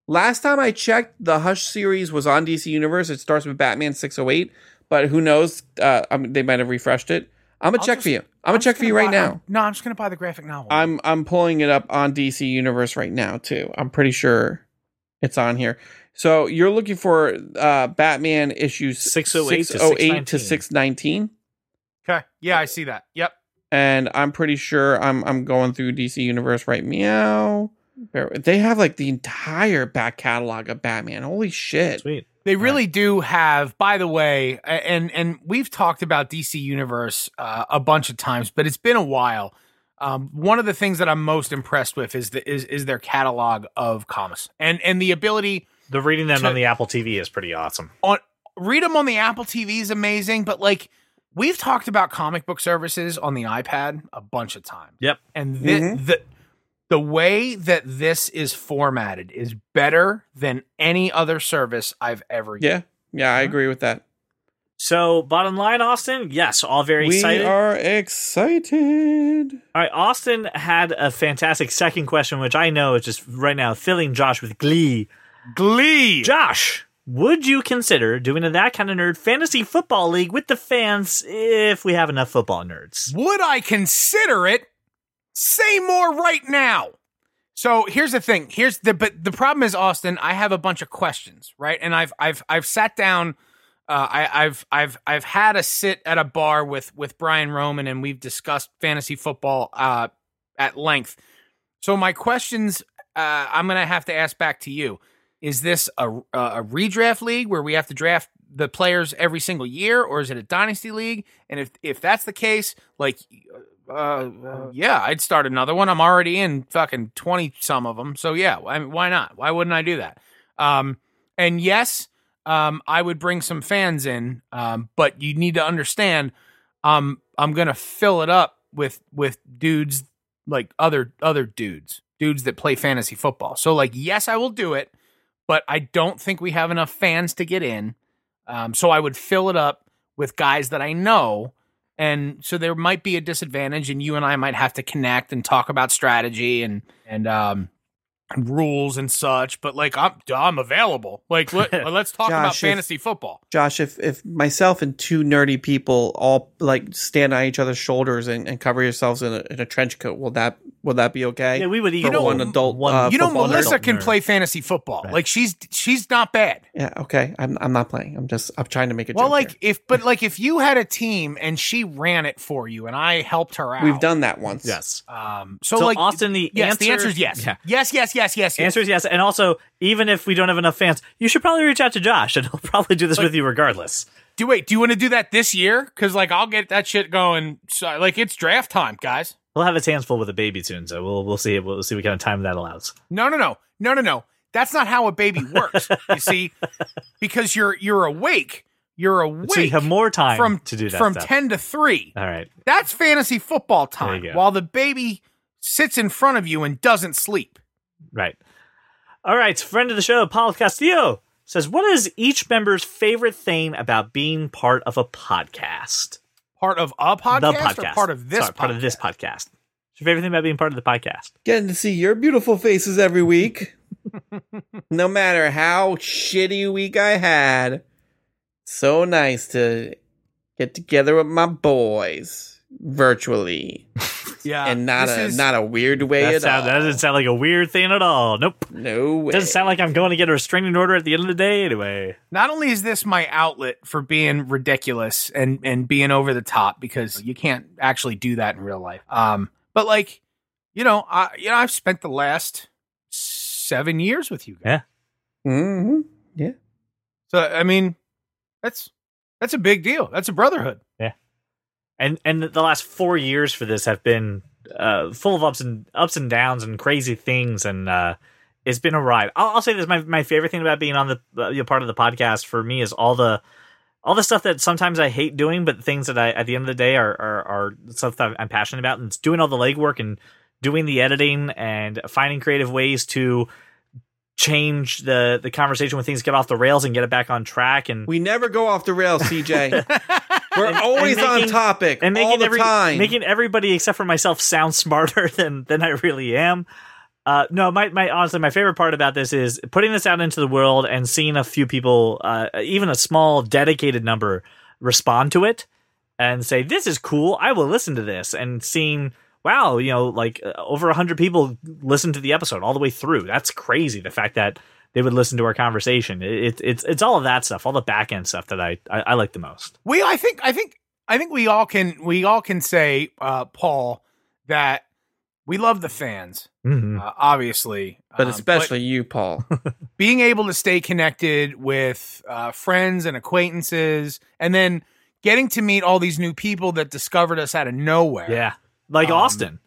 Speaker 3: Last time I checked, the Hush series was on DC Universe. It starts with Batman 608, but who knows? Uh, I mean, they might have refreshed it. I'm gonna
Speaker 2: I'll
Speaker 3: check
Speaker 2: just-
Speaker 3: for you. I'm gonna
Speaker 2: just
Speaker 3: check for you right
Speaker 2: buy- I'm-
Speaker 3: now.
Speaker 2: no, I'm just gonna buy the graphic novel.
Speaker 3: I'm I'm pulling it up on DC Universe right now too. I'm pretty sure it's on here. So you're looking for uh, Batman issues
Speaker 1: 608 to
Speaker 3: 608 to
Speaker 1: 619.
Speaker 3: 619,
Speaker 2: okay. Yeah, I see that. Yep.
Speaker 3: and I'm pretty sure I'm I'm going through DC Universe right meow. Bear- They have like the entire back catalog of Batman. Holy shit!
Speaker 1: Sweet.
Speaker 2: They really do have. By the way, a- and and we've talked about DC Universe uh, a bunch of times, but it's been a while. Um, one of the things that I'm most impressed with is the is is their catalog of comics and and the ability
Speaker 1: The reading them
Speaker 2: To-
Speaker 1: on the Apple TV is pretty awesome.
Speaker 2: on read them on the Apple TV is amazing, but like we've talked about comic book services on the iPad a bunch of times.
Speaker 1: Yep.
Speaker 2: And thi-
Speaker 3: Mhm.
Speaker 2: the the way that this is formatted is better than any other service I've ever used.
Speaker 3: Yeah, yeah, I agree with that.
Speaker 1: So, bottom line, Austin, yes, all very
Speaker 3: we
Speaker 1: excited.
Speaker 3: are excited.
Speaker 1: all right, Austin had a fantastic second question, which I know is just right now filling Josh with glee.
Speaker 2: Glee.
Speaker 1: Josh, would you consider doing a that kind of nerd fantasy football league with the fans if we have enough football nerds?
Speaker 2: Would I consider it? Say more right now. So here's the thing. Here's the but the problem is Austin. I have a bunch of questions, right? And I've I've I've sat down. Uh, I, I've I've I've had a sit at a bar with with Brian Roman, and we've discussed fantasy football uh, at length. So my questions, uh, I'm gonna have to ask back to you. Is this a a redraft league where we have to draft the players every single year, or is it a dynasty league? And if if that's the case, like, uh, yeah, I'd start another one. I'm already in fucking twenty some of them, so yeah, I mean, why not? Why wouldn't I do that? Um, and yes, um, I would bring some fans in, um, but you need to understand, um, I'm gonna fill it up with with dudes like other other dudes, dudes that play fantasy football. So like, yes, I will do it, but I don't think we have enough fans to get in. Um, so I would fill it up with guys that I know. And so there might be a disadvantage, and you and I might have to connect and talk about strategy and and um, rules and such. But like I'm I'm available. Like let, us talk about
Speaker 3: Josh, if-
Speaker 2: fantasy football.
Speaker 3: Josh, if if myself and two nerdy people all like stand on each other's shoulders and, and cover yourselves in a, in a trench coat, will that will that be okay?
Speaker 1: Yeah, we would eat
Speaker 3: For one adult, uh,
Speaker 2: You know,
Speaker 3: football
Speaker 2: Melissa
Speaker 1: adult
Speaker 2: can
Speaker 1: nerd.
Speaker 2: play fantasy football.
Speaker 1: Right.
Speaker 2: Like she's she's not bad.
Speaker 3: Yeah, okay. I'm I'm not playing. I'm just I'm trying to make it.
Speaker 2: Well, like if but like if you had a team and she ran it for you and I helped her out.
Speaker 3: we've done that once.
Speaker 1: Yes.
Speaker 2: Um, so,
Speaker 1: So,
Speaker 2: like
Speaker 1: Austin, the
Speaker 2: yes,
Speaker 1: answer,
Speaker 2: the answer is yes.
Speaker 1: Yeah.
Speaker 2: Yes, yes, yes, yes, yes.
Speaker 1: Answer is yes. And also, even if we don't have enough fans, you should probably reach out to Josh and he'll probably do this with you regardless.
Speaker 2: Do wait, do you want to do that this year? Because like I'll get that shit going. So, like it's draft time, guys.
Speaker 1: We'll have his hands full with a baby soon, so we'll we'll see we'll see what kind of time that allows.
Speaker 2: No, no, no, no, no, no. That's not how a baby works. you see, because you're you're awake. You're awake
Speaker 1: So you have more time
Speaker 2: from
Speaker 1: to do that.
Speaker 2: from
Speaker 1: stuff.
Speaker 2: ten to three.
Speaker 1: All right.
Speaker 2: That's fantasy football time.
Speaker 1: go.
Speaker 2: While the baby sits in front of you and doesn't sleep.
Speaker 1: Right. All right. Friend of the show, Paul Castillo says, What is each member's favorite thing about being part of a podcast?
Speaker 2: Part of a podcast,
Speaker 1: the podcast.
Speaker 2: or part of this
Speaker 1: Sorry, part of this podcast. What's your favorite thing about being part of the podcast?
Speaker 3: Getting to see your beautiful faces every week, no matter how shitty week I had. It's So nice to get together with my boys virtually,
Speaker 2: Yeah,
Speaker 3: and
Speaker 1: Uh,
Speaker 3: not
Speaker 2: this
Speaker 3: a
Speaker 2: is-
Speaker 3: not a weird way
Speaker 1: That,
Speaker 3: at
Speaker 1: sound,
Speaker 3: all.
Speaker 1: that doesn't sound like a weird thing at all. Nope.
Speaker 3: no way.
Speaker 1: Doesn't sound like I'm going to get a restraining order at the end of the day anyway.
Speaker 2: Not only is this my outlet for being ridiculous and and being over the top because you can't actually do that in real life. Um, but like, you know, I you know I've spent the last seven years with you guys.
Speaker 1: Yeah.
Speaker 3: hmm
Speaker 2: So I mean, that's that's a big deal. That's a brotherhood.
Speaker 1: And and the last four years for this have been uh, full of ups and ups and downs and crazy things and uh, it's been a ride. I'll, I'll say this: my my favorite thing about being on the uh, you know, part of the podcast for me is all the all the stuff that sometimes I hate doing, but things that I at the end of the day are are, are stuff that I'm passionate about, and it's doing all the legwork and doing the editing and finding creative ways to change the the conversation when things get off the rails and get it back on track and
Speaker 3: We never go off the rails, CJ. We're always
Speaker 1: and
Speaker 3: on
Speaker 1: making-
Speaker 3: topic
Speaker 1: and making
Speaker 3: all the
Speaker 1: every,
Speaker 3: time.
Speaker 1: making everybody except for myself sound smarter than than I really am. Uh, no, my, my honestly, my favorite part about this is putting this out into the world and seeing a few people, uh, even a small dedicated number, respond to it and say, "This is cool. I will listen to this." And seeing, wow, you know, like uh, over hundred people listen to the episode all the way through. That's crazy. The fact that they would listen to our conversation. It, it, it's it's all of that stuff, all the back end stuff that I, I I like the most.
Speaker 2: We, I think, I think, I think we all can, we all can say, uh, Paul, that we love the fans,
Speaker 1: hmm
Speaker 2: uh, obviously,
Speaker 3: but
Speaker 2: Um,
Speaker 3: especially you, Paul.
Speaker 2: being able to stay connected with uh, friends and acquaintances, and then getting to meet all these new people that discovered us out of nowhere.
Speaker 1: Yeah, like
Speaker 2: Um,
Speaker 1: Austin.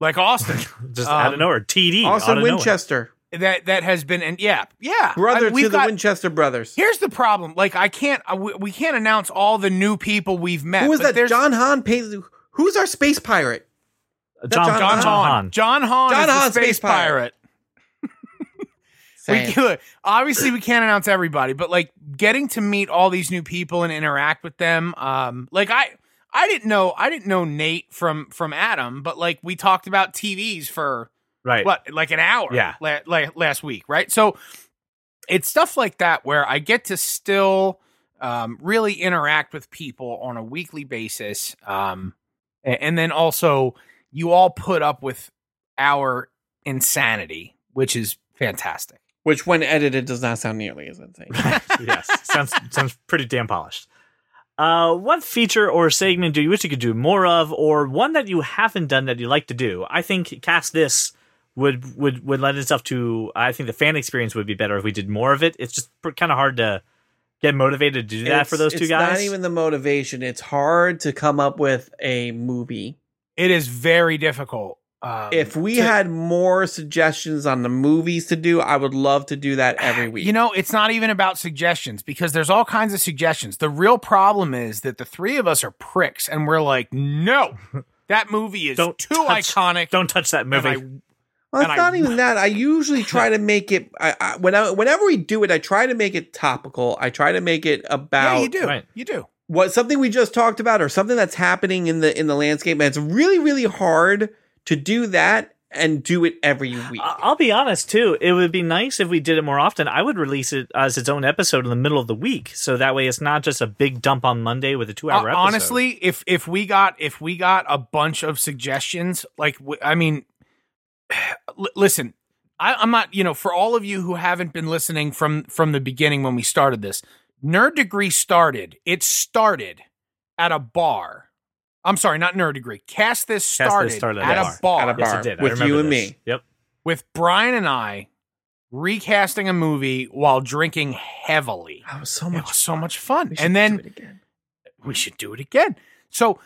Speaker 2: like Austin,
Speaker 1: just
Speaker 2: Um,
Speaker 1: out of nowhere. TD. out
Speaker 3: Austin
Speaker 1: of
Speaker 3: Winchester,
Speaker 2: that that has been, and yeah, yeah, I-
Speaker 3: brother
Speaker 2: we've
Speaker 3: to the
Speaker 2: got-
Speaker 3: Winchester brothers.
Speaker 2: Here's the problem. Like, I can't, I- we, we can't announce all the new people we've met.
Speaker 3: Who is
Speaker 2: but
Speaker 3: that?
Speaker 2: there's-
Speaker 3: John Hahn. Pays, who's our space pirate?
Speaker 1: Nowhere. John,
Speaker 3: John-
Speaker 1: John,
Speaker 2: John Hahn.
Speaker 1: Hahn.
Speaker 2: John Hahn
Speaker 3: John
Speaker 2: is the
Speaker 3: Hahn's
Speaker 2: space,
Speaker 3: space pirate.
Speaker 2: pirate.
Speaker 3: Sam.
Speaker 2: We could. Obviously, we can't announce everybody, but like getting to meet all these new people and interact with them. Um, like I, I didn't know, I didn't know Nate from from Adam, but like we talked about TVs for
Speaker 1: Right.
Speaker 2: what, like an hour,
Speaker 1: Yeah.
Speaker 2: la- la- last week, right? So it's stuff like that where I get to still um, really interact with people on a weekly basis, um, a- and then also you all put up with our insanity, which is fantastic.
Speaker 3: which when edited does not sound nearly as insane.
Speaker 1: yes. Sounds sounds pretty damn polished. Uh, what feature or segment do you wish you could do more of, or one that you haven't done that you like to do? I think cast this would would would lend itself to. I think the fan experience would be better if we did more of it. It's just kind of hard to get motivated to do that
Speaker 3: It's-
Speaker 1: for those two
Speaker 3: it's
Speaker 1: guys.
Speaker 3: not even the motivation. It's hard to come up with a movie.
Speaker 2: It is very difficult. Um,
Speaker 3: If we
Speaker 2: to-
Speaker 3: had more suggestions on the movies to do, I would love to do that every week.
Speaker 2: you know, it's not even about suggestions because there's all kinds of suggestions. The real problem is that the three of us are pricks, and we're like, no, that movie is
Speaker 1: Don't
Speaker 2: too
Speaker 1: touch-
Speaker 2: iconic.
Speaker 1: Don't touch that
Speaker 2: and
Speaker 1: movie.
Speaker 3: Well,
Speaker 2: And
Speaker 3: it's
Speaker 2: I-
Speaker 3: not even that. I usually try to make it. I, I, when I, whenever we do it, I try to make it topical. I try to make it
Speaker 2: I,
Speaker 3: about
Speaker 2: yeah, you do,
Speaker 1: Right.
Speaker 2: you do.
Speaker 3: what something we just talked about or something that's happening in the in the landscape. And it's really really hard to do that and do it every week.
Speaker 2: Oh,
Speaker 1: I- I'll be honest too. It would be nice if we did it more often. I would release it as its own episode in the middle of the week, so that way it's not just a big dump on Monday with a two-hour
Speaker 2: Uh,
Speaker 1: episode.
Speaker 2: honestly, if if we got if we got a bunch of suggestions, like w- I mean, l- listen, I, I'm not you know for all of you who haven't been listening from from the beginning when we started this, Nerd Degree started. It started at a bar. I'm sorry, not Nerd Degree. Cast this
Speaker 1: This
Speaker 2: started,
Speaker 1: started
Speaker 2: at,
Speaker 1: at a
Speaker 2: a bar,
Speaker 3: At a
Speaker 1: yes,
Speaker 3: bar
Speaker 1: it did. I
Speaker 3: with
Speaker 1: remember
Speaker 3: you and
Speaker 1: this.
Speaker 3: me.
Speaker 1: Yep.
Speaker 2: with Brian and I recasting a movie while drinking heavily.
Speaker 3: that was so
Speaker 2: It
Speaker 3: much.
Speaker 2: was so much fun.
Speaker 3: We should
Speaker 2: And then
Speaker 3: do it again.
Speaker 2: we should do it again. So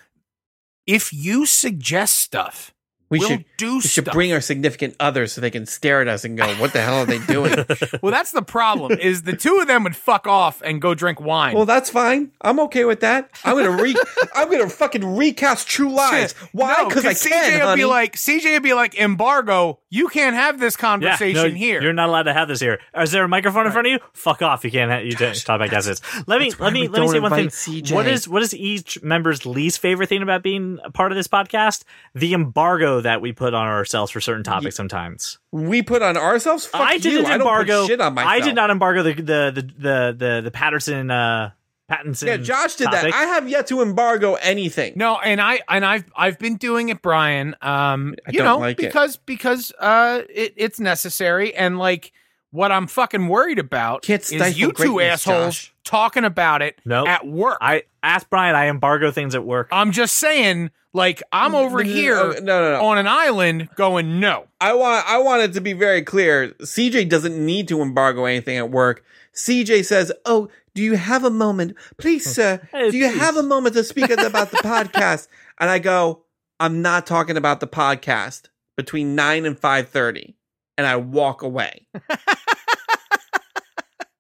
Speaker 2: if you suggest stuff,
Speaker 3: we
Speaker 2: will
Speaker 3: should
Speaker 2: do
Speaker 3: we should
Speaker 2: stuff.
Speaker 3: bring our significant others so they can stare at us and go, "What the hell are they doing?"
Speaker 2: well, that's the problem is the two of them would fuck off and go drink wine.
Speaker 3: well, that's fine. I'm okay with that. I'm gonna re I'm gonna fucking recast True Lies. Why? Because I
Speaker 2: CJ
Speaker 3: can,
Speaker 2: would
Speaker 3: honey.
Speaker 2: be like CJ would be like embargo. You can't have this
Speaker 1: Yeah,
Speaker 2: conversation
Speaker 1: no,
Speaker 2: here.
Speaker 1: You're not allowed to have this here. Is there a microphone in front of you? Fuck off. You can't. Have, you don't talk about guesses. Let me. Let
Speaker 3: we
Speaker 1: me. Let me
Speaker 3: don't
Speaker 1: say one thing.
Speaker 3: invite CJ.
Speaker 1: What is what is each member's least favorite thing about being a part of this podcast? The embargo that we put on ourselves for certain topics sometimes.
Speaker 3: we put on ourselves. Fuck
Speaker 1: I
Speaker 3: you.
Speaker 1: didn't
Speaker 3: I don't put
Speaker 1: embargo.
Speaker 3: shit on myself.
Speaker 1: I did not embargo the the the the the, the Patterson uh, Pattinson.
Speaker 3: Yeah, Josh did that.
Speaker 1: topic.
Speaker 3: I have yet to embargo anything.
Speaker 2: No, and I and I've I've been doing it, Brian. Um,
Speaker 3: I
Speaker 2: you
Speaker 3: don't
Speaker 2: know,
Speaker 3: like it.
Speaker 2: because because uh, it, it's necessary, and like what I'm fucking worried about
Speaker 3: Can't
Speaker 2: is
Speaker 3: stifle
Speaker 2: you two
Speaker 3: greatness,
Speaker 2: assholes
Speaker 3: Josh.
Speaker 2: talking about it
Speaker 1: Nope.
Speaker 2: at work. I,
Speaker 1: I asked Brian. I embargo things at work.
Speaker 2: am just saying, like I'm over here
Speaker 3: uh, No, no, oh, no. no.
Speaker 2: on an island going no.
Speaker 3: I want I want it to be very clear. CJ doesn't need to embargo anything at work. CJ says, "Oh, do you have a moment, please, sir?
Speaker 1: Hey,
Speaker 3: do you
Speaker 1: please."
Speaker 3: have a moment to speak about the podcast?" And I go, "I'm not talking about the podcast between nine and five thirty, and I walk away.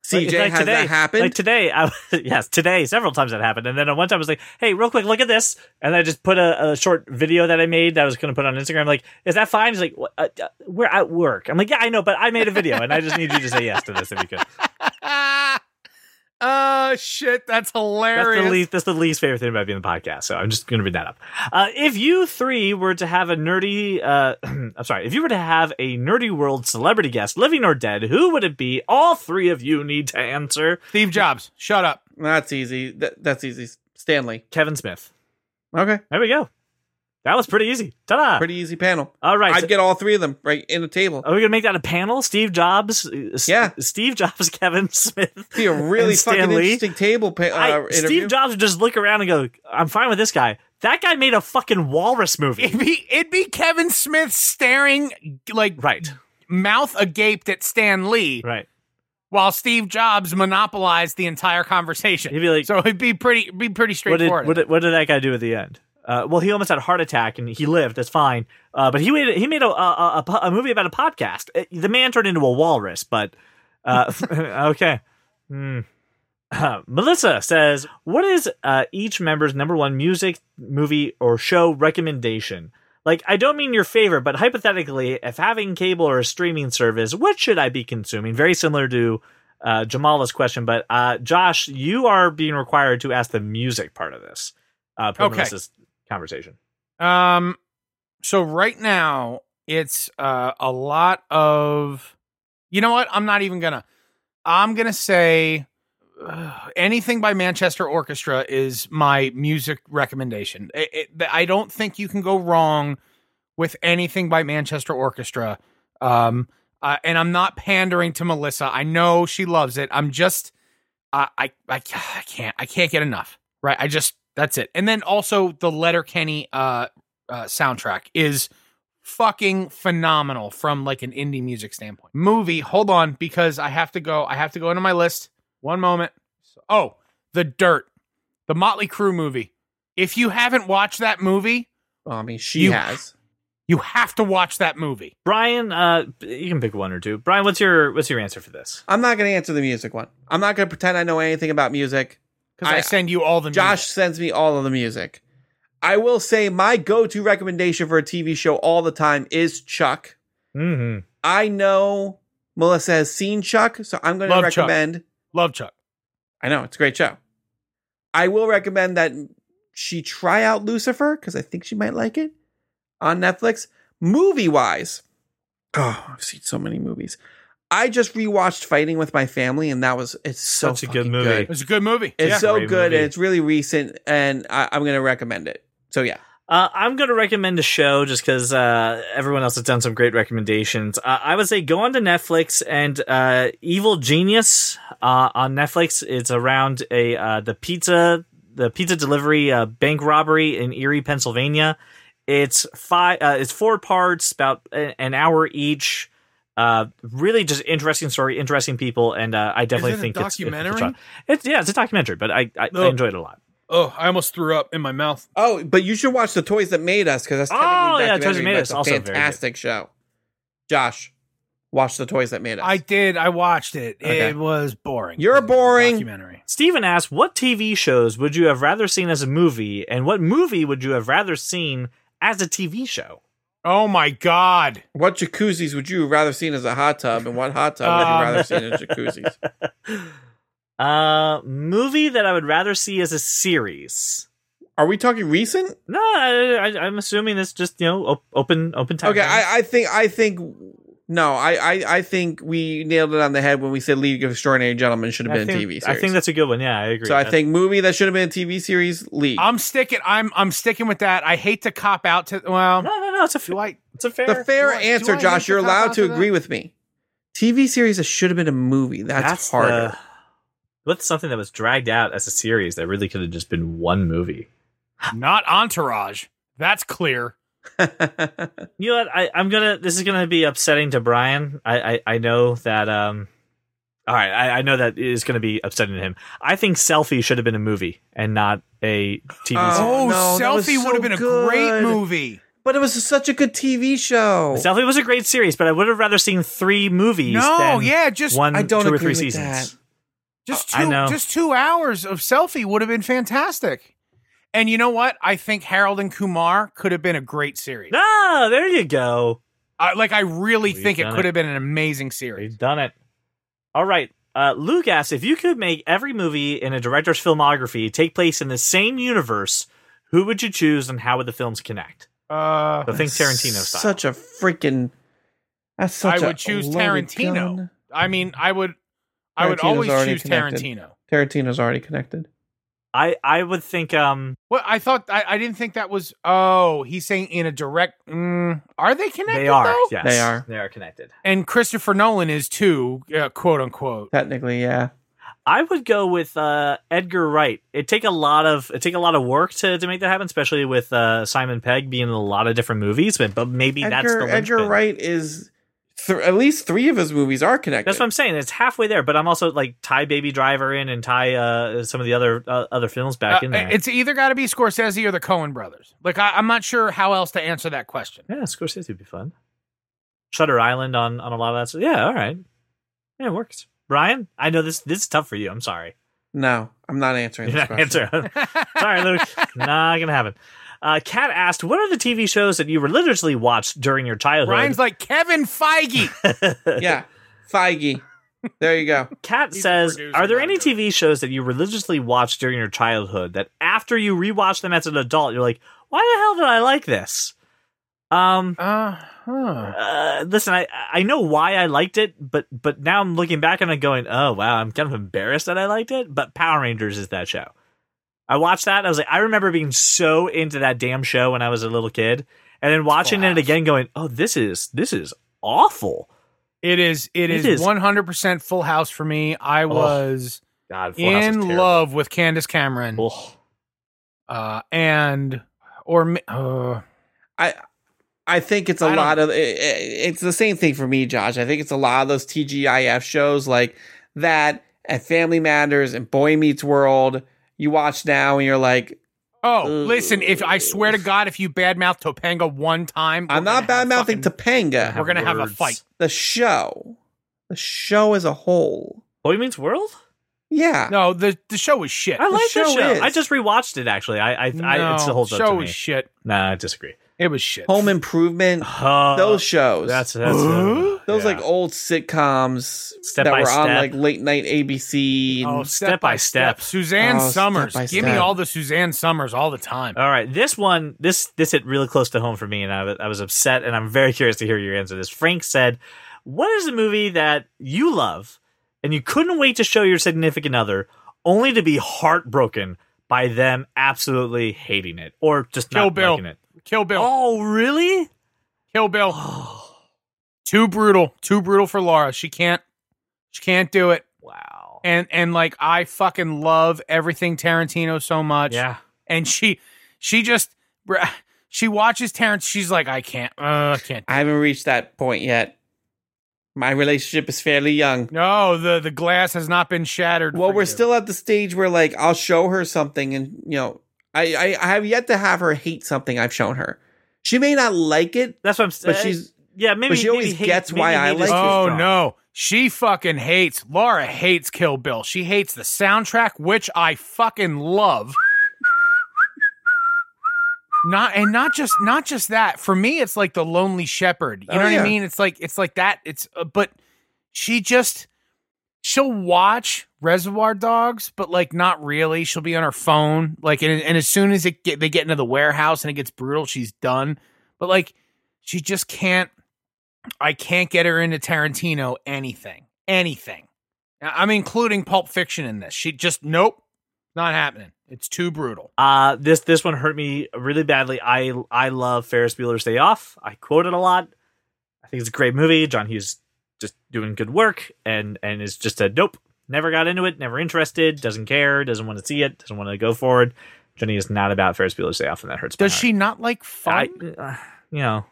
Speaker 3: CJ,
Speaker 1: Like
Speaker 3: has
Speaker 1: today-
Speaker 3: that happened?
Speaker 1: Like today, I, yes, today several times that happened, and then at one time I was like, "Hey, real quick, look at this," and I just put a, a short video that I made that I was going to put on Instagram. Like, is that fine? He's like, "What- uh, uh, "We're at work." I'm like, "Yeah, I know, but I made a video, and I just need you to say yes to this if you could."
Speaker 2: Ah, shit, that's hilarious.
Speaker 1: That's the least. That's the least favorite thing about being the podcast. So I'm just going to bring that up. Uh, if you three were to have a nerdy, uh, I'm sorry, if you were to have a nerdy world celebrity guest, living or dead, who would it be? All three of you need to answer.
Speaker 2: Steve Jobs, shut up.
Speaker 3: that's easy. That, that's easy. Stanley.
Speaker 1: Kevin Smith.
Speaker 3: Okay,
Speaker 1: There we go. That was pretty easy. Ta-da!
Speaker 3: pretty easy panel.
Speaker 1: All right. so
Speaker 3: I'd get all three of them right in a table.
Speaker 1: are we gonna make that a panel? Steve Jobs, uh, S-
Speaker 3: Yeah.
Speaker 1: Steve Jobs, Kevin Smith.
Speaker 3: Be a really
Speaker 1: And Stan
Speaker 3: fucking
Speaker 1: Lee.
Speaker 3: interesting table pa- uh,
Speaker 1: I,
Speaker 3: interview.
Speaker 1: Steve Jobs would just look around and go, "I'm fine with this guy. That guy made a fucking walrus movie,
Speaker 2: It'd be it'd be Kevin Smith staring like
Speaker 1: right?
Speaker 2: mouth agape at Stan Lee
Speaker 1: Right?
Speaker 2: while Steve Jobs monopolized the entire conversation.
Speaker 1: He'd be like,
Speaker 2: so it'd be pretty it'd be
Speaker 1: what
Speaker 2: pretty
Speaker 1: did,
Speaker 2: straightforward.
Speaker 1: what did what did that guy do at the end? Uh, well, he almost had a heart attack and he lived. That's fine. Uh, but he made he made a a, a po- a movie about a podcast. Uh, The man turned into a walrus, but uh, okay. Hmm. Melissa says, "What is uh, each member's number one music, movie, or show recommendation? Like, I don't mean your favorite, but hypothetically, if having cable or a streaming service, what should I be consuming? Very similar to uh, Jamala's question, but uh, Josh, you are being required to ask the music part of this. Uh, per
Speaker 2: Okay.
Speaker 1: Melissa's conversation.
Speaker 2: um so right now it's uh a lot of you know what? I'm not even gonna I'm gonna say uh, anything by Manchester Orchestra is my music recommendation. It- it- I don't think you can go wrong with anything by Manchester Orchestra. Um, uh, and I'm not pandering to Melissa. I know she loves it. I'm just, I, I, I ca- I can't, I can't get enough. Right. I just, that's it. And then also the Letter Kenny uh, uh, soundtrack is fucking phenomenal from like an indie music standpoint. Movie, hold on, because I have to go. I have to go into my list. One moment. Oh, The Dirt, the Motley Crue movie. If you haven't watched that movie,
Speaker 3: Well, Oh, I mean, she
Speaker 2: You-
Speaker 3: has.
Speaker 2: you have to watch that movie.
Speaker 1: Brian, uh, you can pick one or two. Brian, what's your what's your answer for this?
Speaker 3: I'm not going to answer the music one. I'm not going to pretend I know anything about music
Speaker 2: Because I,
Speaker 3: I-
Speaker 2: send you all the
Speaker 3: Josh sends me all of the music. I will say my go-to recommendation for a TV show all the time is Chuck.
Speaker 1: Mm-hmm.
Speaker 3: I know Melissa has seen Chuck, so I'm going to
Speaker 2: Love Chuck.
Speaker 3: recommend.
Speaker 2: music. Love Chuck.
Speaker 3: I know it's a great show. I will recommend that she try out Lucifer because I think she might like it on Netflix. Movie wise, oh, I've seen so many movies. I just rewatched Fighting with My Family, and that was it's so
Speaker 1: Such a good
Speaker 3: fucking
Speaker 1: movie.
Speaker 2: It was a good movie.
Speaker 3: It's
Speaker 2: yeah.
Speaker 3: so
Speaker 1: Great
Speaker 3: good, and
Speaker 1: movie.
Speaker 3: it's really recent, and I, I'm going to recommend it. So yeah,
Speaker 1: Uh, I'm going to recommend a show just because uh, everyone else has done some great recommendations. Uh, I would say go on to Netflix and uh, Evil Genius uh, on Netflix. It's around a uh, the pizza the pizza delivery uh, bank robbery in Erie, Pennsylvania. It's five. Uh, it's four parts, about a- an hour each. Uh, really, just interesting story, interesting people, and uh, I definitely
Speaker 2: Is it a
Speaker 1: think it's- It's,
Speaker 2: documentary?
Speaker 1: it's, it's yeah, it's a documentary, but I I, I
Speaker 2: Oh.
Speaker 1: enjoyed it a lot.
Speaker 2: oh, I almost threw up in my mouth.
Speaker 3: Oh, but you should watch The Toys That Made Us because that's
Speaker 1: Oh,
Speaker 3: technically
Speaker 1: yeah,
Speaker 3: a
Speaker 1: Toys That
Speaker 3: documentary,
Speaker 1: Made
Speaker 3: but
Speaker 1: Us,
Speaker 3: it's a
Speaker 1: also very good.
Speaker 3: fantastic show. Josh, watch The Toys That Made Us.
Speaker 2: I did. I watched it.
Speaker 3: Okay.
Speaker 2: It was boring.
Speaker 3: You're boring.
Speaker 2: Documentary.
Speaker 1: Steven asked, What TV shows would you have rather seen as a movie, and what movie would you have rather seen as a TV show?
Speaker 2: Oh my god.
Speaker 3: What jacuzzis would you rather seen as a hot tub, and what hot tub would you
Speaker 2: Um,
Speaker 3: rather seen as jacuzzis?
Speaker 1: Uh, movie that I would rather see as a series.
Speaker 3: Are we talking recent?
Speaker 1: No, I, I, I'm assuming it's just you know op- open open time.
Speaker 3: Okay, I, I think I think No, I, I, I think we nailed it on the head when we said League of Extraordinary Gentlemen should have
Speaker 1: I
Speaker 3: been
Speaker 1: think,
Speaker 3: a TV series.
Speaker 1: I think that's a good one. Yeah, I agree.
Speaker 3: so I
Speaker 1: That-
Speaker 3: think movie that should have been a TV series, League.
Speaker 2: I'm sticking. I'm I'm sticking with that. I hate to cop out to. Well,
Speaker 1: no, no, no. It's a
Speaker 2: do I?
Speaker 1: it's a fair.
Speaker 3: the fair
Speaker 2: do I- do
Speaker 3: answer,
Speaker 2: I hate
Speaker 3: Josh,
Speaker 2: to
Speaker 3: you're
Speaker 2: cop
Speaker 3: allowed
Speaker 2: out
Speaker 3: to
Speaker 2: to
Speaker 3: agree
Speaker 2: that?
Speaker 3: with me. TV series that should have been a movie. That's,
Speaker 1: that's
Speaker 3: harder.
Speaker 1: the- what's something that was dragged out as a series that really could have just been one movie?
Speaker 2: Not Entourage. That's clear.
Speaker 1: You know what? I, I'm gonna. This is gonna be upsetting to Brian. I I, I know that. Um, all right, I, I know that is gonna be upsetting to him. I think Selfie should have been a movie and not a TV
Speaker 3: Oh,
Speaker 2: Oh,
Speaker 3: no, that was
Speaker 2: Selfie
Speaker 3: so
Speaker 2: would have been a
Speaker 3: good.
Speaker 2: great movie.
Speaker 3: but it was such a good TV show.
Speaker 1: series. Selfie was a great series, but I would have rather seen three movies.
Speaker 2: No,
Speaker 1: than
Speaker 2: yeah, just
Speaker 1: one,
Speaker 3: I don't
Speaker 1: two or
Speaker 3: agree
Speaker 1: three
Speaker 3: with
Speaker 1: seasons.
Speaker 2: just two,
Speaker 1: I know.
Speaker 2: just two hours of selfie would have been fantastic. And you know what? I think Harold and Kumar could have been a great series.
Speaker 1: No, there you go.
Speaker 2: I- like I really
Speaker 1: We've
Speaker 2: think it
Speaker 1: done
Speaker 2: could
Speaker 1: it.
Speaker 2: have been an amazing
Speaker 1: We've
Speaker 2: series.
Speaker 1: done it. All right. Uh, Luke asks if you could make every movie in a director's filmography take place in the same universe, who would you choose and how would the films connect?
Speaker 2: Uh,
Speaker 1: So think Tarantino style.
Speaker 3: Such a freaking. That's such
Speaker 2: I
Speaker 3: a
Speaker 2: would choose
Speaker 3: loaded
Speaker 2: Tarantino.
Speaker 3: gun.
Speaker 2: I mean, I would, I would
Speaker 3: Tarantino's
Speaker 2: always
Speaker 3: already
Speaker 2: choose
Speaker 3: connected.
Speaker 2: Tarantino.
Speaker 3: Tarantino's already connected.
Speaker 1: I, I would think um
Speaker 2: Well, I thought I, I didn't think that was. Oh, he's saying in a direct. Mm, are they connected?
Speaker 1: they are.
Speaker 2: though?
Speaker 1: Yes.
Speaker 3: They are.
Speaker 1: They are connected.
Speaker 2: And Christopher Nolan is too, uh, quote unquote.
Speaker 3: Technically, yeah.
Speaker 1: I would go with uh, Edgar Wright. It take a lot of it take a lot of work to, to make that happen, especially with uh, Simon Pegg being in a lot of different movies. But, but maybe that's the
Speaker 3: Edgar, Edgar
Speaker 1: linchpin.
Speaker 3: Wright is. Th- at least three of his movies are connected.
Speaker 1: That's what I'm saying. It's halfway there, but I'm also like tie Baby Driver in and tie uh, some of the other uh, other films back
Speaker 2: Uh,
Speaker 1: in there.
Speaker 2: It's either got to be Scorsese or the Cohen brothers. Like I, I'm not sure how else to answer that question.
Speaker 1: Yeah, Scorsese would be fun. Shutter Island on on a lot of that. stuff. yeah, all right. Yeah, it works. Brian, I know this this is tough for you. I'm sorry.
Speaker 3: No, I'm not answering
Speaker 1: You're
Speaker 3: this
Speaker 1: not
Speaker 3: question.
Speaker 1: answering. sorry, Luke. Not gonna happen. Uh, Kat asked, "What are the TV shows that you religiously watched during your childhood?"
Speaker 2: Ryan's like Kevin Feige.
Speaker 3: Yeah, Feige. There you go.
Speaker 1: Kat
Speaker 2: He's a
Speaker 1: says,
Speaker 2: producer,
Speaker 1: "Are there
Speaker 2: not a
Speaker 1: any
Speaker 2: director."
Speaker 1: TV shows that you religiously watched during your childhood that after you rewatch them as an adult, you're like, why the hell did I like this?" Um,
Speaker 2: Uh huh.
Speaker 1: uh, listen, I I know why I liked it, but but now I'm looking back and I'm going, oh wow, I'm kind of embarrassed that I liked it. But Power Rangers is that show. I watched that. And I was like, I remember being so into that damn show when I was a little kid, and then watching
Speaker 2: Full
Speaker 1: it again, going, oh, this is this is awful.
Speaker 2: It is. It
Speaker 1: It is-
Speaker 2: is 100% Full House for me. I was
Speaker 1: God, Full House was
Speaker 2: in
Speaker 1: terrible.
Speaker 2: love with Candace Cameron.
Speaker 1: Ugh.
Speaker 2: Uh, and or mi- uh,
Speaker 3: I I think it's a
Speaker 2: I don't-
Speaker 3: lot of it, it- it's the same thing for me, Josh. I think it's a lot of those TGIF shows like that and Family Matters and Boy Meets World. You watch now and you're like,
Speaker 2: oh,
Speaker 3: Ooh.
Speaker 2: listen. If I swear to God, if you badmouth Topanga one time,
Speaker 3: I'm
Speaker 2: we're
Speaker 3: not
Speaker 2: gonna have
Speaker 3: bad mouthing
Speaker 2: fucking-
Speaker 3: Topanga.
Speaker 2: We're gonna have a
Speaker 1: Words.
Speaker 2: fight.
Speaker 3: The show, the show as a whole.
Speaker 1: Boy Meets World.
Speaker 3: Yeah,
Speaker 2: No, the the show was shit.
Speaker 1: I like
Speaker 3: show
Speaker 1: this show.
Speaker 3: is.
Speaker 1: I just rewatched it actually. I I, I it's
Speaker 2: No,
Speaker 1: a whole
Speaker 2: show
Speaker 1: show.
Speaker 2: was shit.
Speaker 1: Nah, I disagree.
Speaker 2: It was shit.
Speaker 3: Home Improvement,
Speaker 1: Uh,
Speaker 3: those shows.
Speaker 1: That's that's
Speaker 2: Huh?
Speaker 3: those
Speaker 1: yeah.
Speaker 3: like old sitcoms
Speaker 1: Step
Speaker 3: that
Speaker 1: by
Speaker 3: were on
Speaker 1: Step.
Speaker 3: like late night ABC. and-
Speaker 2: Oh,
Speaker 1: Step by Step.
Speaker 2: Suzanne
Speaker 3: Oh, Step
Speaker 2: Summers.
Speaker 3: by
Speaker 2: Give me
Speaker 3: Step. Oh.
Speaker 2: all the Suzanne Summers all the time.
Speaker 1: All right, this one, this this hit really close to home for me, and I, was- I was upset, and I'm very curious to hear your answer. to This Frank said, "What is a movie that you love and you couldn't wait to show your significant other, only to be heartbroken by them absolutely hating it or just
Speaker 2: Kill
Speaker 1: not
Speaker 2: Bill.
Speaker 1: liking it?"
Speaker 2: Kill Bill.
Speaker 1: Oh, really?
Speaker 2: Kill Bill. Too brutal. Too brutal for Laura. She can't. She can't do it.
Speaker 1: wow.
Speaker 2: And and like I fucking love everything Tarantino so much.
Speaker 1: Yeah.
Speaker 2: And she she just bruh, she watches Tarantino. She's like I can't. Uh, I can't.
Speaker 3: I haven't reached that point yet. My relationship is fairly young.
Speaker 2: No, the the glass has not been shattered.
Speaker 3: Well,
Speaker 2: for
Speaker 3: we're
Speaker 2: you.
Speaker 3: still at the stage where like I'll show her something, and you know, I, I I have yet to have her hate something I've shown her. She may not like it,
Speaker 1: That's what I'm
Speaker 3: but
Speaker 1: saying.
Speaker 3: she's
Speaker 1: yeah, maybe
Speaker 3: but she
Speaker 1: maybe
Speaker 3: always
Speaker 1: hate-
Speaker 3: gets
Speaker 1: maybe
Speaker 3: why I
Speaker 1: hate is
Speaker 3: like
Speaker 1: too
Speaker 3: it.
Speaker 2: Oh
Speaker 1: strong.
Speaker 2: no, she fucking hates. Laura hates Kill Bill. She hates the soundtrack, which I fucking love. Not and not just not just that. For me, it's like the Lonely Shepherd. You
Speaker 3: Oh,
Speaker 2: know what
Speaker 3: yeah.
Speaker 2: I mean? It's like it's like that. It's uh, but she just she'll watch Reservoir Dogs, but like not really. She'll be on her phone, like and, and as soon as it get, they get into the warehouse and it gets brutal, she's done. But like she just can't I can't get her into Tarantino anything. Anything. Now, I'm including Pulp Fiction in this. She just nope. Not happening. It's too brutal.
Speaker 1: Uh, this this one hurt me really badly. I I love Ferris Bueller's Day Off. I quote it a lot. I think it's a great movie. John Hughes just doing good work, and and is just a nope. Never got into it. Never interested. Doesn't care. Doesn't want to see it. Doesn't want to go forward. Jenny is not about Ferris Bueller's Day Off, and that hurts. my
Speaker 2: Does
Speaker 1: heart.
Speaker 2: she not like fun?
Speaker 1: I, uh, you know,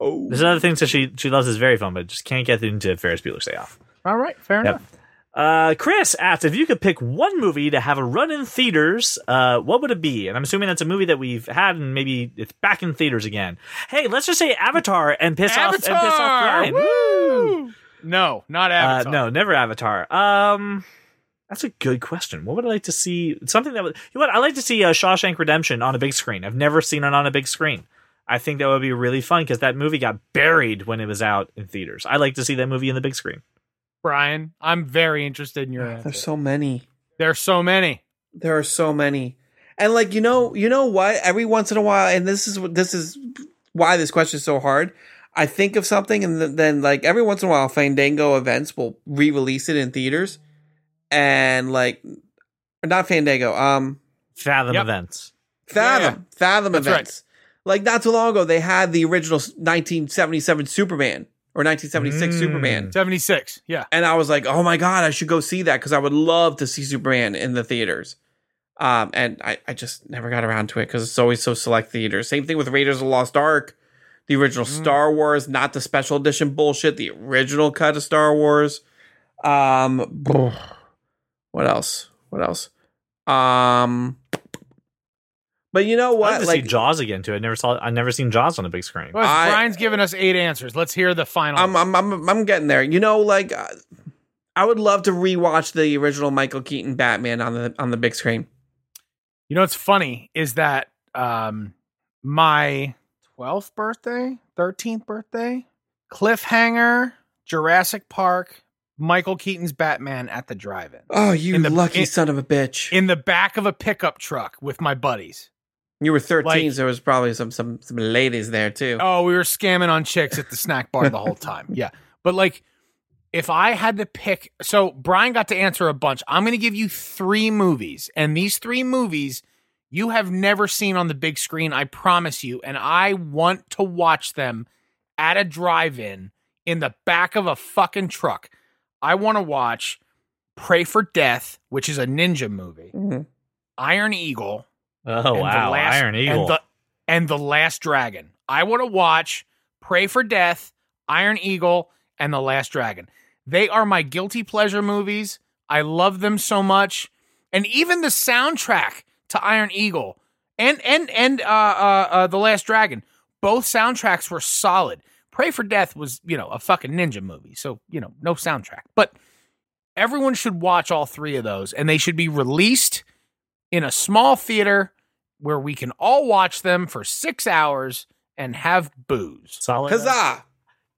Speaker 3: Oh,
Speaker 1: there's other things that she she loves is very fun, but just can't get into Ferris Bueller's Day Off.
Speaker 2: All right, fair
Speaker 1: Yep.
Speaker 2: enough.
Speaker 1: Uh, Chris asked if you could pick one movie to have a run in theaters. Uh, what would it be? And I'm assuming that's a movie that we've had, and maybe it's back in theaters again. Hey, let's just say Avatar and piss off and piss off Brian.
Speaker 2: Woo! No, not
Speaker 1: Uh,
Speaker 2: Avatar.
Speaker 1: no, never Avatar. Um, that's a good question. What would I like to see? Something that would you know what I like to see uh, Shawshank Redemption on a big screen. I've never seen it on a big screen. I think that would be really fun because that movie got buried when it was out in theaters. I like to see that movie in the big screen.
Speaker 2: Brian, I'm very interested in your answer.
Speaker 3: Ah, there's so many.
Speaker 2: There's so many.
Speaker 3: There are so many. And like you know, you know what? Every once in a while, and this is what this is why this question is so hard. I think of something, and th- then like every once in a while, Fandango events will re-release it in theaters, and like not Fandango, um,
Speaker 1: Fathom
Speaker 2: Yep.
Speaker 1: events.
Speaker 3: Fathom,
Speaker 2: Yeah,
Speaker 3: Fathom
Speaker 2: That's right.
Speaker 3: events. Like not too long ago, they had the original 1977 Superman or 1976
Speaker 1: Mm.
Speaker 3: Superman,
Speaker 2: 76. Yeah.
Speaker 3: and I was like, oh my god, I should go see that because I would love to see Superman in the theaters. Um, and I, I just never got around to it because it's always so select theaters. Same thing with Raiders of the Lost Ark, the original
Speaker 1: Mm.
Speaker 3: Star Wars, not the special edition bullshit, the original cut of Star Wars. Um, what else? What else? Um, but you know
Speaker 1: I'd love
Speaker 3: what?
Speaker 1: to see Jaws again too. I never saw. I never seen Jaws on a big screen.
Speaker 2: Well,
Speaker 3: I-
Speaker 2: Brian's given us eight answers. Let's hear the final.
Speaker 3: I'm, I'm, I'm, I'm getting there. You know, like uh, I would love to rewatch the original Michael Keaton Batman on the on the big screen.
Speaker 2: You know what's funny is that um my 12th birthday, 13th birthday, Cliffhanger, Jurassic Park, Michael Keaton's Batman at the drive-in.
Speaker 3: Oh, you
Speaker 2: In the-
Speaker 3: lucky
Speaker 2: in-
Speaker 3: son of a bitch!
Speaker 2: In the back of a pickup truck with my buddies.
Speaker 3: you were thirteen,
Speaker 2: like-
Speaker 3: so there was probably some some some ladies there too.
Speaker 2: Oh, we were scamming on chicks at the snack bar the whole time. Yeah. But like if I had to pick so Brian got to answer a bunch. I'm going to give you 3 movies and these 3 movies you have never seen on the big screen, I promise you, and I want to watch them at a drive-in in the back of a fucking truck. I want to watch Pray for Death, which is a ninja movie.
Speaker 3: Mhm.
Speaker 2: Iron Eagle,
Speaker 1: Oh
Speaker 2: and the
Speaker 1: wow,
Speaker 2: last-
Speaker 1: Iron Eagle.
Speaker 2: and the, and the Last Dragon. I want to watch Pray for Death, Iron Eagle, and the Last Dragon. They are my guilty pleasure movies. I love them so much, and even the soundtrack to Iron Eagle and and and uh, uh, uh, the Last Dragon. Both soundtracks were solid. Pray for Death was you know a fucking ninja movie, so you know no soundtrack, but. Everyone should watch all three of those, and they should be released in a small theater where we can all watch them for six hours and have booze.
Speaker 1: Solid.
Speaker 3: Huzzah!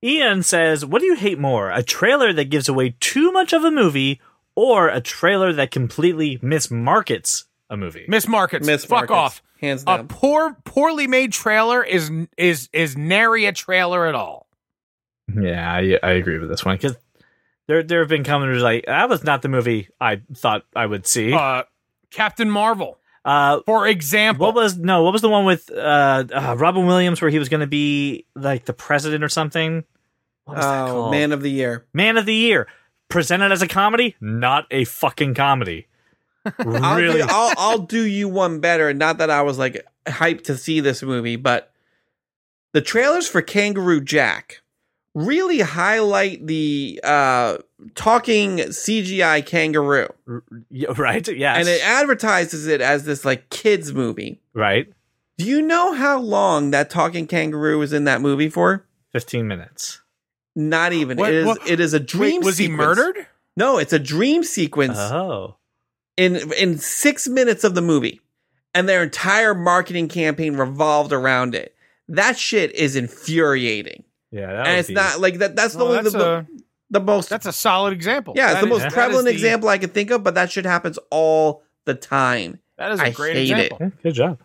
Speaker 1: Ian says, "What do you hate more, a trailer that gives away too much of a movie, or a trailer that completely mismarkets a movie?"
Speaker 2: Miss Markets,
Speaker 3: Miss
Speaker 2: fuck
Speaker 3: Markets,
Speaker 2: off.
Speaker 3: hands
Speaker 2: A
Speaker 3: down.
Speaker 2: poor, poorly made trailer is is is nary a trailer at all.
Speaker 1: Yeah, I, I agree with this one because there there have been commenters like that was not the movie I thought I would see. Uh,
Speaker 2: Uh, Captain Marvel, for example.
Speaker 1: what was no? What was the one with uh, uh, Robin Williams where he was going to be like the president or something? What was that
Speaker 3: Oh,
Speaker 1: called?
Speaker 3: man of the year.
Speaker 1: Man of the Year, presented as a comedy, not a fucking comedy.
Speaker 3: I'll,
Speaker 1: really,
Speaker 3: do, I'll I'll do you one better. Not that I was like hyped to see this movie, but the trailers for Kangaroo Jack really highlight the uh, talking CGI kangaroo,
Speaker 1: Yeah, right? Yes,
Speaker 3: and it advertises it as this like kids movie.
Speaker 1: right.
Speaker 3: Do you know how long that talking kangaroo was in that movie for?
Speaker 1: Fifteen minutes.
Speaker 3: Not even.
Speaker 2: What-
Speaker 3: it is.
Speaker 2: what-
Speaker 3: It is a dream.
Speaker 2: Wait, was he
Speaker 3: sequence.
Speaker 2: murdered? Uh-huh.
Speaker 3: No, it's a dream sequence
Speaker 1: Oh,
Speaker 3: in in six minutes of the movie, and their entire marketing campaign revolved around it. That shit is infuriating,
Speaker 1: yeah. That would
Speaker 3: and it's
Speaker 1: be-
Speaker 3: not like that. That's the
Speaker 2: Well,
Speaker 3: the,
Speaker 2: that's, a,
Speaker 3: the most.
Speaker 2: that's a solid example.
Speaker 3: yeah,
Speaker 2: That
Speaker 3: it's the
Speaker 2: is-
Speaker 3: most
Speaker 2: that is
Speaker 3: prevalent
Speaker 2: the-
Speaker 3: example I can think of. But that shit happens all the time.
Speaker 2: That is a
Speaker 3: I
Speaker 2: great
Speaker 3: hate it.
Speaker 2: example.
Speaker 1: Yeah, good job.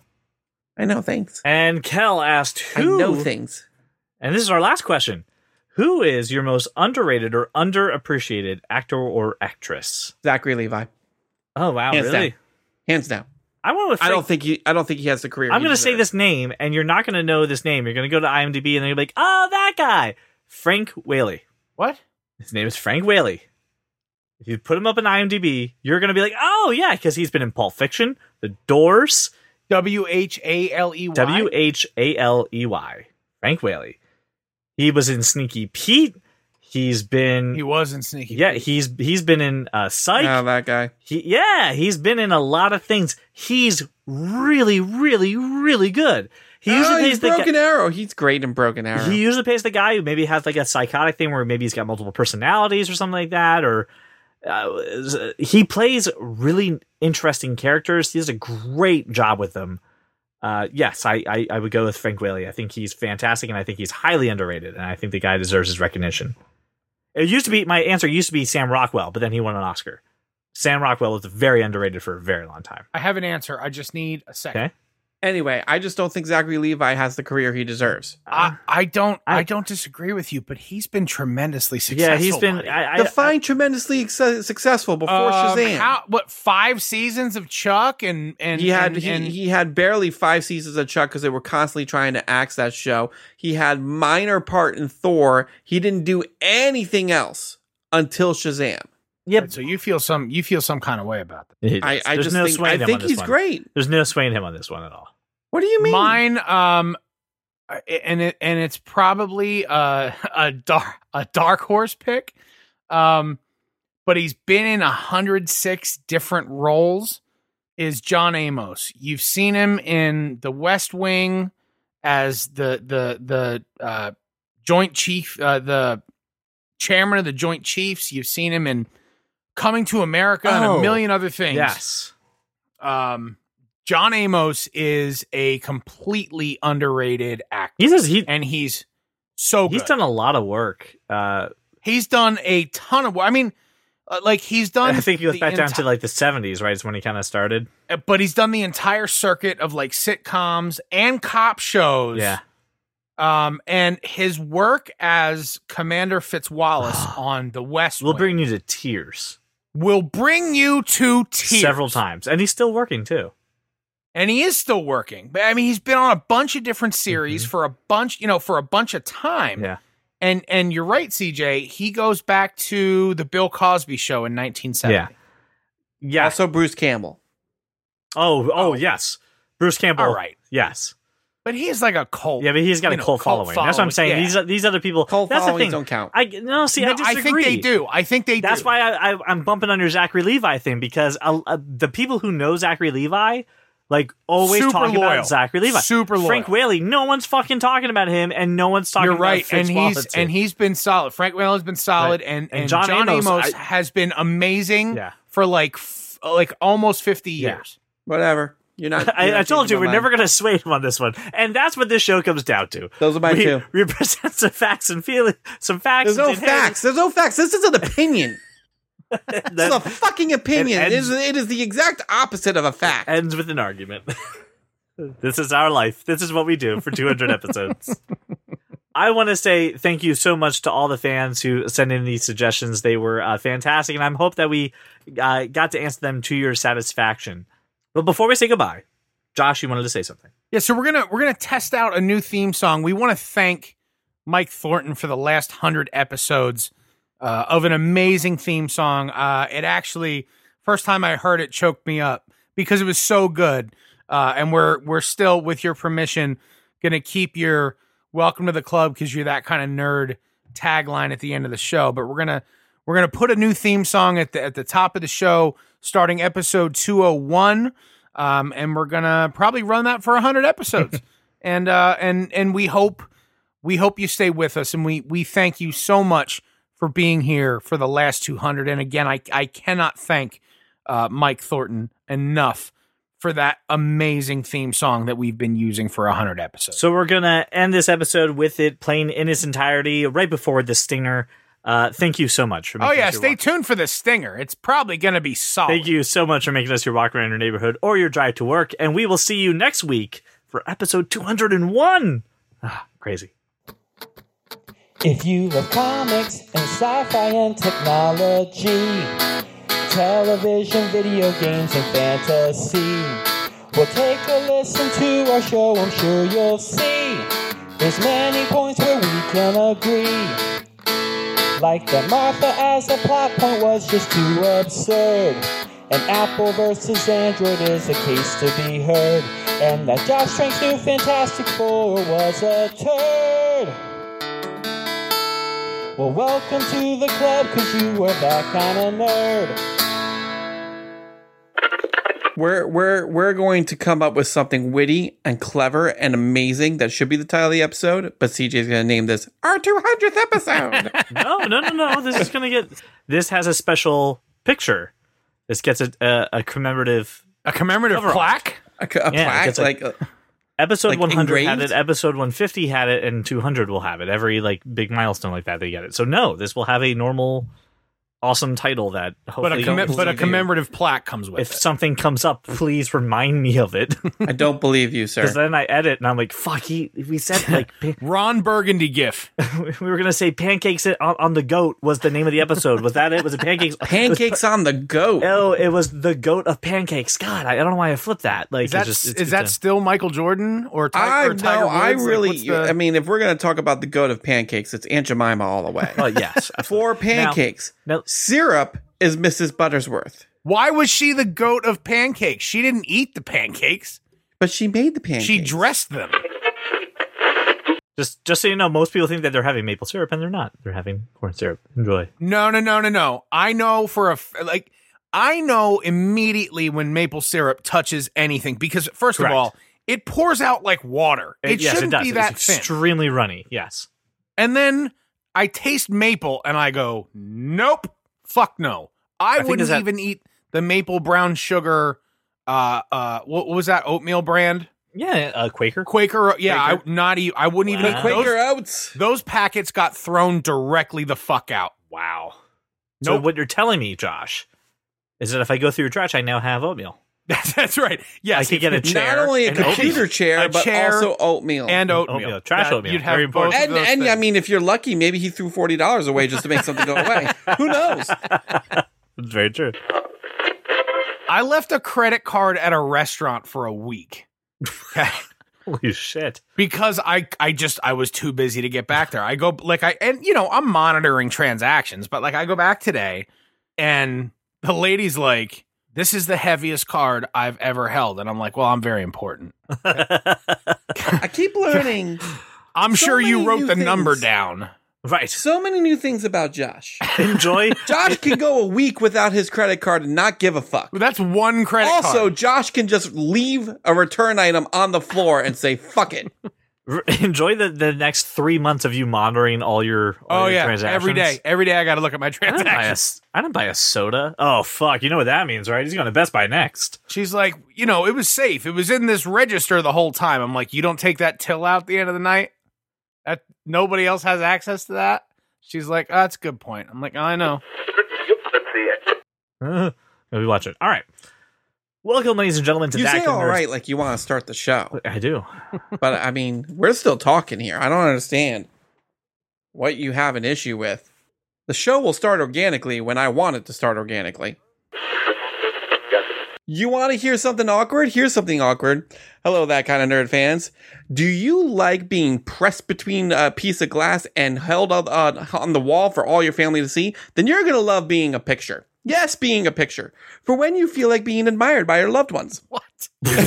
Speaker 3: I know. Thanks.
Speaker 1: And Kel asked
Speaker 3: I know
Speaker 1: who,
Speaker 3: things.
Speaker 1: and this is our last question. Who is your most underrated or underappreciated actor or actress?
Speaker 3: Zachary Levi,
Speaker 1: Oh wow,
Speaker 3: Hands
Speaker 1: really?
Speaker 3: down. hands down.
Speaker 1: I want to.
Speaker 3: I don't think he. I don't think he has the career.
Speaker 1: I'm
Speaker 3: he
Speaker 1: going to say
Speaker 3: deserves.
Speaker 1: this name, and you're not going to know this name. You're going to go to IMDb, and then you're like, "Oh, that guy, Frank Whaley."
Speaker 2: What?
Speaker 1: His name is Frank Whaley. If you put him up in IMDb, you're going to be like, "Oh yeah," because he's been in Pulp Fiction, The Doors,
Speaker 2: W H A L E Y.
Speaker 1: W H A L E Y, Frank Whaley. He was in Sneaky Pete. He's been
Speaker 2: He wasn't sneaky.
Speaker 1: yeah, he's he's been in uh, Psych.
Speaker 3: Oh, that guy.
Speaker 1: He, yeah, he's been in a lot of things. He's really, really, really good. He
Speaker 3: oh,
Speaker 1: usually plays
Speaker 3: he's
Speaker 1: the
Speaker 3: Broken
Speaker 1: guy,
Speaker 3: Arrow. He's great in Broken Arrow.
Speaker 1: he usually plays the guy who maybe has like a psychotic thing where maybe he's got multiple personalities or something like that. Or uh, he plays really interesting characters. He does a great job with them. Uh, yes, I, I I would go with Frank Whaley. I think he's fantastic, and I think he's highly underrated, and I think the guy deserves his recognition. It used to be my answer used to be Sam Rockwell, but then he won an Oscar. Sam Rockwell was very underrated for a very long time.
Speaker 2: I have an answer. I just need a second.
Speaker 1: Okay.
Speaker 3: anyway, I just don't think Zachary Levi has the career he deserves.
Speaker 2: I, I don't
Speaker 1: I-
Speaker 2: I, don't disagree with you, but he's been tremendously successful.
Speaker 1: yeah, he's been.
Speaker 2: buddy.
Speaker 1: I, I,
Speaker 3: Defined tremendously exce- successful before
Speaker 2: Um,
Speaker 3: Shazam.
Speaker 2: how- what five seasons of Chuck and and
Speaker 3: he had
Speaker 2: and-
Speaker 3: he,
Speaker 2: and-
Speaker 3: he had barely five seasons of Chuck because they were constantly trying to axe that show. He had minor part in Thor. He didn't do anything else until Shazam.
Speaker 1: yep.
Speaker 2: so you feel some you feel some kind of way about that.
Speaker 3: I, I
Speaker 1: There's
Speaker 3: just
Speaker 1: no
Speaker 3: think
Speaker 1: swaying
Speaker 3: I
Speaker 1: him
Speaker 3: think
Speaker 1: on this
Speaker 3: he's
Speaker 1: one.
Speaker 3: great.
Speaker 1: There's no swaying him on this one at all.
Speaker 3: What do you mean?
Speaker 2: Mine, um, and it and it's probably uh, a dark a dark horse pick, um, but he's been in hundred six different roles. Is John Amos? You've seen him in The West Wing as the the the uh, Joint Chief, uh, the chairman of the Joint Chiefs. You've seen him in Coming to America and
Speaker 3: Oh.
Speaker 2: a million other things
Speaker 1: Yes.
Speaker 2: um, John Amos is a completely underrated actor,
Speaker 1: He says he
Speaker 2: and he's so good.
Speaker 1: he's done a lot of work. Uh,
Speaker 2: He's done a ton of. wo- I mean, uh, like he's done.
Speaker 1: I think he goes
Speaker 2: the
Speaker 1: back down
Speaker 2: enti-
Speaker 1: to like the 70s, right? Is when he kind of started.
Speaker 2: uh, but he's done the entire circuit of like sitcoms and cop shows.
Speaker 1: Yeah.
Speaker 2: Um, and his work as Commander Fitzwallace on the West
Speaker 1: We'll
Speaker 2: Wing
Speaker 1: bring you to tears,
Speaker 2: will bring you to tears
Speaker 1: several times, and he's still working too.
Speaker 2: and he is still working. But I mean, he's been on a bunch of different series for a bunch, you know, for a bunch of time.
Speaker 1: Mm-hmm. Yeah.
Speaker 2: And and you're right, CJ. He goes back to the Bill Cosby Show in 1970.
Speaker 1: Yeah. Yeah.
Speaker 3: also Bruce Campbell.
Speaker 1: Oh, oh, yes. Bruce Campbell.
Speaker 2: All right.
Speaker 1: Yes.
Speaker 2: But he's like a cult.
Speaker 1: Yeah, but he's got
Speaker 2: you
Speaker 1: a
Speaker 2: know,
Speaker 1: cult, following. That's what I'm saying.
Speaker 2: yeah.
Speaker 1: These these other people.
Speaker 3: Cult
Speaker 1: that's the
Speaker 3: followings
Speaker 1: thing.
Speaker 3: don't count.
Speaker 1: I no. See, I
Speaker 2: No,
Speaker 1: disagree.
Speaker 2: think they do. I think they
Speaker 1: That's
Speaker 2: do.
Speaker 1: why I, I, I'm bumping under Zachary Levi thing because uh, uh, the people who know Zachary Levi like always
Speaker 2: Super
Speaker 1: talk
Speaker 2: loyal.
Speaker 1: about Zachary Levi.
Speaker 2: Super loyal.
Speaker 1: Frank Whaley. No one's fucking talking about him, and no one's talking.
Speaker 2: You're right,
Speaker 1: about Fitz
Speaker 2: and he's
Speaker 1: Wallace, too.
Speaker 2: and he's been solid. Frank Whalen has been solid, and, and, John, Amos,
Speaker 1: I-
Speaker 2: has been amazing
Speaker 1: Yeah.
Speaker 2: for like f- like almost 50
Speaker 1: Yeah.
Speaker 2: years.
Speaker 3: Whatever. You're not. you're
Speaker 1: I,
Speaker 3: not
Speaker 1: I told you
Speaker 3: changing
Speaker 1: we're
Speaker 3: my
Speaker 1: never
Speaker 3: mind.
Speaker 1: going to sway him on this one, and that's what this show comes down to.
Speaker 3: Those are mine
Speaker 1: we,
Speaker 3: too.
Speaker 1: We present some facts and feelings, some facts.
Speaker 3: There's no
Speaker 1: and opinions.
Speaker 3: facts. There's no facts. This is an opinion. This is a
Speaker 1: That
Speaker 3: fucking opinion. It
Speaker 1: and-
Speaker 3: is, it is the exact opposite of a fact.
Speaker 1: ends with an argument. this is our life. This is what we do for 200 episodes. I want to say thank you so much to all the fans who sent in these suggestions. They were uh, fantastic, and I am hope that we uh, got to answer them to your satisfaction. But before we say goodbye, Josh, you wanted to say something.
Speaker 2: Yeah, so we're gonna we're gonna test out a new theme song. We want to thank Mike Thornton for the last hundred episodes uh, of an amazing theme song. Uh, it actually first time I heard it choked me up because it was so good. Uh, and we're we're still, with your permission, gonna keep your welcome to the club because you're that kind of nerd tagline at the end of the show. But we're gonna we're gonna put a new theme song at the at the top of the show, starting episode 201 um, and we're gonna probably run that for hundred episodes. and uh, and and we hope we hope you stay with us, and we we thank you so much for being here for the last two hundred. And again, I I cannot thank uh, Mike Thornton enough for that amazing theme song that we've been using for hundred episodes.
Speaker 1: So we're gonna end this episode with it playing in its entirety right before the stinger. Uh, thank you so much. For
Speaker 2: Oh
Speaker 1: making
Speaker 2: yeah,
Speaker 1: us your
Speaker 2: stay
Speaker 1: walk-
Speaker 2: tuned for the stinger. It's probably gonna be solid.
Speaker 1: Thank you so much for making us your walk around your neighborhood or your drive to work, and we will see you next week for episode 201. Ah, crazy.
Speaker 6: If you love comics and sci-fi and technology, television, video games, and fantasy, well, take a listen to our show. I'm sure you'll see there's many points where we can agree. Like that Martha as a plot point was just too absurd. And Apple versus Android is a case to be heard. And that Josh Trank's new Fantastic Four was a turd. Well, welcome to the club, cause you were that kind of nerd.
Speaker 3: We're we're we're going to come up with something witty and clever and amazing that should be the title of the episode, but CJ's gonna name this our two hundredth episode.
Speaker 1: No, no, no, no. This is gonna get. This has a special picture. This gets a a, a commemorative
Speaker 2: A commemorative
Speaker 1: Cover art.
Speaker 2: plaque.
Speaker 3: a, c- a
Speaker 1: Yeah,
Speaker 3: plaque,
Speaker 1: it's like-
Speaker 3: like, uh,
Speaker 1: episode
Speaker 3: Like
Speaker 1: 100 had
Speaker 3: engraved?
Speaker 1: it. Episode 150 had it, and 200 will have it. Every like big milestone like that, they get it. So no, this will have a normal, awesome title that
Speaker 2: But a,
Speaker 1: hopefully.
Speaker 2: comm-
Speaker 3: don't
Speaker 2: but a
Speaker 3: believe you.
Speaker 2: commemorative plaque comes with
Speaker 1: if
Speaker 2: it.
Speaker 1: something comes up, please remind me of it.
Speaker 3: I don't believe you, sir.
Speaker 1: Because then I edit and I'm like, fuck, he, we said like pan-
Speaker 2: Ron Burgundy gif.
Speaker 1: we were gonna say pancakes on, on the goat was the name of the episode. Was that it? Was it pancakes?
Speaker 3: Pancakes on the go.
Speaker 1: Oh, it was the goat of pancakes. God, I, I don't know why I flipped that. Like,
Speaker 2: Is that,
Speaker 1: it's just, it's-
Speaker 2: is that
Speaker 1: it's a-
Speaker 2: still Michael Jordan or, Ti-
Speaker 3: I
Speaker 2: or Tiger
Speaker 3: know. I
Speaker 2: Woods? Like,
Speaker 3: really.
Speaker 2: what's the-
Speaker 3: I mean, if we're gonna talk about the goat of pancakes, it's Aunt Jemima all the way.
Speaker 1: Oh yes,
Speaker 3: Four pancakes.
Speaker 1: now-
Speaker 3: Syrup is Mrs. Buttersworth,
Speaker 2: why was she the goat of pancakes? She didn't eat the pancakes.
Speaker 3: but she made the pancakes.
Speaker 2: She dressed them.
Speaker 1: just just so you know, most people think that they're having maple syrup and they're not. They're having corn syrup. Enjoy.
Speaker 2: No, no, no, no, no. I know for a f- like I know immediately when maple syrup touches anything because first
Speaker 1: Correct.
Speaker 2: of all, it pours out like water. It,
Speaker 1: yes,
Speaker 2: shouldn't
Speaker 1: it does.
Speaker 2: be
Speaker 1: It's
Speaker 2: that thin.
Speaker 1: extremely runny. Yes,
Speaker 2: And then I taste maple and I go, "Nope. Fuck no. I,
Speaker 1: think
Speaker 2: wouldn't
Speaker 1: is that-
Speaker 2: even eat the maple brown sugar uh uh what, what was that oatmeal brand?
Speaker 1: yeah, uh, Quaker.
Speaker 2: Quaker. Yeah, I, not even I wouldn't even
Speaker 1: Wow.
Speaker 2: eat
Speaker 3: Quaker
Speaker 2: those.
Speaker 3: oats.
Speaker 2: Those packets got thrown directly the fuck out.
Speaker 1: Wow. So
Speaker 2: Nope.
Speaker 1: what you're telling me, Josh, is that if I go through your trash, I now have oatmeal.
Speaker 2: That's, that's right. Yes,
Speaker 1: I could get a chair.
Speaker 3: Not only a
Speaker 1: and oatmeal.
Speaker 3: computer chair,
Speaker 2: A
Speaker 3: but
Speaker 2: chair
Speaker 3: also oatmeal.
Speaker 2: and oatmeal.
Speaker 1: Oatmeal. Trash oatmeal.
Speaker 2: You'd have
Speaker 1: Very important.
Speaker 2: both of
Speaker 3: and
Speaker 2: those
Speaker 3: and
Speaker 2: things.
Speaker 3: I mean, if you're lucky, maybe he threw forty dollars away just to make something go away. Who knows?
Speaker 1: It's very true.
Speaker 2: I left a credit card at a restaurant for a week
Speaker 1: Holy shit.
Speaker 2: because I I just I was too busy to get back there. I go like I and you know I'm monitoring transactions, but like I go back today, and the lady's like, "This is the heaviest card I've ever held," and I'm like, "Well, I'm very important.
Speaker 3: I keep learning
Speaker 2: I'm
Speaker 3: So
Speaker 2: sure you
Speaker 3: many
Speaker 2: wrote
Speaker 3: new
Speaker 2: the number
Speaker 3: things.
Speaker 2: down."
Speaker 1: Right.
Speaker 3: so many new things about Josh.
Speaker 1: Enjoy.
Speaker 3: Josh can go a week without his credit card and not give a fuck.
Speaker 2: That's one credit card.
Speaker 3: Also, Josh can just leave a return item on the floor and say "fuck it."
Speaker 1: r- enjoy the, the next three months of you monitoring all your all
Speaker 2: Oh
Speaker 1: your
Speaker 2: yeah,
Speaker 1: transactions. Oh,
Speaker 2: every day, every day I got to look at my
Speaker 1: I didn't, buy a,
Speaker 2: transactions.
Speaker 1: s- I didn't buy a soda. Oh fuck! You know what that means, right? He's going to Best Buy next.
Speaker 2: She's like, you know, it was safe. It was in this register the whole time. I'm like, you don't take that till out the end of the night. That nobody else has access to that. She's like, oh, that's a good point. I'm like, I know.
Speaker 1: Uh, we watch it. All right. Welcome, ladies and gentlemen, to
Speaker 3: You
Speaker 1: that.
Speaker 3: say
Speaker 1: Kind of
Speaker 3: all
Speaker 1: Nerd-
Speaker 3: right like you want to start the show,
Speaker 1: I do.
Speaker 3: but I mean, we're still talking here. I don't understand what you have an issue with. The show will start organically when I want it to start organically. You want to hear something awkward? Here's something awkward. Hello, that kind of nerd fans. Do you like being pressed between a piece of glass and held on, on, on the wall for all your family to see? Then you're going to love being a picture. Yes, being a picture. For when you feel like being admired by your loved ones.
Speaker 2: What?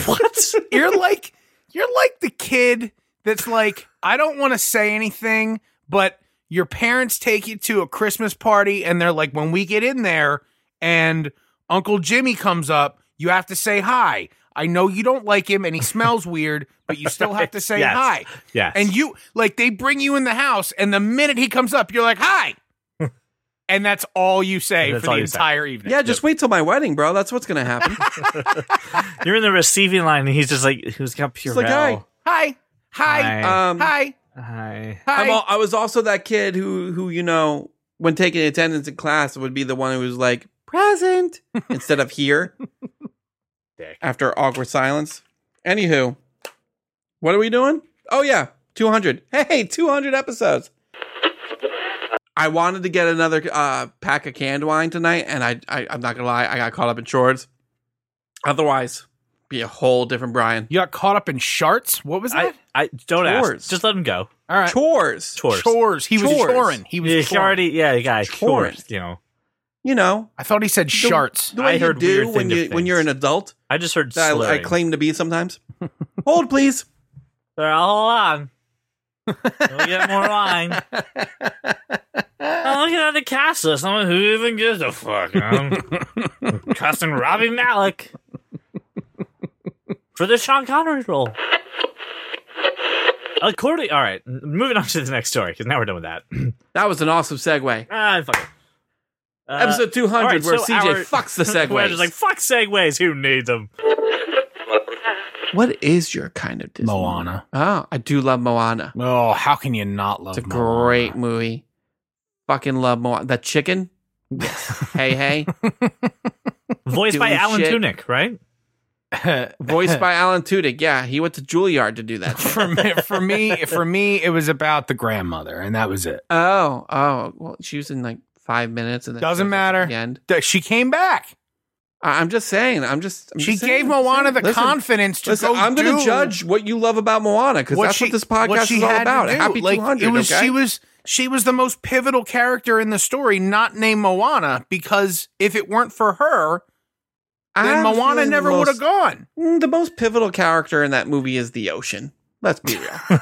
Speaker 2: what? You're like, you're like the kid that's like, I don't want to say anything, but your parents take you to a Christmas party and they're like, when we get in there and Uncle Jimmy comes up, you have to say hi. I know you don't like him and he smells weird, but you still have to say
Speaker 1: Yes.
Speaker 2: hi.
Speaker 1: Yes.
Speaker 2: And you like they bring you in the house and the minute he comes up, you're like, "Hi." and that's all you say
Speaker 1: And that's
Speaker 2: for
Speaker 1: all
Speaker 2: the
Speaker 1: you say.
Speaker 2: entire evening.
Speaker 3: Yeah, just wait till my wedding, bro. That's what's going to happen.
Speaker 1: You're in the receiving line, and he's just like, "Who's got Purell?"
Speaker 3: like, "Hi."
Speaker 2: hi. Hi.
Speaker 1: Hi.
Speaker 3: Um,
Speaker 2: Hi.
Speaker 1: Hi.
Speaker 2: Hi.
Speaker 3: I'm all, I was also that kid who who you know when taking attendance in class would be the one who was like present instead of here.
Speaker 1: Dick.
Speaker 3: After awkward silence. Anywho, what are we doing? Oh yeah, 200. Hey, 200 episodes. I wanted to get another uh, pack of canned wine tonight, and I, I I'm not gonna lie, I got caught up in chores. Otherwise, be a whole different Brian.
Speaker 2: You got caught up in sharts? What was
Speaker 1: I,
Speaker 2: that?
Speaker 1: I don't
Speaker 3: Chores.
Speaker 1: ask. Just let him go.
Speaker 2: All right.
Speaker 3: Chores,
Speaker 1: Chores.
Speaker 2: Chores. He was
Speaker 3: Chores.
Speaker 2: choring. He was
Speaker 1: Yeah,
Speaker 2: choring.
Speaker 1: already, yeah, the guy.
Speaker 3: Chores.
Speaker 1: Chores. You know,
Speaker 3: you know,
Speaker 2: I thought he said sharts.
Speaker 3: the way
Speaker 1: I heard
Speaker 3: you do
Speaker 1: weird
Speaker 3: when
Speaker 1: thing
Speaker 3: you
Speaker 1: of
Speaker 3: when you're an
Speaker 1: things.
Speaker 3: adult
Speaker 1: I just heard
Speaker 3: that I, I
Speaker 1: slurring.
Speaker 3: claim to be sometimes. Hold please.
Speaker 1: They're all on. we'll get more wine. oh, look at the cast list. I'm like, who even gives a fuck? I'm casting Robbie Malik for the Sean Connery role. According, all right, m- moving on to the next story because now we're done with that.
Speaker 3: That was an awesome segue.
Speaker 1: ah, fuck it. Uh,
Speaker 3: Episode 200,
Speaker 1: all right,
Speaker 3: where
Speaker 1: so
Speaker 3: CJ
Speaker 1: our-
Speaker 3: fucks the
Speaker 1: where I'm
Speaker 3: segways.
Speaker 1: just like fuck segways. Who needs them?
Speaker 3: what is your kind of Disney?
Speaker 2: Moana.
Speaker 3: Oh, I do love Moana.
Speaker 2: Oh, how can you not love
Speaker 3: It's a
Speaker 2: Moana?
Speaker 3: great movie. Fucking love Moana. The chicken. hey, hey.
Speaker 1: Voiced by
Speaker 3: Doing
Speaker 1: Alan
Speaker 3: shit.
Speaker 1: Tunick, right?
Speaker 3: Voiced by Alan Tudyk. Yeah, he went to Juilliard to do that. shit.
Speaker 2: for me, for me, for me, it was about the grandmother, and that was it.
Speaker 3: Oh, oh. Well, she was in like five minutes. and then
Speaker 2: Doesn't
Speaker 3: she was at
Speaker 2: matter.
Speaker 3: The end.
Speaker 2: That She came back.
Speaker 3: I- I'm just saying. I'm just. I'm
Speaker 2: She
Speaker 3: just saying,
Speaker 2: gave Moana the
Speaker 3: Listen,
Speaker 2: confidence to
Speaker 3: Listen,
Speaker 2: go.
Speaker 3: I'm
Speaker 2: going
Speaker 3: to judge what you love about Moana because that's what this podcast
Speaker 2: what she
Speaker 3: is all
Speaker 2: had to
Speaker 3: about.
Speaker 2: do.
Speaker 3: Happy
Speaker 2: Like,
Speaker 3: 200.
Speaker 2: It was
Speaker 3: okay?
Speaker 2: she was she was the most pivotal character in the story, not named Moana, because if it weren't for her,
Speaker 3: I
Speaker 2: then
Speaker 3: have a
Speaker 2: Moana
Speaker 3: feeling
Speaker 2: never
Speaker 3: the
Speaker 2: would have
Speaker 3: most-
Speaker 2: gone.
Speaker 3: Mm, The most pivotal character in that movie is the ocean. Let's be real.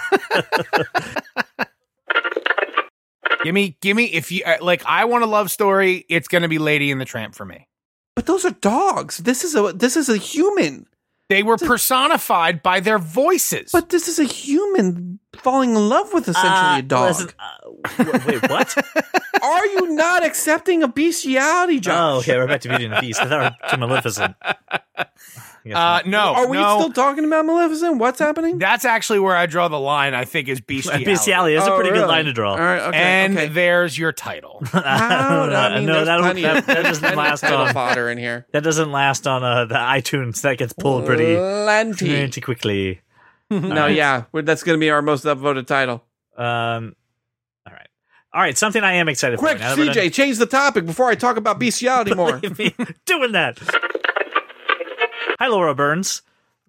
Speaker 2: Give me, give me. If you uh, like, I want a love story. It's gonna be Lady and the Tramp for me.
Speaker 3: but those are dogs. This is a this is a human.
Speaker 2: They were personified by their voices.
Speaker 3: But this is a human falling in love with essentially a dog.
Speaker 1: Uh, Listen, uh, w- wait, what?
Speaker 3: Are you not accepting of bestiality,
Speaker 1: Oh,
Speaker 3: Josh?
Speaker 1: okay. We're back to Beauty and the Beast. I thought we were to Maleficent. I guess
Speaker 2: uh,
Speaker 1: not.
Speaker 2: no,
Speaker 3: Are we
Speaker 2: no.
Speaker 3: still talking about Maleficent? What's happening?
Speaker 2: That's actually where I draw the line. I think is bestiality.
Speaker 1: bestiality. That's
Speaker 3: Oh,
Speaker 1: a pretty
Speaker 3: really?
Speaker 1: good line to draw.
Speaker 3: All right, okay.
Speaker 2: and
Speaker 3: okay.
Speaker 2: there's your title.
Speaker 3: How- I mean,
Speaker 1: no,
Speaker 3: there's
Speaker 1: that,
Speaker 3: plenty
Speaker 1: that,
Speaker 3: of-
Speaker 1: that doesn't last
Speaker 3: title
Speaker 1: on.
Speaker 3: fodder in here.
Speaker 1: That doesn't last on uh, the iTunes. That gets pulled pretty,
Speaker 3: Plenty.
Speaker 1: pretty quickly.
Speaker 3: No, yeah, we're- that's going to be our most upvoted title.
Speaker 1: Um, all right, all right. Something I am excited
Speaker 3: Quick,
Speaker 1: for. now that we're
Speaker 3: CJ, change the topic before I talk about bestiality more.
Speaker 1: done- doing that. Hi, Laura Burns,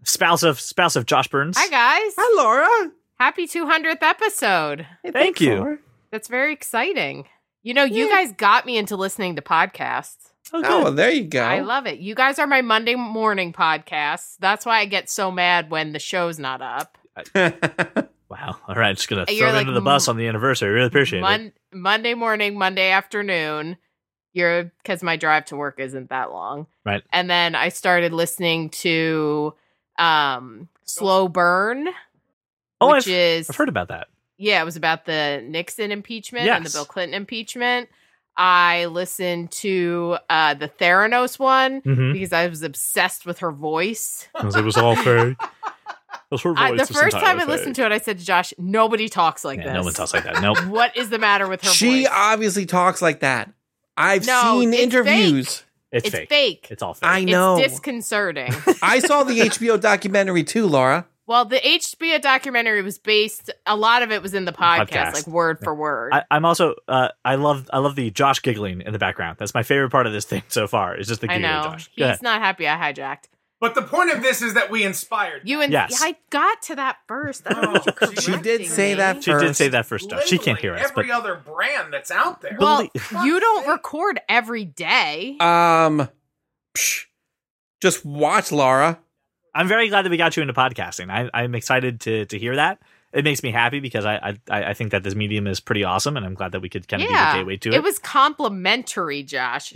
Speaker 1: spouse of spouse of Josh Burns.
Speaker 7: Hi guys.
Speaker 3: Hi, Laura.
Speaker 7: Happy 200th episode.
Speaker 3: Hey,
Speaker 1: Thank
Speaker 3: thanks,
Speaker 1: you.
Speaker 3: Laura.
Speaker 7: That's very exciting. You know, you guys got me into listening to podcasts.
Speaker 1: Oh,
Speaker 3: Oh,
Speaker 1: good.
Speaker 3: well, there you go.
Speaker 7: I love it. You guys are my Monday morning podcasts. That's why I get so mad when the show's not up.
Speaker 1: wow. All right, just gonna
Speaker 7: You're
Speaker 1: throw it
Speaker 7: like
Speaker 1: under the bus
Speaker 7: m-
Speaker 1: on the anniversary. Really appreciate it.
Speaker 7: Mon- Monday morning, Monday afternoon. You're because my drive to work isn't that long.
Speaker 1: Right.
Speaker 7: And then I started listening to um Slow Burn,
Speaker 1: Oh,
Speaker 7: which
Speaker 1: I've,
Speaker 7: is
Speaker 1: I've heard about that.
Speaker 7: yeah, it was about the Nixon impeachment and the
Speaker 1: Yes.
Speaker 7: Bill Clinton impeachment. I listened to uh, the Theranos one
Speaker 1: Mm-hmm.
Speaker 7: because I was obsessed with her voice.
Speaker 1: I was like, it was all fake. Those were
Speaker 7: I, the
Speaker 1: voices
Speaker 7: first time
Speaker 1: entirely
Speaker 7: I listened
Speaker 1: fake.
Speaker 7: to it, I said to Josh, "Nobody talks like
Speaker 1: Yeah,
Speaker 7: this.
Speaker 1: no one talks like that. Nope.
Speaker 7: What is the matter with her
Speaker 3: She
Speaker 7: voice?
Speaker 3: obviously talks like that. I've
Speaker 7: No,
Speaker 3: seen
Speaker 7: it's
Speaker 3: interviews.
Speaker 1: It's,
Speaker 7: it's
Speaker 1: fake.
Speaker 7: fake.
Speaker 1: It's all fake.
Speaker 3: I know.
Speaker 7: It's disconcerting.
Speaker 3: I saw the HBO documentary too, Laura.
Speaker 7: well, the HBO documentary was based. A lot of it was in the podcast,
Speaker 1: Podcast.
Speaker 7: like word for word.
Speaker 1: I, I'm also uh, I love I love the Josh giggling in the background. That's my favorite part of this thing so far. Is just the
Speaker 7: I
Speaker 1: giggle of
Speaker 7: know
Speaker 1: Josh. Go ahead.
Speaker 7: he's not happy. I hijacked
Speaker 2: But the point of this is that we inspired.
Speaker 7: you, and
Speaker 1: Yes.
Speaker 7: I got to that first. I don't know
Speaker 2: Oh,
Speaker 7: what you're
Speaker 3: She did
Speaker 7: correcting
Speaker 3: say
Speaker 7: me.
Speaker 3: that
Speaker 1: She
Speaker 3: first.
Speaker 1: did say that first stuff. She can't hear us, but
Speaker 2: other brand that's out there.
Speaker 7: Well,
Speaker 2: Believe-
Speaker 7: you don't record every day.
Speaker 3: Um, psh, just watch Laura.
Speaker 1: I'm very glad that we got you into podcasting. I, I'm excited to to hear that. It makes me happy because I I, I I think that this medium is pretty awesome, and I'm glad that we could kind of
Speaker 7: Yeah.
Speaker 1: be the gateway to
Speaker 7: it.
Speaker 1: it.
Speaker 7: was complimentary, Josh.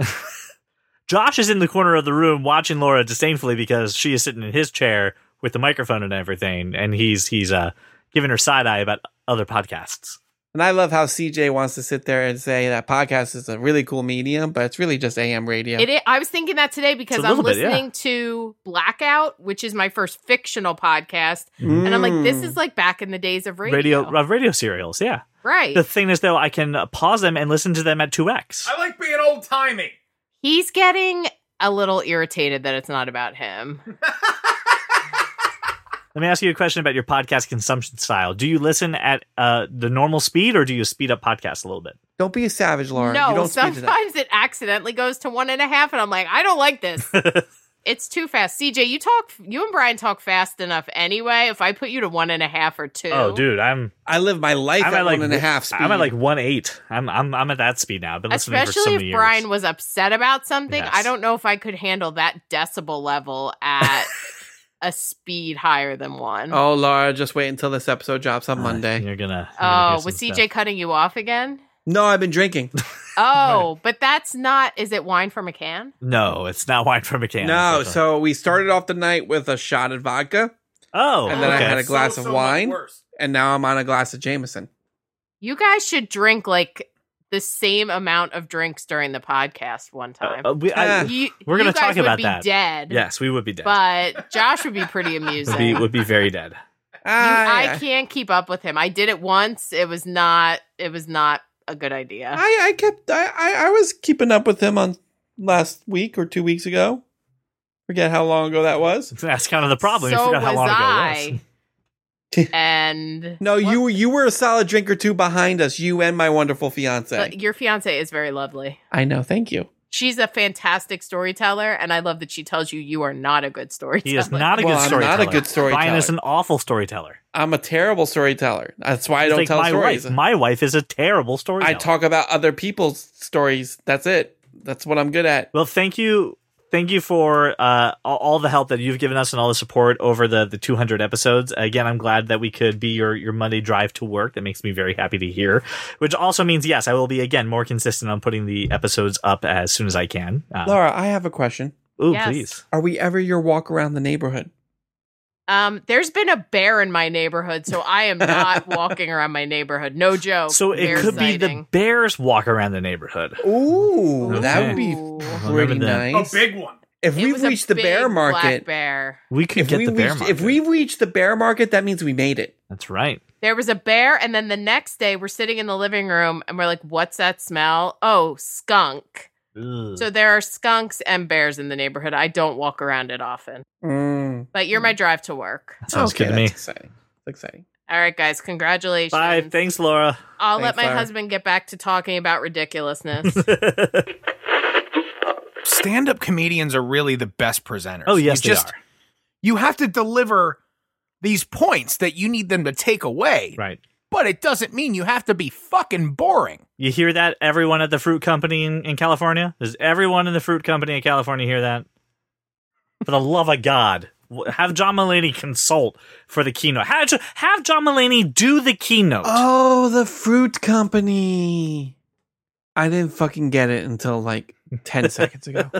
Speaker 1: Josh is in the corner of the room watching Laura disdainfully because she is sitting in his chair with the microphone and everything, and he's he's uh giving her side eye about other podcasts.
Speaker 3: And I love how CJ wants to sit there and say that podcast is a really cool medium, but it's really just AM radio.
Speaker 7: It. I I was thinking that today because
Speaker 1: It's a
Speaker 7: I'm
Speaker 1: little bit, yeah.
Speaker 7: listening to Blackout, which is my first fictional podcast, and I'm like,
Speaker 3: Hmm.
Speaker 7: this is like back in the days of radio,
Speaker 1: Hmm. Radio of radio serials, yeah.
Speaker 7: right?
Speaker 1: The thing is, though, I can uh, pause them and listen to them at two x.
Speaker 2: like being old timey.
Speaker 7: He's getting a little irritated that it's not about him.
Speaker 1: Let me ask you a question about your podcast consumption style. Do you listen at uh, the normal speed, or do you speed up podcasts a little bit?
Speaker 3: Don't be a savage, Lauren. you
Speaker 7: no,
Speaker 3: don't speak to that.
Speaker 7: sometimes it accidentally goes to one and a half, and I'm like, I don't like this. it's too fast. CJ, you talk, you and Brian talk fast enough anyway. If I put you to one and a half or two,
Speaker 1: Oh, dude, I'm
Speaker 3: I live my life
Speaker 1: I'm
Speaker 3: at
Speaker 1: at like
Speaker 3: one and a half speed.
Speaker 1: I'm at like one eight. I'm I'm I'm at that speed now. I've been listening
Speaker 7: especially
Speaker 1: for so
Speaker 7: if
Speaker 1: many
Speaker 7: Brian
Speaker 1: years.
Speaker 7: was upset about something, I
Speaker 1: Yes.
Speaker 7: don't know if I could handle that decibel level at a speed higher than one.
Speaker 3: oh, Laura, just wait until this episode drops
Speaker 1: Uh,
Speaker 3: on Monday.
Speaker 1: You're gonna. you're gonna hear
Speaker 7: Oh,
Speaker 1: some
Speaker 7: was CJ
Speaker 1: stuff.
Speaker 7: cutting you off again?
Speaker 3: No, I've been drinking.
Speaker 7: Oh, but that's not. Is it wine from a can?
Speaker 1: No, it's not wine from a can.
Speaker 3: no,
Speaker 1: unfortunately.
Speaker 3: so we started off the night with a shot of vodka,
Speaker 1: oh,
Speaker 3: and then
Speaker 1: okay.
Speaker 3: I had a
Speaker 2: So,
Speaker 3: glass
Speaker 2: so
Speaker 3: of
Speaker 2: much
Speaker 3: wine,
Speaker 2: worse.
Speaker 3: and now I'm on a glass of Jameson.
Speaker 7: You guys should drink like the same amount of drinks during the podcast one time.
Speaker 1: Uh, uh, we, I,
Speaker 3: Ah.
Speaker 7: you,
Speaker 1: we're gonna
Speaker 7: you guys
Speaker 1: talk about
Speaker 7: would be
Speaker 1: that.
Speaker 7: Dead,
Speaker 1: yes, we would be dead.
Speaker 7: But Josh would be pretty
Speaker 1: would
Speaker 7: amusing.
Speaker 1: be
Speaker 7: You-
Speaker 1: would be very dead.
Speaker 3: Ah,
Speaker 7: I
Speaker 3: yeah.
Speaker 7: can't keep up with him. I did it once. It was not. It was not a good idea.
Speaker 3: I, I kept I, I I was keeping up with him on last week or two weeks ago. Forget how long ago that was.
Speaker 1: That's kind of the problem. you
Speaker 7: So
Speaker 1: forgot how
Speaker 7: was
Speaker 1: long ago it was.
Speaker 7: I.
Speaker 3: was.
Speaker 7: and
Speaker 3: No,
Speaker 7: What?
Speaker 3: you were you were a solid drink or two behind us. You and my wonderful fiance.
Speaker 7: but your fiance is very lovely.
Speaker 3: I know. Thank you.
Speaker 7: She's a fantastic storyteller, and I love that she tells you you are not a good storyteller.
Speaker 1: He is not a
Speaker 3: Well,
Speaker 1: good
Speaker 3: I'm
Speaker 1: storyteller.
Speaker 3: not a good
Speaker 1: Brian is
Speaker 3: storyteller.
Speaker 1: an awful storyteller.
Speaker 3: I'm a terrible storyteller. That's why I
Speaker 1: It's
Speaker 3: don't
Speaker 1: like
Speaker 3: tell
Speaker 1: my
Speaker 3: stories.
Speaker 1: wife. My wife is a terrible
Speaker 3: I
Speaker 1: storyteller.
Speaker 3: talk about other people's stories. That's it. That's what I'm good at.
Speaker 1: Well, thank you, thank you for uh, all, all the help that you've given us and all the support over the the 200 episodes. Again, I'm glad that we could be your your Monday drive to work. That makes me very happy to hear. Which also means, yes, I will be again more consistent on putting the episodes up as soon as I can. Uh,
Speaker 3: Laura, I have a question.
Speaker 1: ooh,
Speaker 7: Yes.
Speaker 1: please.
Speaker 3: Are we ever your walk around the neighborhood?
Speaker 7: Um, there's been a bear in my neighborhood, so I am not walking around my neighborhood. No joke.
Speaker 1: So it
Speaker 7: Oh, Bear
Speaker 1: could be the
Speaker 7: sighting.
Speaker 1: bears walk around the neighborhood.
Speaker 3: Ooh, that would be
Speaker 7: Ooh.
Speaker 1: Remember
Speaker 3: pretty
Speaker 1: that.
Speaker 2: A
Speaker 3: nice.
Speaker 2: big one.
Speaker 3: if
Speaker 7: It
Speaker 3: we
Speaker 7: was a
Speaker 3: reach the bear
Speaker 7: big black
Speaker 3: market,
Speaker 7: bear.
Speaker 1: We could
Speaker 3: if
Speaker 1: get
Speaker 3: we
Speaker 1: the bear
Speaker 3: reached,
Speaker 1: market.
Speaker 3: if we reach the bear market, that means we made it.
Speaker 1: That's right.
Speaker 7: There was a bear, and then the next day we're sitting in the living room and we're like, "What's that smell? Oh, skunk."
Speaker 1: Ugh.
Speaker 7: So there are skunks and bears in the neighborhood. I don't walk around it often,
Speaker 3: Mm.
Speaker 7: but you're my drive to work.
Speaker 1: that sounds
Speaker 3: Okay,
Speaker 1: good to me.
Speaker 3: that's Exciting. That's exciting.
Speaker 7: All right, guys, congratulations.
Speaker 1: Bye. Thanks, Laura.
Speaker 7: I'll
Speaker 3: Thanks,
Speaker 7: let my
Speaker 3: Lara.
Speaker 7: husband get back to talking about ridiculousness.
Speaker 2: Stand up comedians are really the best presenters.
Speaker 1: oh yes,
Speaker 2: you
Speaker 1: they
Speaker 2: just
Speaker 1: are.
Speaker 2: you have to deliver these points that you need them to take away.
Speaker 1: Right.
Speaker 2: But it doesn't mean you have to be fucking boring.
Speaker 1: You hear that? Everyone at the fruit company in, in California? Does everyone in the fruit company in California hear that? For the love of God, w- have John Mulaney consult for the keynote. Have, Jo- have John Mulaney do the keynote.
Speaker 3: Oh, the fruit company. I didn't fucking get it until like 10 seconds ago.